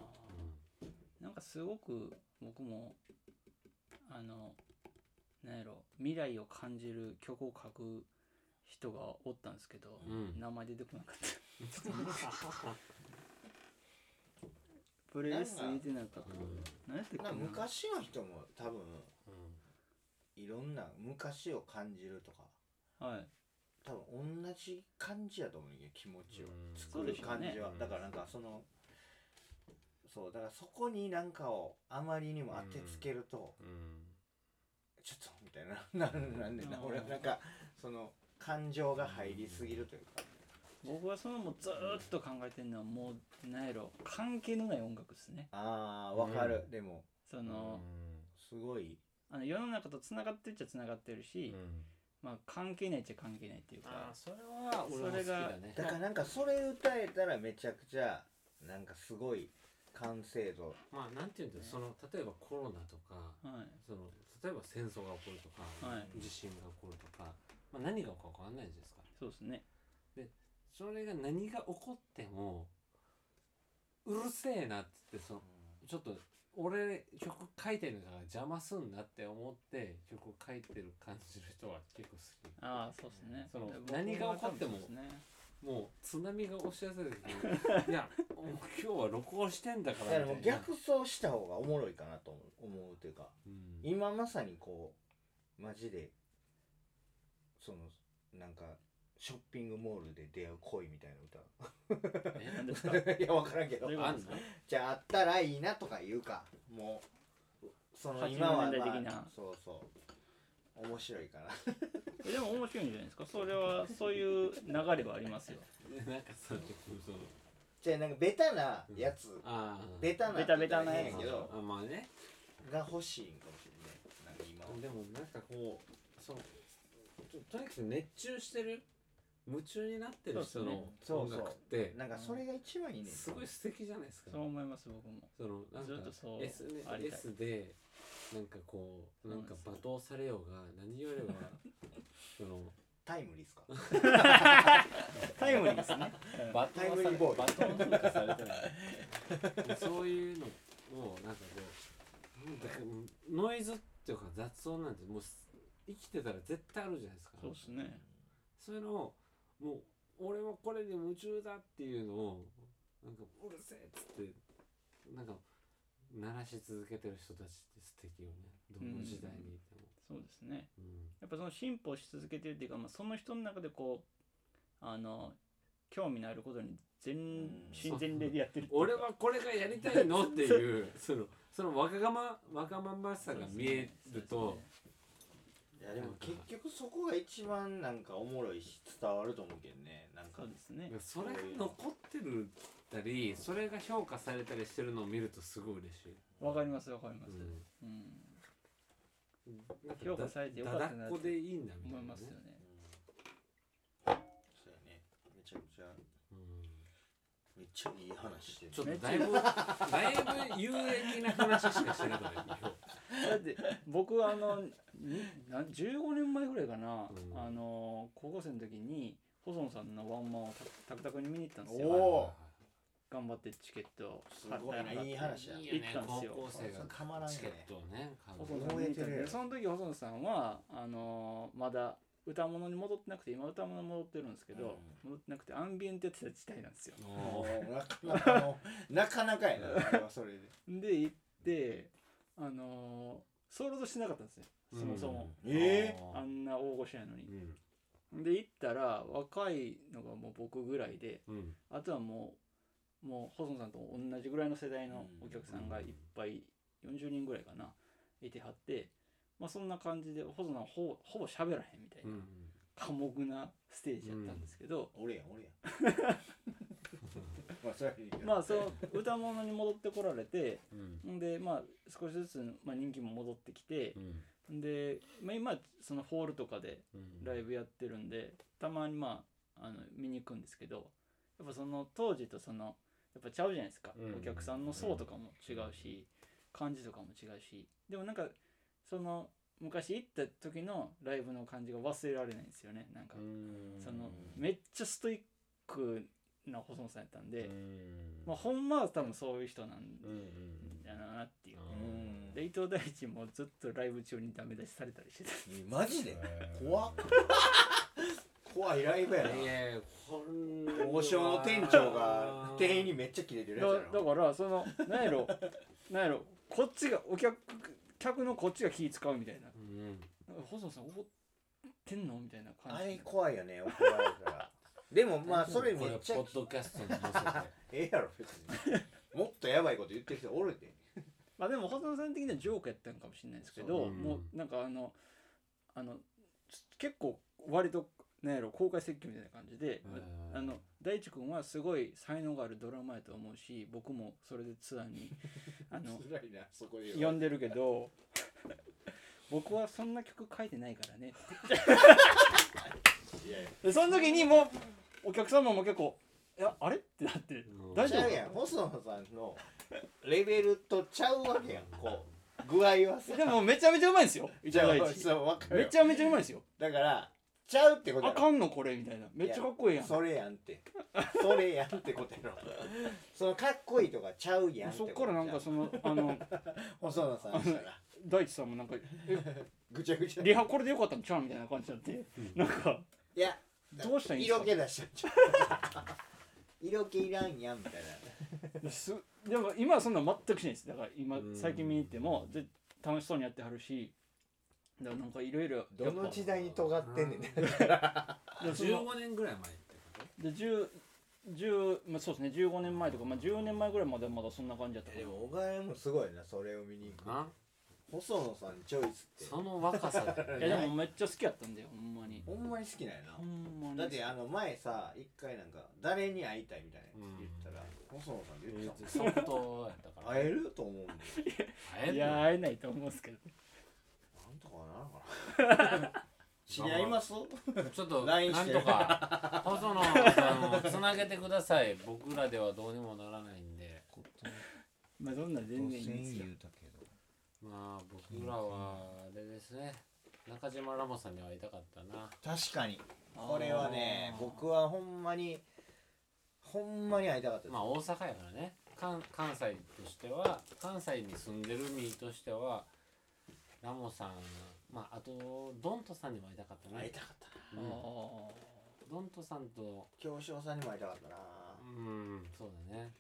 Speaker 2: う
Speaker 1: あなんかすごく僕もあのなんやろ未来を感じる曲を書く人がおったんですけど、
Speaker 2: うん
Speaker 1: 名前出てこなかった
Speaker 2: [LAUGHS]
Speaker 1: プレイリスト入れてなかった
Speaker 2: んうん
Speaker 1: 何やったっけ
Speaker 3: な
Speaker 1: な
Speaker 3: 昔の人も多分
Speaker 2: うん
Speaker 3: いろんな昔を感じるとか
Speaker 1: はい
Speaker 3: 多分同じ感じやと思うよ気持ちを
Speaker 2: うん
Speaker 3: 作る感じは、
Speaker 2: そうでしょうね
Speaker 3: だからなんかそのそうだからそこになんかをあまりにも当てつけると、
Speaker 2: うん
Speaker 3: ちょっとみたいななるなんでな、
Speaker 1: うん
Speaker 3: 俺はなんかその感情が入りすぎるというか、
Speaker 1: 僕はそのもうずーっと考えてるのはもうなんやろ関係のない音楽ですね
Speaker 3: ああわかる、でも
Speaker 1: その,、
Speaker 3: すごい
Speaker 1: あの世の中とつながってるっちゃつながってるし、まあ関係ないっちゃ関係ないっていう
Speaker 2: あ
Speaker 1: か
Speaker 2: あそれは俺も好きだね
Speaker 3: だからなんかそれ歌えたらめちゃくちゃなんかすごい完成度
Speaker 2: まあなんていうんだろうその例えばコロナとか
Speaker 1: はい
Speaker 2: その例えば戦争が起こるとか、
Speaker 1: はい
Speaker 2: 地震が起こるとか、まあ、何が起こるか分かんないじゃないですか
Speaker 1: そうですね
Speaker 2: それが何が起こってもうるせえなっつってそのちょっと俺曲書いてるから邪魔すんなって思って曲を書いてる感じる人は結構好き
Speaker 1: ああそうですね
Speaker 2: その
Speaker 1: 僕
Speaker 2: 何が起こっても
Speaker 1: 多分そうっすね
Speaker 2: もう津波が押し寄せてく
Speaker 3: [LAUGHS]
Speaker 2: るいやもう今日は録音してんだか
Speaker 3: だ
Speaker 2: ら
Speaker 3: から
Speaker 2: みたい
Speaker 3: も
Speaker 2: うな
Speaker 3: 逆走した方がおもろいかなと思う思うというか
Speaker 2: うん
Speaker 3: 今まさにこうマジでそのなんかショッピングモールで出会う恋みたいな
Speaker 2: え
Speaker 1: 何ですか [LAUGHS]
Speaker 3: 歌 [LAUGHS] いや分からんけど
Speaker 1: どういうこと
Speaker 2: あ
Speaker 1: で
Speaker 2: ん
Speaker 1: す
Speaker 2: の [LAUGHS]
Speaker 1: か
Speaker 3: じゃああったらいいなとか言うかもうその
Speaker 1: 80
Speaker 3: 今は、
Speaker 1: 年代
Speaker 3: ま
Speaker 1: 的
Speaker 3: あ
Speaker 1: な、
Speaker 3: そうそう面白いかな
Speaker 1: えでも面白いんじゃないですかそれはそういう流れはありますよ
Speaker 2: なんかさその
Speaker 3: じゃあなんかベタなやつ、
Speaker 2: ああ
Speaker 3: ベタな
Speaker 1: ベタベタな
Speaker 3: や
Speaker 1: やつ
Speaker 3: つけど
Speaker 2: あまあね
Speaker 3: が欲しいんかもしれないなんか今は
Speaker 2: でもなんかこうそのととにかく熱中してる夢中になってる人の
Speaker 3: そう
Speaker 2: 音
Speaker 3: っすねそうそう
Speaker 2: 楽って
Speaker 3: なんかそれが一番いいねん
Speaker 2: すごい素敵じゃないですか
Speaker 1: そう思います僕も
Speaker 2: そのなん
Speaker 1: ずっ
Speaker 2: か
Speaker 1: とそう
Speaker 2: SNS
Speaker 1: ありたい
Speaker 2: S でなんかこうなんか罵倒されようが何より
Speaker 1: [LAUGHS]
Speaker 2: はその
Speaker 3: タイムリーっすか
Speaker 1: タイムリーですね
Speaker 2: [LAUGHS] バ
Speaker 3: タイムリーボーイ
Speaker 2: バトンなんかされてないそういうのをなんかこうだからノイズっていうか雑音なんてもうす生きてたら絶対あるじゃないですか
Speaker 1: そうですね
Speaker 2: そういうのをもう俺はこれに夢中だっていうのをなんかうるせえっつってなんか鳴らし続けてる人たちって素敵よねどの時代にいても、
Speaker 1: そうですね
Speaker 2: うん
Speaker 1: やっぱその進歩し続けてるっていうか、まあ、その人の中でこうあの興味のあることに全身全霊でやってるっていうか
Speaker 2: 俺はこれがやりたいのっていうそのそのわがまわがまましさが見えると
Speaker 3: いやでも結局そこが一番なんかおもろいし伝わると思うけどねなんか
Speaker 1: そうですね
Speaker 2: それが残ってるたりそれが評価されたりしてるのを見るとすごい嬉しい、
Speaker 1: わかりますわかります、
Speaker 2: うん
Speaker 1: うん、
Speaker 2: なんか
Speaker 1: 評価されてよかったな
Speaker 2: だだ
Speaker 1: っ
Speaker 2: っこ
Speaker 1: て
Speaker 2: でいいんだみた
Speaker 1: 思
Speaker 2: い
Speaker 1: い
Speaker 2: な、ね
Speaker 1: ますよね
Speaker 3: そうやねめちゃくちゃ
Speaker 2: う
Speaker 3: めっちゃいい話してる
Speaker 2: ん、ちょっとだいぶだいぶ有益な話しかしてないから今
Speaker 1: だって僕はあのになん15年前ぐらいかな、
Speaker 2: うん
Speaker 1: あの高校生の時に細野さんのワンマンをタクタクに見に行ったんです
Speaker 2: 日
Speaker 1: よ
Speaker 3: おー
Speaker 1: 頑張ってチケットを
Speaker 3: すごい
Speaker 1: 買った
Speaker 3: ないい話や
Speaker 2: いいよ
Speaker 1: 行
Speaker 2: ね
Speaker 1: ったんで
Speaker 2: 高
Speaker 1: すよ
Speaker 2: 校生
Speaker 3: そうたまら
Speaker 2: が
Speaker 3: んよね
Speaker 2: チケットをね買う
Speaker 1: 細野さん見に行ったん
Speaker 3: 覚えてる
Speaker 1: で
Speaker 3: よ
Speaker 1: その時細野さんはあのまだ歌物に戻ってなくて今歌物に戻ってるんですけど、戻ってなくてアンビエントやってた時代なんですよ
Speaker 2: おー
Speaker 3: なかなかのなかなかやなあれはそれで
Speaker 1: で行ってあのソールドしてなかったんですよそもそも、
Speaker 2: うん
Speaker 3: え
Speaker 2: あ
Speaker 1: あ
Speaker 2: ー
Speaker 1: んな大御所やのに
Speaker 2: う、ん
Speaker 1: で行ったら若いのがもう僕ぐらいで
Speaker 2: うん
Speaker 1: あとはもうもう細野さんと同じぐらいの世代のお客さんがいっぱい40人ぐらいかないてはって、まあ、そんな感じで細野さんほぼほぼ喋らへんみたいうなん寡黙なステージやったんですけど、
Speaker 3: 俺やん俺やんまあそれはいいけど
Speaker 1: まあその歌物に戻ってこられて
Speaker 2: うん
Speaker 1: んでまあ少しずつ、まあ、人気も戻ってきて
Speaker 2: うん
Speaker 1: んで、まあ、今そのホールとかで
Speaker 2: うん
Speaker 1: ライブやってるんでたまにまああの見に行くんですけどやっぱその当時とそのやっぱちゃうじゃないですか、
Speaker 2: うん
Speaker 1: お客さんの層とかも違うし、感じとかも違うしでもなんかその昔行った時のライブの感じが忘れられないんですよねなんか、
Speaker 2: うん
Speaker 1: そのめっちゃストイックな細野さんやったんで、
Speaker 2: うん
Speaker 1: まあ、ほんまは多分そういう人なん
Speaker 2: うんうん
Speaker 1: だなっていう、
Speaker 3: う
Speaker 2: うん
Speaker 3: ん
Speaker 1: で伊藤大地もずっとライブ中にダメ出しされたりしてた
Speaker 3: マジで怖っ怖いライブやない
Speaker 2: やいやこんな
Speaker 3: 王将の店長が店員にめっちゃキレてるやつや
Speaker 1: だだ
Speaker 3: ろ
Speaker 1: からそのなんやろなんやろこっちがお客客のこっちが気使うみたいな
Speaker 2: うん
Speaker 1: なんか細野さん怒ってんのみたいな感
Speaker 3: あれ
Speaker 1: じ
Speaker 3: 怖いよね怒られたらでもまあそれめ
Speaker 2: こ
Speaker 3: っちゃ
Speaker 2: ポッドキャストに載せて
Speaker 3: ええやろ別にもっとやばいこと言ってる人お
Speaker 1: [LAUGHS]
Speaker 3: るで
Speaker 1: まあでも細野さん的にはジョークやったんかもしれないですけ
Speaker 3: そ
Speaker 1: ど
Speaker 2: ううん
Speaker 1: もうなんかあのあのち結構割となんやろ公開説教みたいな感じで、
Speaker 2: うん
Speaker 1: あの大地君はすごい才能があるドラマやと思うし僕もそれでツアー [LAUGHS] にあの
Speaker 3: 辛いなそこで
Speaker 1: 呼んでるけど [LAUGHS] 僕はそんな曲書いてないからね
Speaker 3: いやいや
Speaker 1: でその時にもうお客様も結構「いやあれ?」ってなって
Speaker 2: うん
Speaker 1: 大
Speaker 3: ち
Speaker 1: 丈
Speaker 3: ゃ
Speaker 1: 夫
Speaker 3: うやん細野さんのレベルとちゃうわけやんこう具合はさ
Speaker 1: でもめちゃめちゃうまいんですよいただいて
Speaker 3: そう分かる
Speaker 1: め
Speaker 3: よ
Speaker 1: ちゃめちゃうまいんですよ
Speaker 3: だからちゃうってこと
Speaker 1: あ
Speaker 3: や
Speaker 1: か
Speaker 3: ろ
Speaker 1: んのこれみたいなめっちゃかっこいいやん
Speaker 3: それやんってそれやんってことやろそのかっこいいとかちゃうやんって
Speaker 1: そ
Speaker 3: こ
Speaker 1: っ
Speaker 3: と
Speaker 1: からなんか
Speaker 3: じゃ
Speaker 1: そのあの
Speaker 3: あ細野さんしたら
Speaker 1: 大地さんもなんかえ
Speaker 3: ぐちゃぐちゃ
Speaker 1: リハこれでよかったんちゃうみたいな感じになってなんか
Speaker 3: いや
Speaker 1: どうしたらいいん
Speaker 3: 色気
Speaker 1: で
Speaker 3: 出しちゃっちゃ
Speaker 1: [LAUGHS]
Speaker 3: う色気いらんやんみたいな
Speaker 1: すかすでも今はそんな全くしないですだから今
Speaker 2: うん
Speaker 1: 最近見に行ってもぜ楽しそうにやってはるしだからなんかいろいろ
Speaker 3: どの時代に尖ってんねん
Speaker 1: でその
Speaker 2: 15年ぐらい前ってこと
Speaker 1: で10 10まあ、そうですね15年前とか、まあ、10年前ぐらいまではまだそんな感じだったか
Speaker 3: で
Speaker 1: ら
Speaker 3: も小川もすごいなそれを見に行く
Speaker 2: な
Speaker 3: 細野さんチョイスって
Speaker 2: その若さで
Speaker 1: いやでもめっちゃ好きやったんだよほんまに
Speaker 3: ほんまに好きなんや
Speaker 1: ほんま
Speaker 3: な
Speaker 1: に
Speaker 3: だってあの前さ一回なんか誰に会いたいみたいなやつ言ったら細野さんって言ってた
Speaker 2: 即答やったか
Speaker 3: も
Speaker 2: ら
Speaker 3: ん会えると思うんで
Speaker 2: 会え
Speaker 1: い
Speaker 2: る
Speaker 1: や会えないと思うんですけど
Speaker 3: なんとかならんかな知り合います
Speaker 2: ちょっと
Speaker 3: LINE
Speaker 2: な
Speaker 3: し
Speaker 2: ん
Speaker 3: て
Speaker 2: とか細野さんをつなげてください僕らではどうにもならないんで
Speaker 1: まあそんなん全然いいんですよ
Speaker 3: 言うたけど
Speaker 2: まあ僕らはあれですね中島ラモさんには会いたかったな
Speaker 3: 確かにこれはね僕はほんまにほんまに会いたかったです
Speaker 2: まあ大阪やからね関関西としては関西に住んでる身としてはラモさんまああとドントさんにも会いたかった
Speaker 3: 会
Speaker 2: ね
Speaker 3: いたかったな
Speaker 2: うんドントさんと
Speaker 3: 京翔さんにも会いたかったな
Speaker 2: うんそうだね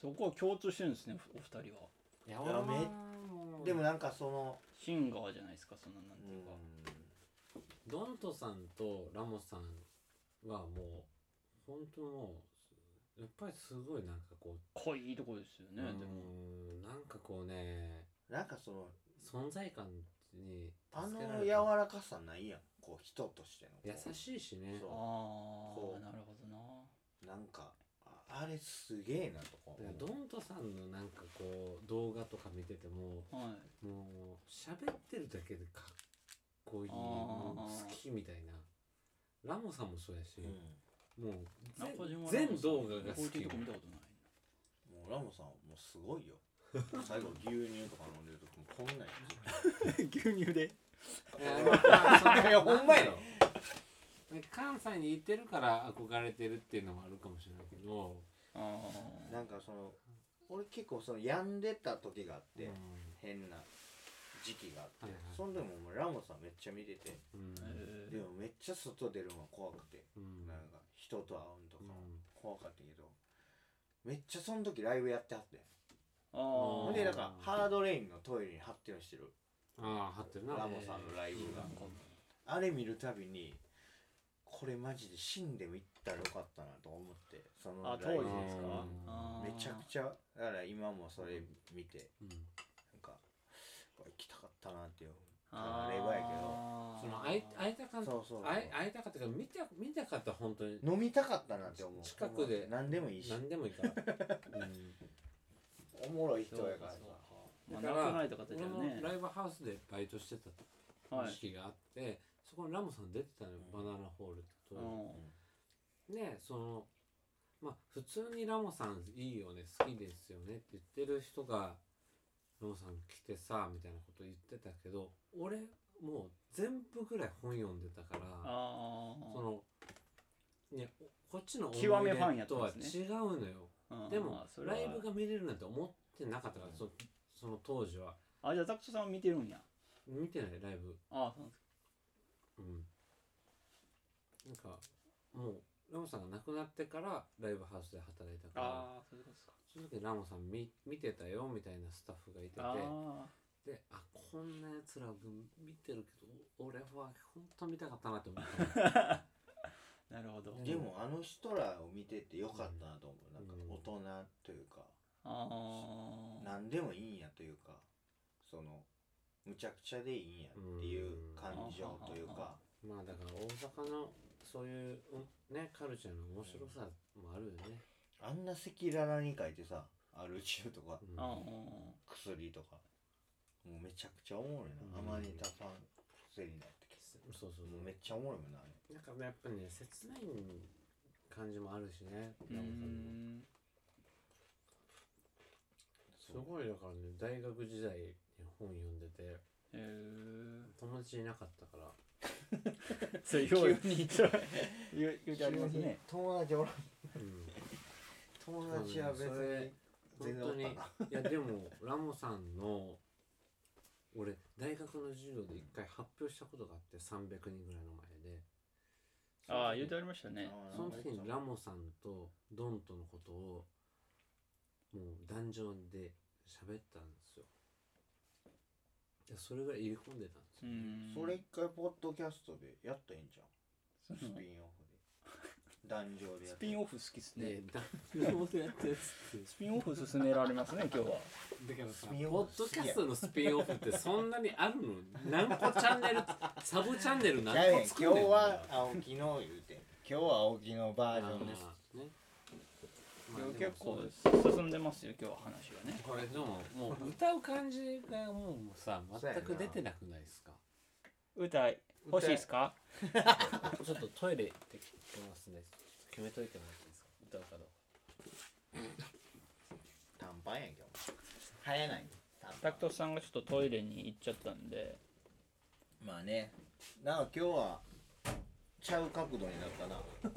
Speaker 5: そこは共通してるんですねおお二人は
Speaker 2: 八百屋
Speaker 3: め
Speaker 2: も
Speaker 3: でもなんかその
Speaker 5: シンガーじゃないですかそんななんていうか、
Speaker 2: ドントさんとラモさんはもう本当もうやっぱりすごいなんかこう
Speaker 5: 濃いいいとこですよね、
Speaker 2: う
Speaker 5: でも
Speaker 2: んなんかこうね
Speaker 3: なんかその
Speaker 2: 存在感に
Speaker 3: あ
Speaker 2: 助け
Speaker 3: の
Speaker 2: られ
Speaker 3: 柔
Speaker 2: た
Speaker 3: らかさないやんこう人としてのこう
Speaker 2: 優しいしね
Speaker 3: そう
Speaker 5: あ
Speaker 3: こう
Speaker 5: あなるほどな
Speaker 3: なんかああれすげえなとか思
Speaker 2: だから
Speaker 3: う
Speaker 2: ドントさんのなんかこう動画とか見てても
Speaker 5: はい
Speaker 2: もう喋ってるだけでかっこいい
Speaker 5: あー
Speaker 2: もう好きみたいなラモさんもそうやし、
Speaker 3: う
Speaker 2: もう
Speaker 5: 中島ラモさん
Speaker 2: 全全動画が
Speaker 5: こうい
Speaker 2: 好
Speaker 5: うと
Speaker 2: き
Speaker 5: こ見たことない
Speaker 3: んもうラモさんはもうす
Speaker 2: [LAUGHS]
Speaker 3: ごいよ最後牛乳とか飲んでる時もこんなんや
Speaker 5: 牛乳で
Speaker 2: いやまあそ
Speaker 5: [LAUGHS]
Speaker 2: ん
Speaker 3: つ
Speaker 2: ない
Speaker 3: やほんまやろ
Speaker 2: 関西に行ってるから憧れてるっていうのもあるかもしれないけど、
Speaker 5: ああ
Speaker 3: なんかその俺結構その病んでた時があって、
Speaker 2: うん
Speaker 3: 変な時期があって、
Speaker 2: はいはい
Speaker 3: その時ももうラモさんめっちゃ見てて、
Speaker 2: うん
Speaker 5: え
Speaker 3: でもめっちゃ外出るのが怖くて、
Speaker 2: うん
Speaker 3: なんか人と会うんとか
Speaker 2: うん
Speaker 3: 怖かったけど、めっちゃその時ライブやってはって
Speaker 5: ー、あ
Speaker 3: ほ
Speaker 5: あ
Speaker 3: んでなんかハードレインのトイレに発展してる
Speaker 2: ああ張ってるな
Speaker 3: ラモさんのライブが、
Speaker 5: なんか
Speaker 3: あれ見るたびにこれマジで死んでも行ったらよかったなと思ってその
Speaker 5: あ当
Speaker 3: ライブ
Speaker 5: 時ですか
Speaker 2: うん
Speaker 5: あー
Speaker 3: めちゃくちゃだから今もそれ見て
Speaker 2: うん
Speaker 3: なんかこれ行きたかったなっていう
Speaker 5: あー
Speaker 3: レバやけど
Speaker 2: その会い会いたか
Speaker 3: そ
Speaker 2: ん
Speaker 3: うそうそう
Speaker 2: 会い会いたかったけど見た見たかったら本当に
Speaker 3: 飲みたかったなって思う
Speaker 2: 近くで
Speaker 3: 何でもいいし
Speaker 2: 何でもいい
Speaker 5: [LAUGHS]
Speaker 2: から、うん
Speaker 3: おもろい人やからさ
Speaker 5: まあ、
Speaker 2: だ
Speaker 5: な
Speaker 2: から
Speaker 5: くなれた方じゃ
Speaker 2: 俺も
Speaker 5: ね
Speaker 2: ライブハウスでバイトしてた
Speaker 5: はい
Speaker 2: 時期があって、そこにラムさん出てたのよ、
Speaker 3: う
Speaker 2: バ
Speaker 3: ん
Speaker 2: ナナホールってとこに
Speaker 5: うん
Speaker 2: ねそのまあ普通にラモさんいいよね好きですよねって言ってる人がラモさん来てさみたいなこと言ってたけど俺もう全部ぐらい本読んでたから
Speaker 5: ああ
Speaker 2: そのねこっちの思い
Speaker 5: 極めファンやった
Speaker 2: 出と
Speaker 5: ん
Speaker 2: は
Speaker 5: ですね
Speaker 2: 違うのよ
Speaker 5: うん
Speaker 2: で
Speaker 5: ま
Speaker 2: も
Speaker 5: あそれは
Speaker 2: ライブが見れるなんて思ってなかったから
Speaker 3: うん
Speaker 2: そその当時は
Speaker 5: あじゃあタクトさんは見てるんや
Speaker 2: 見てないライブ
Speaker 5: ああそうなんですか
Speaker 2: うんなんかもうラモさんが亡くなってからライブハウスで働いたから
Speaker 5: ああそういうことですか
Speaker 2: その時ラモさん見見てたよみたいなスタッフがいてて
Speaker 5: ああ
Speaker 2: であこんなやつら見てるけど俺は本当見たかったなって思った
Speaker 5: [LAUGHS]
Speaker 2: の
Speaker 5: なるほど
Speaker 2: うん
Speaker 3: でもあの人らを見ててよかったなと思うなんか
Speaker 2: うん
Speaker 3: 大人というか
Speaker 5: ああ
Speaker 3: 何でもいいんやというかそのむちゃくちゃでいいんやっていう感情というか
Speaker 2: まあだから大阪のそういう、うんねカルチャーの面白さもあるよね、
Speaker 3: あんな赤裸々に書いてさアルチューとか
Speaker 2: うん
Speaker 5: ああ
Speaker 3: 薬とかもうめちゃくちゃおもろいな、
Speaker 2: うん
Speaker 3: 甘ネタパン癖になってきて
Speaker 2: そうそう
Speaker 3: もう
Speaker 2: そ
Speaker 3: めっちゃおもろいもんなあれ
Speaker 2: うなんかねやっぱね切ない感じもあるしね
Speaker 5: う
Speaker 2: ラモさんの
Speaker 5: ん
Speaker 2: すごいだからね大学時代に本読んでて
Speaker 5: へえ
Speaker 2: 友達いなかったから
Speaker 5: それように言う言うてありますね
Speaker 3: 友達おらん
Speaker 2: うん
Speaker 3: 友達は別
Speaker 2: そう
Speaker 3: に
Speaker 2: ね
Speaker 3: 全然おったない
Speaker 2: やでもラモさんの俺大学の授業で一回発表したことがあって300人ぐらいの前で
Speaker 5: ああ言うてありましたね
Speaker 2: その時にラモさんとドンとのことをもう壇上で喋ったんですよいやそれぐらい入れ込んでたんです
Speaker 5: う
Speaker 2: よ、
Speaker 5: ん
Speaker 3: それ一回ポッドキャストでやったらいいんじゃ
Speaker 5: [LAUGHS]
Speaker 3: んス
Speaker 5: その
Speaker 3: ピンオフで壇上でや
Speaker 5: ス
Speaker 3: っ
Speaker 5: ピン
Speaker 3: て
Speaker 5: オフ好きっすね
Speaker 2: で
Speaker 3: [LAUGHS]
Speaker 2: 壇上でやったやつって
Speaker 5: スピンオフ勧められますね今日は
Speaker 2: だからさ
Speaker 3: スピンオフ
Speaker 2: ポッドキャストのスピンオフってそんなにあるの何個チャンネル [LAUGHS] サブチャンネル
Speaker 3: じゃ
Speaker 2: 何
Speaker 3: あね
Speaker 2: 個作ん
Speaker 3: 今
Speaker 2: ね
Speaker 3: 日
Speaker 2: ん
Speaker 3: は青木の言うて今日は青木のバージョンです
Speaker 2: あーねまあ
Speaker 5: 今日
Speaker 2: で
Speaker 5: 結
Speaker 2: もそう
Speaker 5: 構
Speaker 2: です
Speaker 5: 進んでますよ今日は話がね
Speaker 2: これでもも [LAUGHS] う歌う感じがもうさ
Speaker 3: そうやな
Speaker 2: 全く出てなくないですか
Speaker 5: 歌欲しいっすか
Speaker 2: ちょっとトイレ行ってきますね決めといてもらっていいですか歌うかどう
Speaker 3: 短パンやん今日はやない短パ
Speaker 5: タ
Speaker 3: ン
Speaker 5: クトさんがちょっとトイレに行っちゃったんで
Speaker 3: まあねなんか今日はちゃう角度になっ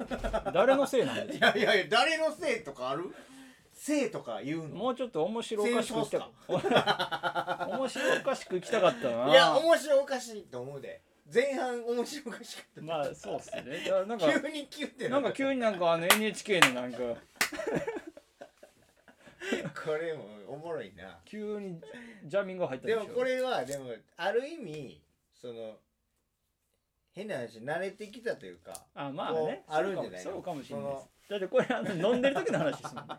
Speaker 3: たな
Speaker 5: 誰のせいなんです
Speaker 3: いやいやいや誰のせいとかある性とか言う
Speaker 1: も
Speaker 3: の
Speaker 1: うちょっと面白おかしくいきた面白おかしくいきたかったない
Speaker 3: や面白おかしいと思うで前半面白おかしかった、
Speaker 1: まあそうっすねだからなんか
Speaker 3: 急にキュって
Speaker 1: なんか急になんかあの NHK のなんか
Speaker 3: これもおもろいな
Speaker 1: 急にジャミング入ったで
Speaker 3: で
Speaker 1: しょ
Speaker 3: もこれはでもある意味その変な話慣れてきたというか
Speaker 1: あまあね
Speaker 3: こうあるんじゃないの
Speaker 1: そうかもしれないです
Speaker 3: そ
Speaker 1: だってこれあの飲んでる時の話ですもんね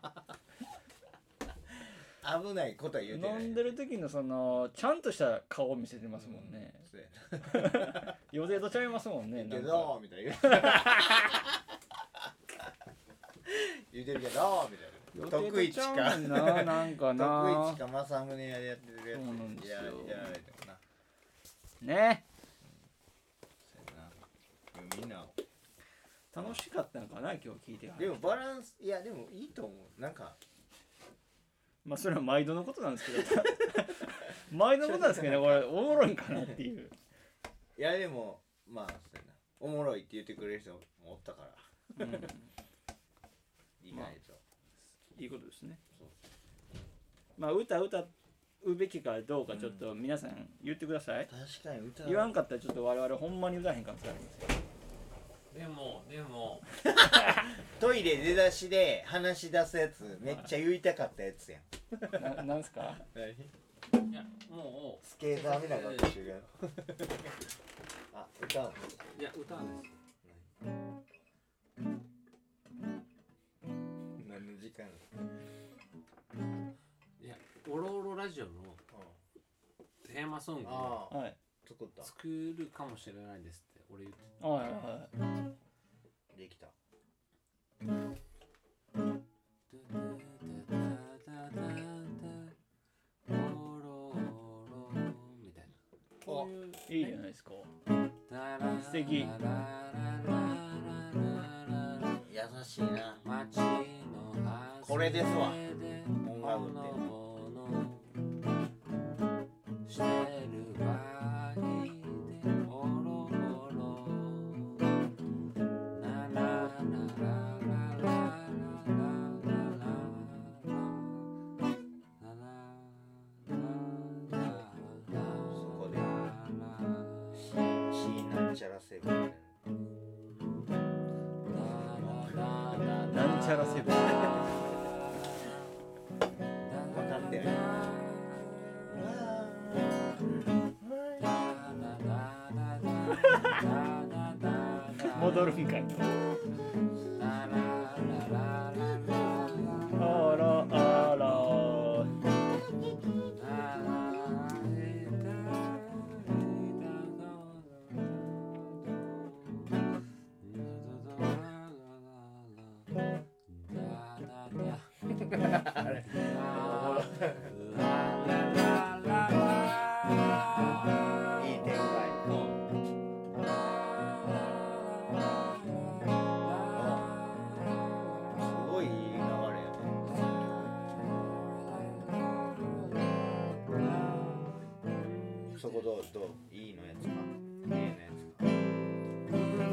Speaker 3: 危ないことは言うてない
Speaker 1: 飲んでる時のそのちゃんとした顔を見せてますもんね
Speaker 3: そうやな
Speaker 1: 予定とちゃいますもんね
Speaker 3: 言
Speaker 1: なん
Speaker 3: うてる
Speaker 1: か
Speaker 3: ぞーみたいな言うてるけどーみ
Speaker 1: 予
Speaker 3: たいな得意
Speaker 1: 定
Speaker 3: 地
Speaker 1: とちゃ
Speaker 3: か
Speaker 1: うもんななんか
Speaker 3: 得
Speaker 1: な
Speaker 3: 意地か政宗やでやってるやつ
Speaker 1: そうなんですよ
Speaker 3: ややられたよな
Speaker 1: ね
Speaker 3: そうやなみんな
Speaker 1: 楽しかったのかな今日聞いては
Speaker 3: でもバランスいやでもいいと思うなんか
Speaker 1: まあそれは毎度のことなんですけ
Speaker 3: [LAUGHS]
Speaker 1: ど毎度のことなんですけどねこれおもろいんかなっていう
Speaker 3: いやでもまあそうやなおもろいって言ってくれる人もおったから意外と、
Speaker 1: いいことですね
Speaker 3: そう。
Speaker 1: まあ歌歌うべきかどうかちょっと皆さん言ってください。
Speaker 3: 確かに歌
Speaker 1: 言わんかったらちょっと我々ほんまに歌えへんかもしれないですよ。
Speaker 2: でもでも
Speaker 3: トイレ出だしで話し出すやつめっちゃ言いたかったやつやん
Speaker 1: ななんすか
Speaker 2: いやも
Speaker 3: スケーターみたいなことしてるやん [LAUGHS] あ歌うの
Speaker 2: ういや歌うんです
Speaker 3: 何の時間
Speaker 2: いやオロオロラジオのテーマソングを
Speaker 3: ああ
Speaker 1: はい。
Speaker 3: 作った
Speaker 2: 作るかもしれないですって俺言って
Speaker 1: はいはいはい。
Speaker 3: できた
Speaker 2: タタタタタタオロオロみたいなこういう
Speaker 1: いいじゃないですか。
Speaker 2: 素
Speaker 1: 敵
Speaker 3: 優しいな
Speaker 2: これですわ
Speaker 3: 音楽って
Speaker 2: してる場合でおろおろラララララララララララララ
Speaker 3: そこで C, C なんちゃらセブンみたい
Speaker 1: なんちゃらセブン。
Speaker 3: な分かってない
Speaker 1: 戻るんかい。あらあら。
Speaker 3: [LAUGHS] いい展開すごいいい流れやねそこどうどういいのやつか A のやつか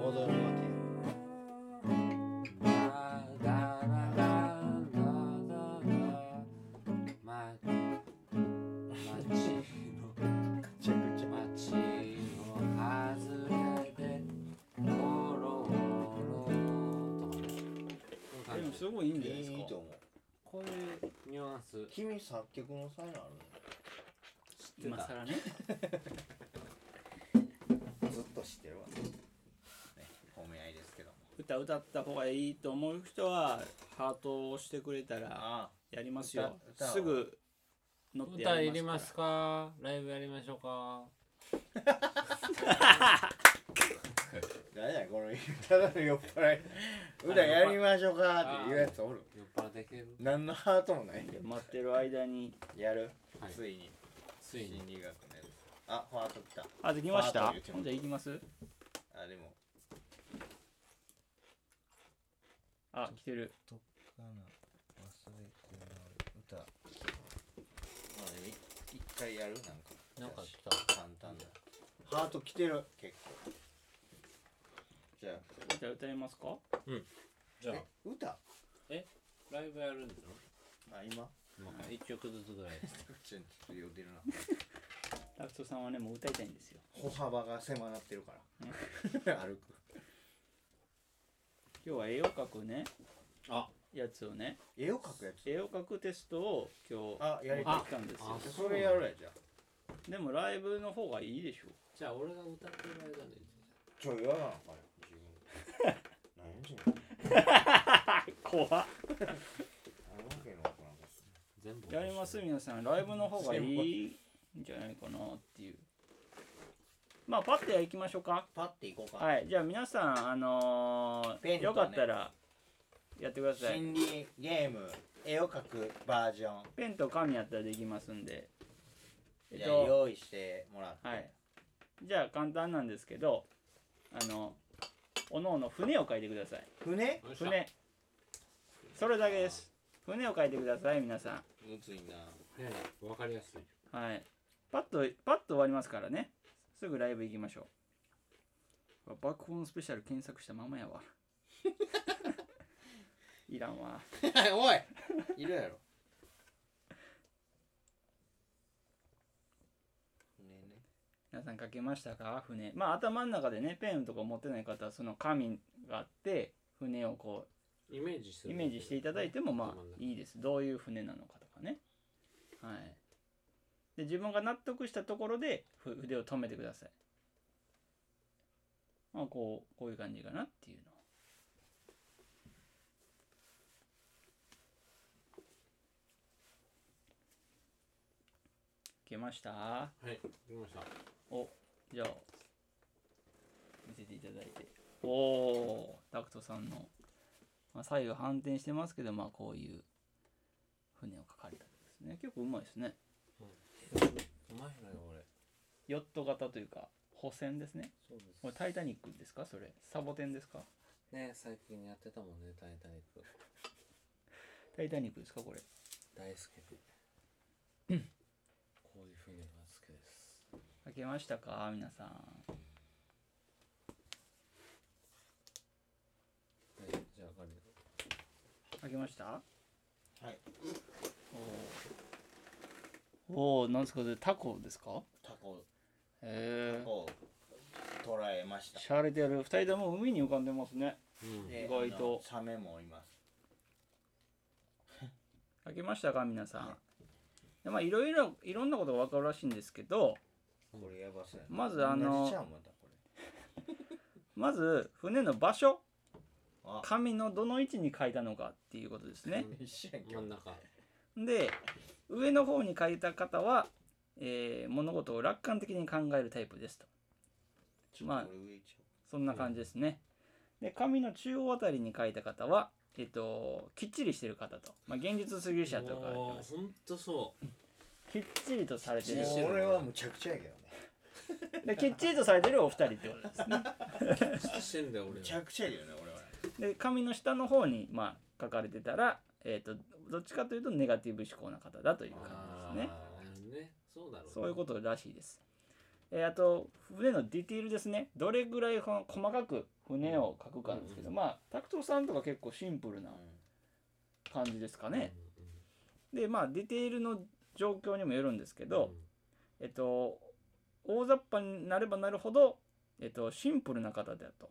Speaker 3: 戻るわけめちゃくちゃ
Speaker 2: 街の外れでゴロゴロとかねこういう感
Speaker 1: でも
Speaker 2: じ
Speaker 1: すごいいいんじゃないですか。
Speaker 3: いいと思う
Speaker 2: こういうニュアンス
Speaker 3: 君作曲の才能あるね
Speaker 1: 今更ね。
Speaker 3: ずっと知ってるわ、ね、褒め合いですけども
Speaker 1: 歌歌った方がいいと思う人はハートを押してくれたら
Speaker 3: あ
Speaker 1: やりますよ。
Speaker 3: 歌歌を
Speaker 1: すぐ乗って
Speaker 2: 歌
Speaker 1: や
Speaker 2: い
Speaker 1: り
Speaker 2: り
Speaker 1: ま
Speaker 2: ますす
Speaker 1: か
Speaker 2: かライブやりましょうか
Speaker 3: 誰やこれただの酔っ払い歌やりましょうかって言うやつおる
Speaker 2: 酔っ払っていける
Speaker 3: 何のハートもない
Speaker 1: ら。待ってる間に。
Speaker 3: やる、
Speaker 2: はい
Speaker 3: ついに
Speaker 2: ついに
Speaker 3: 心理学のやつあファート来た
Speaker 1: あ、できまし
Speaker 3: ハー
Speaker 1: た
Speaker 3: ト言って
Speaker 1: ほ
Speaker 3: も
Speaker 1: んじゃ行きます
Speaker 3: あでも
Speaker 1: あ、来てる。
Speaker 3: かな忘れてな歌まあでもい一回やるなんか
Speaker 2: なんか来
Speaker 3: 簡単だハート来てる結構
Speaker 1: たら歌いますか
Speaker 2: じゃあ
Speaker 3: え歌
Speaker 2: ライブやるんだろ
Speaker 3: あ今 [LAUGHS]
Speaker 2: まあ一曲ずつぐらい
Speaker 3: タクちゃんちょっと酔ってるな
Speaker 1: タクトさんはねもう歌いたいんですよ
Speaker 3: 歩幅が狭なってるから [LAUGHS] 歩く
Speaker 1: 今日は絵を描くね
Speaker 2: あ
Speaker 1: やつをね
Speaker 3: 絵を描くやつ
Speaker 1: 絵を描くテストを今日
Speaker 3: あやりたい
Speaker 1: 持ってきたんですよ
Speaker 2: あ
Speaker 3: それやるやじゃあ
Speaker 1: でもライブの方がいいでしょ
Speaker 2: じゃあ俺が歌ってる間に
Speaker 3: ちょいやらなあかんよ自分なんやじゃん
Speaker 1: 怖っ
Speaker 3: あるわけのわからんこと
Speaker 2: 全部
Speaker 1: やります皆さんライブの方がいいんじゃないかなっていうまあパッといきましょうか
Speaker 3: パッていこうか
Speaker 1: はいじゃあ皆さんあのー
Speaker 3: ペンとね
Speaker 1: よかったらやってください
Speaker 3: 心理ゲーム絵を描くバージョン
Speaker 1: ペンと紙やったらできますんでえ
Speaker 3: じ
Speaker 1: っ
Speaker 3: ゃあ
Speaker 1: と
Speaker 3: 用意してもらって
Speaker 1: はいじゃあ簡単なんですけどあのおのおの船を書いてください
Speaker 3: 船
Speaker 2: よっしゃ
Speaker 1: 船それだけです船を書いてください皆さ
Speaker 3: むずいな
Speaker 2: ねえわかりやすい
Speaker 1: んはいパッとパッと終わりますからねすぐライブ行きましょう爆音スペシャル検索したままやわ [LAUGHS] いらんわ
Speaker 3: [LAUGHS] おいいるやろねね
Speaker 1: 皆さん書けましたか船まあ頭の中でねペンとか持ってない方はその紙があって船をこ
Speaker 2: イメージす
Speaker 1: う
Speaker 2: る
Speaker 1: イメージしていただいてもま
Speaker 2: 頭の
Speaker 1: あ
Speaker 2: 中
Speaker 1: いいですどういう船なのかとかねはいで自分が納得したところでふ筆を止めてくださいまあこうこういう感じかなっていうのいけました
Speaker 2: はいできました
Speaker 1: おじゃあ見せていただいておおダクトさんの、まあ、左右反転してますけどまあこういう船を描かれたんですね結構うまいですね
Speaker 2: うまいのよ俺
Speaker 1: ヨット型というか補船ですね
Speaker 2: そうです
Speaker 1: これタイタニックですかそれサボテンですか
Speaker 2: ねえ最近やってたもんね「タイタニック
Speaker 1: タイタニックですかこれ」
Speaker 2: 大好きでこういう船が好きです
Speaker 1: 描けましたか皆さん
Speaker 2: はいじゃあわかる
Speaker 1: 描けました
Speaker 3: はい
Speaker 1: おーおーなんですかそれタコですか
Speaker 3: タコ
Speaker 1: へえ
Speaker 3: を捕らえました
Speaker 1: しゃれてる2人とも海に浮かんでますね
Speaker 2: うん
Speaker 3: で
Speaker 1: 意外と
Speaker 3: あのサメもいます
Speaker 1: 書けましたか皆さん。でまあいろいろいろんなことが分かるらしいんですけど
Speaker 3: これやばそうやな
Speaker 1: まずあの
Speaker 3: 同じちゃうもんだこれ
Speaker 1: まず船の場所
Speaker 3: あ
Speaker 1: 紙のどの位置に書いたのかっていうことですね。
Speaker 3: 一緒やんけ
Speaker 2: 真ん中
Speaker 1: で上の方に書いた方は、えー物事を楽観的に考えるタイプですと
Speaker 3: ちょっと
Speaker 1: まあ
Speaker 3: これ上行っちゃ
Speaker 1: そんな感じですね。で紙の中央あたりに書いた方は、えっと、きっちりしてる方と、まあ、現実主義者とか言って
Speaker 2: も
Speaker 1: ま
Speaker 2: う
Speaker 1: す
Speaker 2: ほんとそ
Speaker 1: きっちりとされて
Speaker 3: う
Speaker 1: る
Speaker 2: 一緒
Speaker 3: もう俺はむちゃくちゃやけどね
Speaker 1: できっちりとされてるお二人ってことですね。
Speaker 2: うしてんだよ
Speaker 3: む
Speaker 1: [LAUGHS]
Speaker 2: 俺
Speaker 3: ちゃくちゃやけどね俺は
Speaker 1: で紙の下の方にまあ書かれてたら、えー、とどっちかというとネガティブ思考な方だという感じですね
Speaker 2: あーねそうだろうね
Speaker 1: そういうことらしいです、えーあと船のディティールですねどれぐらいこの細かく船を描くかですけど、
Speaker 2: うん
Speaker 1: まあタクトさんとか結構シンプルな感じですかね、
Speaker 2: うんうん
Speaker 1: でまあディテールの状況にもよるんですけど、
Speaker 2: うん
Speaker 1: えっと大雑把になればなるほど、えっと、シンプルな方だと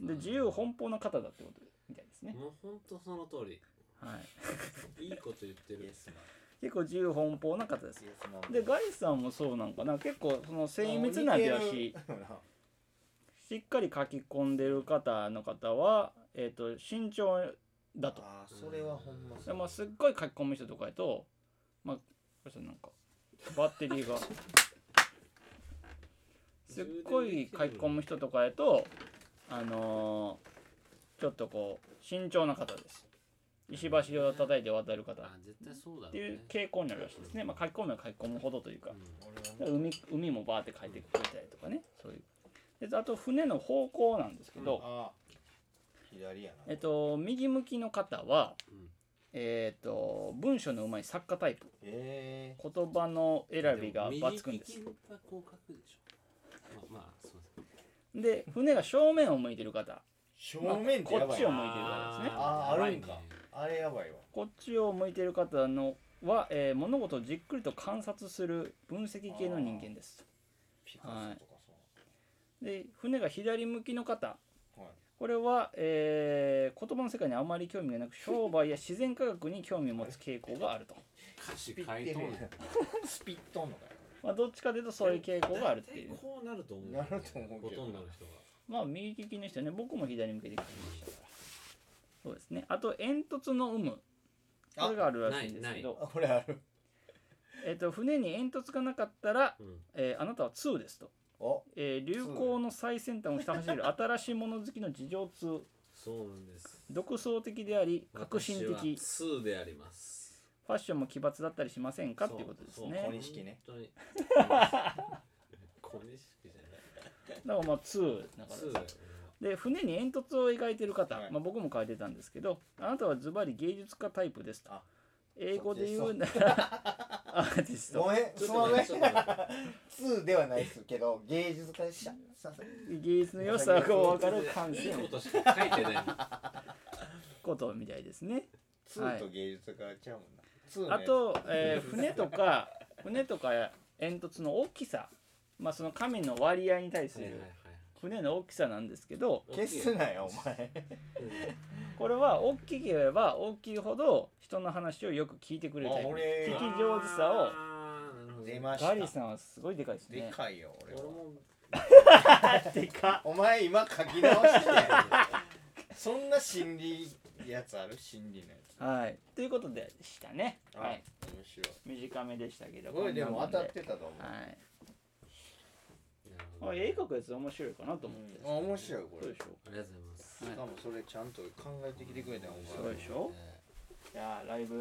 Speaker 1: で自由奔放な方だってことみたいですね、
Speaker 2: もうほんとその通り
Speaker 1: はい
Speaker 2: いいこと言って
Speaker 3: イ
Speaker 2: る
Speaker 3: エスマ
Speaker 1: 結構自由奔放な方です
Speaker 3: ンイエスマン
Speaker 1: でガイさんもそうなんかな結構その精密な描
Speaker 3: 似
Speaker 1: 写
Speaker 3: てる
Speaker 1: しっかり書き込んでる方の方は、えっと慎重だと
Speaker 3: あーそれはほんま
Speaker 1: で
Speaker 3: そう
Speaker 1: もすっごい書き込む人とかやとまあこれさなんかバッテリーがすっごい書き込む人とかやとあのーちょっとこう慎重な方です石橋を叩いて渡る方っ
Speaker 2: あ絶対そうだろ
Speaker 1: て
Speaker 2: う
Speaker 1: いう
Speaker 2: ね
Speaker 1: 傾向になるらしいですね、まあ、書き込むのは書き込むほどというか
Speaker 2: うん
Speaker 3: 俺はね
Speaker 1: 海海もバーって書いてくれたりとかねそういうであと船の方向なんですけど、
Speaker 3: あー左やな
Speaker 1: えっと、右向きの方は、
Speaker 2: うん
Speaker 1: えっと文章のうまい作家タイプ
Speaker 3: ええ
Speaker 1: 言葉の選びが抜群です
Speaker 2: 右利きはこう書くでしょまあまあそうです
Speaker 1: で船が正面を向いてる方
Speaker 3: 正面ってや
Speaker 1: こ
Speaker 3: ばい
Speaker 1: っちを
Speaker 3: な
Speaker 1: 向いてるからですね
Speaker 3: あーあるんかあれやばいわ
Speaker 1: こっちを向いてる方のは、えー物事をじっくりと観察する分析系の人間です
Speaker 3: ピカソとか
Speaker 1: で船が左向きの方
Speaker 3: そうはい
Speaker 1: これは、えー言葉の世界にあまり興味がなく商売や自然科学に興味を持つ傾向があると、
Speaker 2: 歌詞
Speaker 3: スピ
Speaker 2: 書
Speaker 3: ッて
Speaker 2: いとん
Speaker 3: る
Speaker 2: ねん
Speaker 3: スピッとんのかよ
Speaker 1: まあ、どっちかというとそういう傾向があるっていう
Speaker 2: 大体こうなると思う
Speaker 3: なると思う
Speaker 2: ほ
Speaker 3: けど
Speaker 2: とんどの人が
Speaker 1: まあ右利きの人ね僕も左向けて書きましたからそうですねあと煙突の有無
Speaker 3: あ
Speaker 1: これがあるらしいんですけど
Speaker 3: あこれある
Speaker 1: えっと船に煙突がなかったら、
Speaker 2: うん
Speaker 1: えーあなたは2ですと、
Speaker 3: お
Speaker 1: えー流行の最先端をひた走る新しいもの好きの事情通
Speaker 2: そうなんです
Speaker 1: 独創的であり革新
Speaker 2: 私は
Speaker 1: 的
Speaker 2: ツーであります
Speaker 1: ファッションも奇抜だったりしませんかっ
Speaker 2: そう
Speaker 1: ていうことです
Speaker 2: そう
Speaker 1: ね
Speaker 3: 小錦ね
Speaker 2: 本当に小錦じゃない
Speaker 1: だからまあ2だか
Speaker 2: ツー
Speaker 1: ら
Speaker 2: だよ
Speaker 1: で船に煙突を描いてる方、
Speaker 3: はい
Speaker 1: まあ、僕も書いてたんですけどあなたはズバリ芸術家タイプですと
Speaker 3: あ
Speaker 1: 英語で言うなら [LAUGHS] アーティスト
Speaker 3: ごめん
Speaker 2: ちょっ
Speaker 3: す
Speaker 2: と
Speaker 3: まん
Speaker 2: 待ってちょ
Speaker 3: ね
Speaker 2: っと待って
Speaker 3: 2ではないですけど芸術家でしたすいません
Speaker 1: 芸術の良さが分かる
Speaker 2: い
Speaker 1: 感
Speaker 2: い
Speaker 1: 性の
Speaker 2: ことしか書い
Speaker 1: [LAUGHS]
Speaker 2: てない
Speaker 1: ことみたいですね。
Speaker 3: 2と芸術家ちゃうもんなツーの
Speaker 1: あ
Speaker 3: やつ
Speaker 1: と、えー船とか船とか煙突の大きさ、まあ、その紙の割合に対す
Speaker 2: はいはい
Speaker 1: る船の大きさなんですけど
Speaker 2: はい
Speaker 3: 消すなよお前
Speaker 1: これは大きければ大きいほど人の話をよく聞いてくれるタイプ
Speaker 3: 俺
Speaker 1: 聞き上手さを
Speaker 2: あーなるほど
Speaker 3: 出まし
Speaker 1: ガリー
Speaker 3: た
Speaker 1: さんはすごいでかいです
Speaker 3: で
Speaker 1: ね。
Speaker 3: かいよ俺
Speaker 2: 俺
Speaker 3: は
Speaker 2: も
Speaker 1: でか
Speaker 3: お前今書き [LAUGHS] 直してたやんそんな心理やつある心理のやつ
Speaker 1: はい、ということでしたね。
Speaker 3: あ
Speaker 1: はい、
Speaker 3: 面白い
Speaker 1: 短めでしたけど。
Speaker 3: すごいでも当たってたと思
Speaker 1: こんなもんで
Speaker 2: なるほど
Speaker 1: はい。あ英国やつ面白いかなと思って。
Speaker 3: う、うん、あ面白いこ
Speaker 1: どう
Speaker 3: れ
Speaker 1: でしょ
Speaker 2: ありがとうございます
Speaker 1: う。
Speaker 3: し
Speaker 1: は
Speaker 3: かもそれちゃんと考えてきてくれたよお前
Speaker 1: い。そうでしょ。じゃあライブ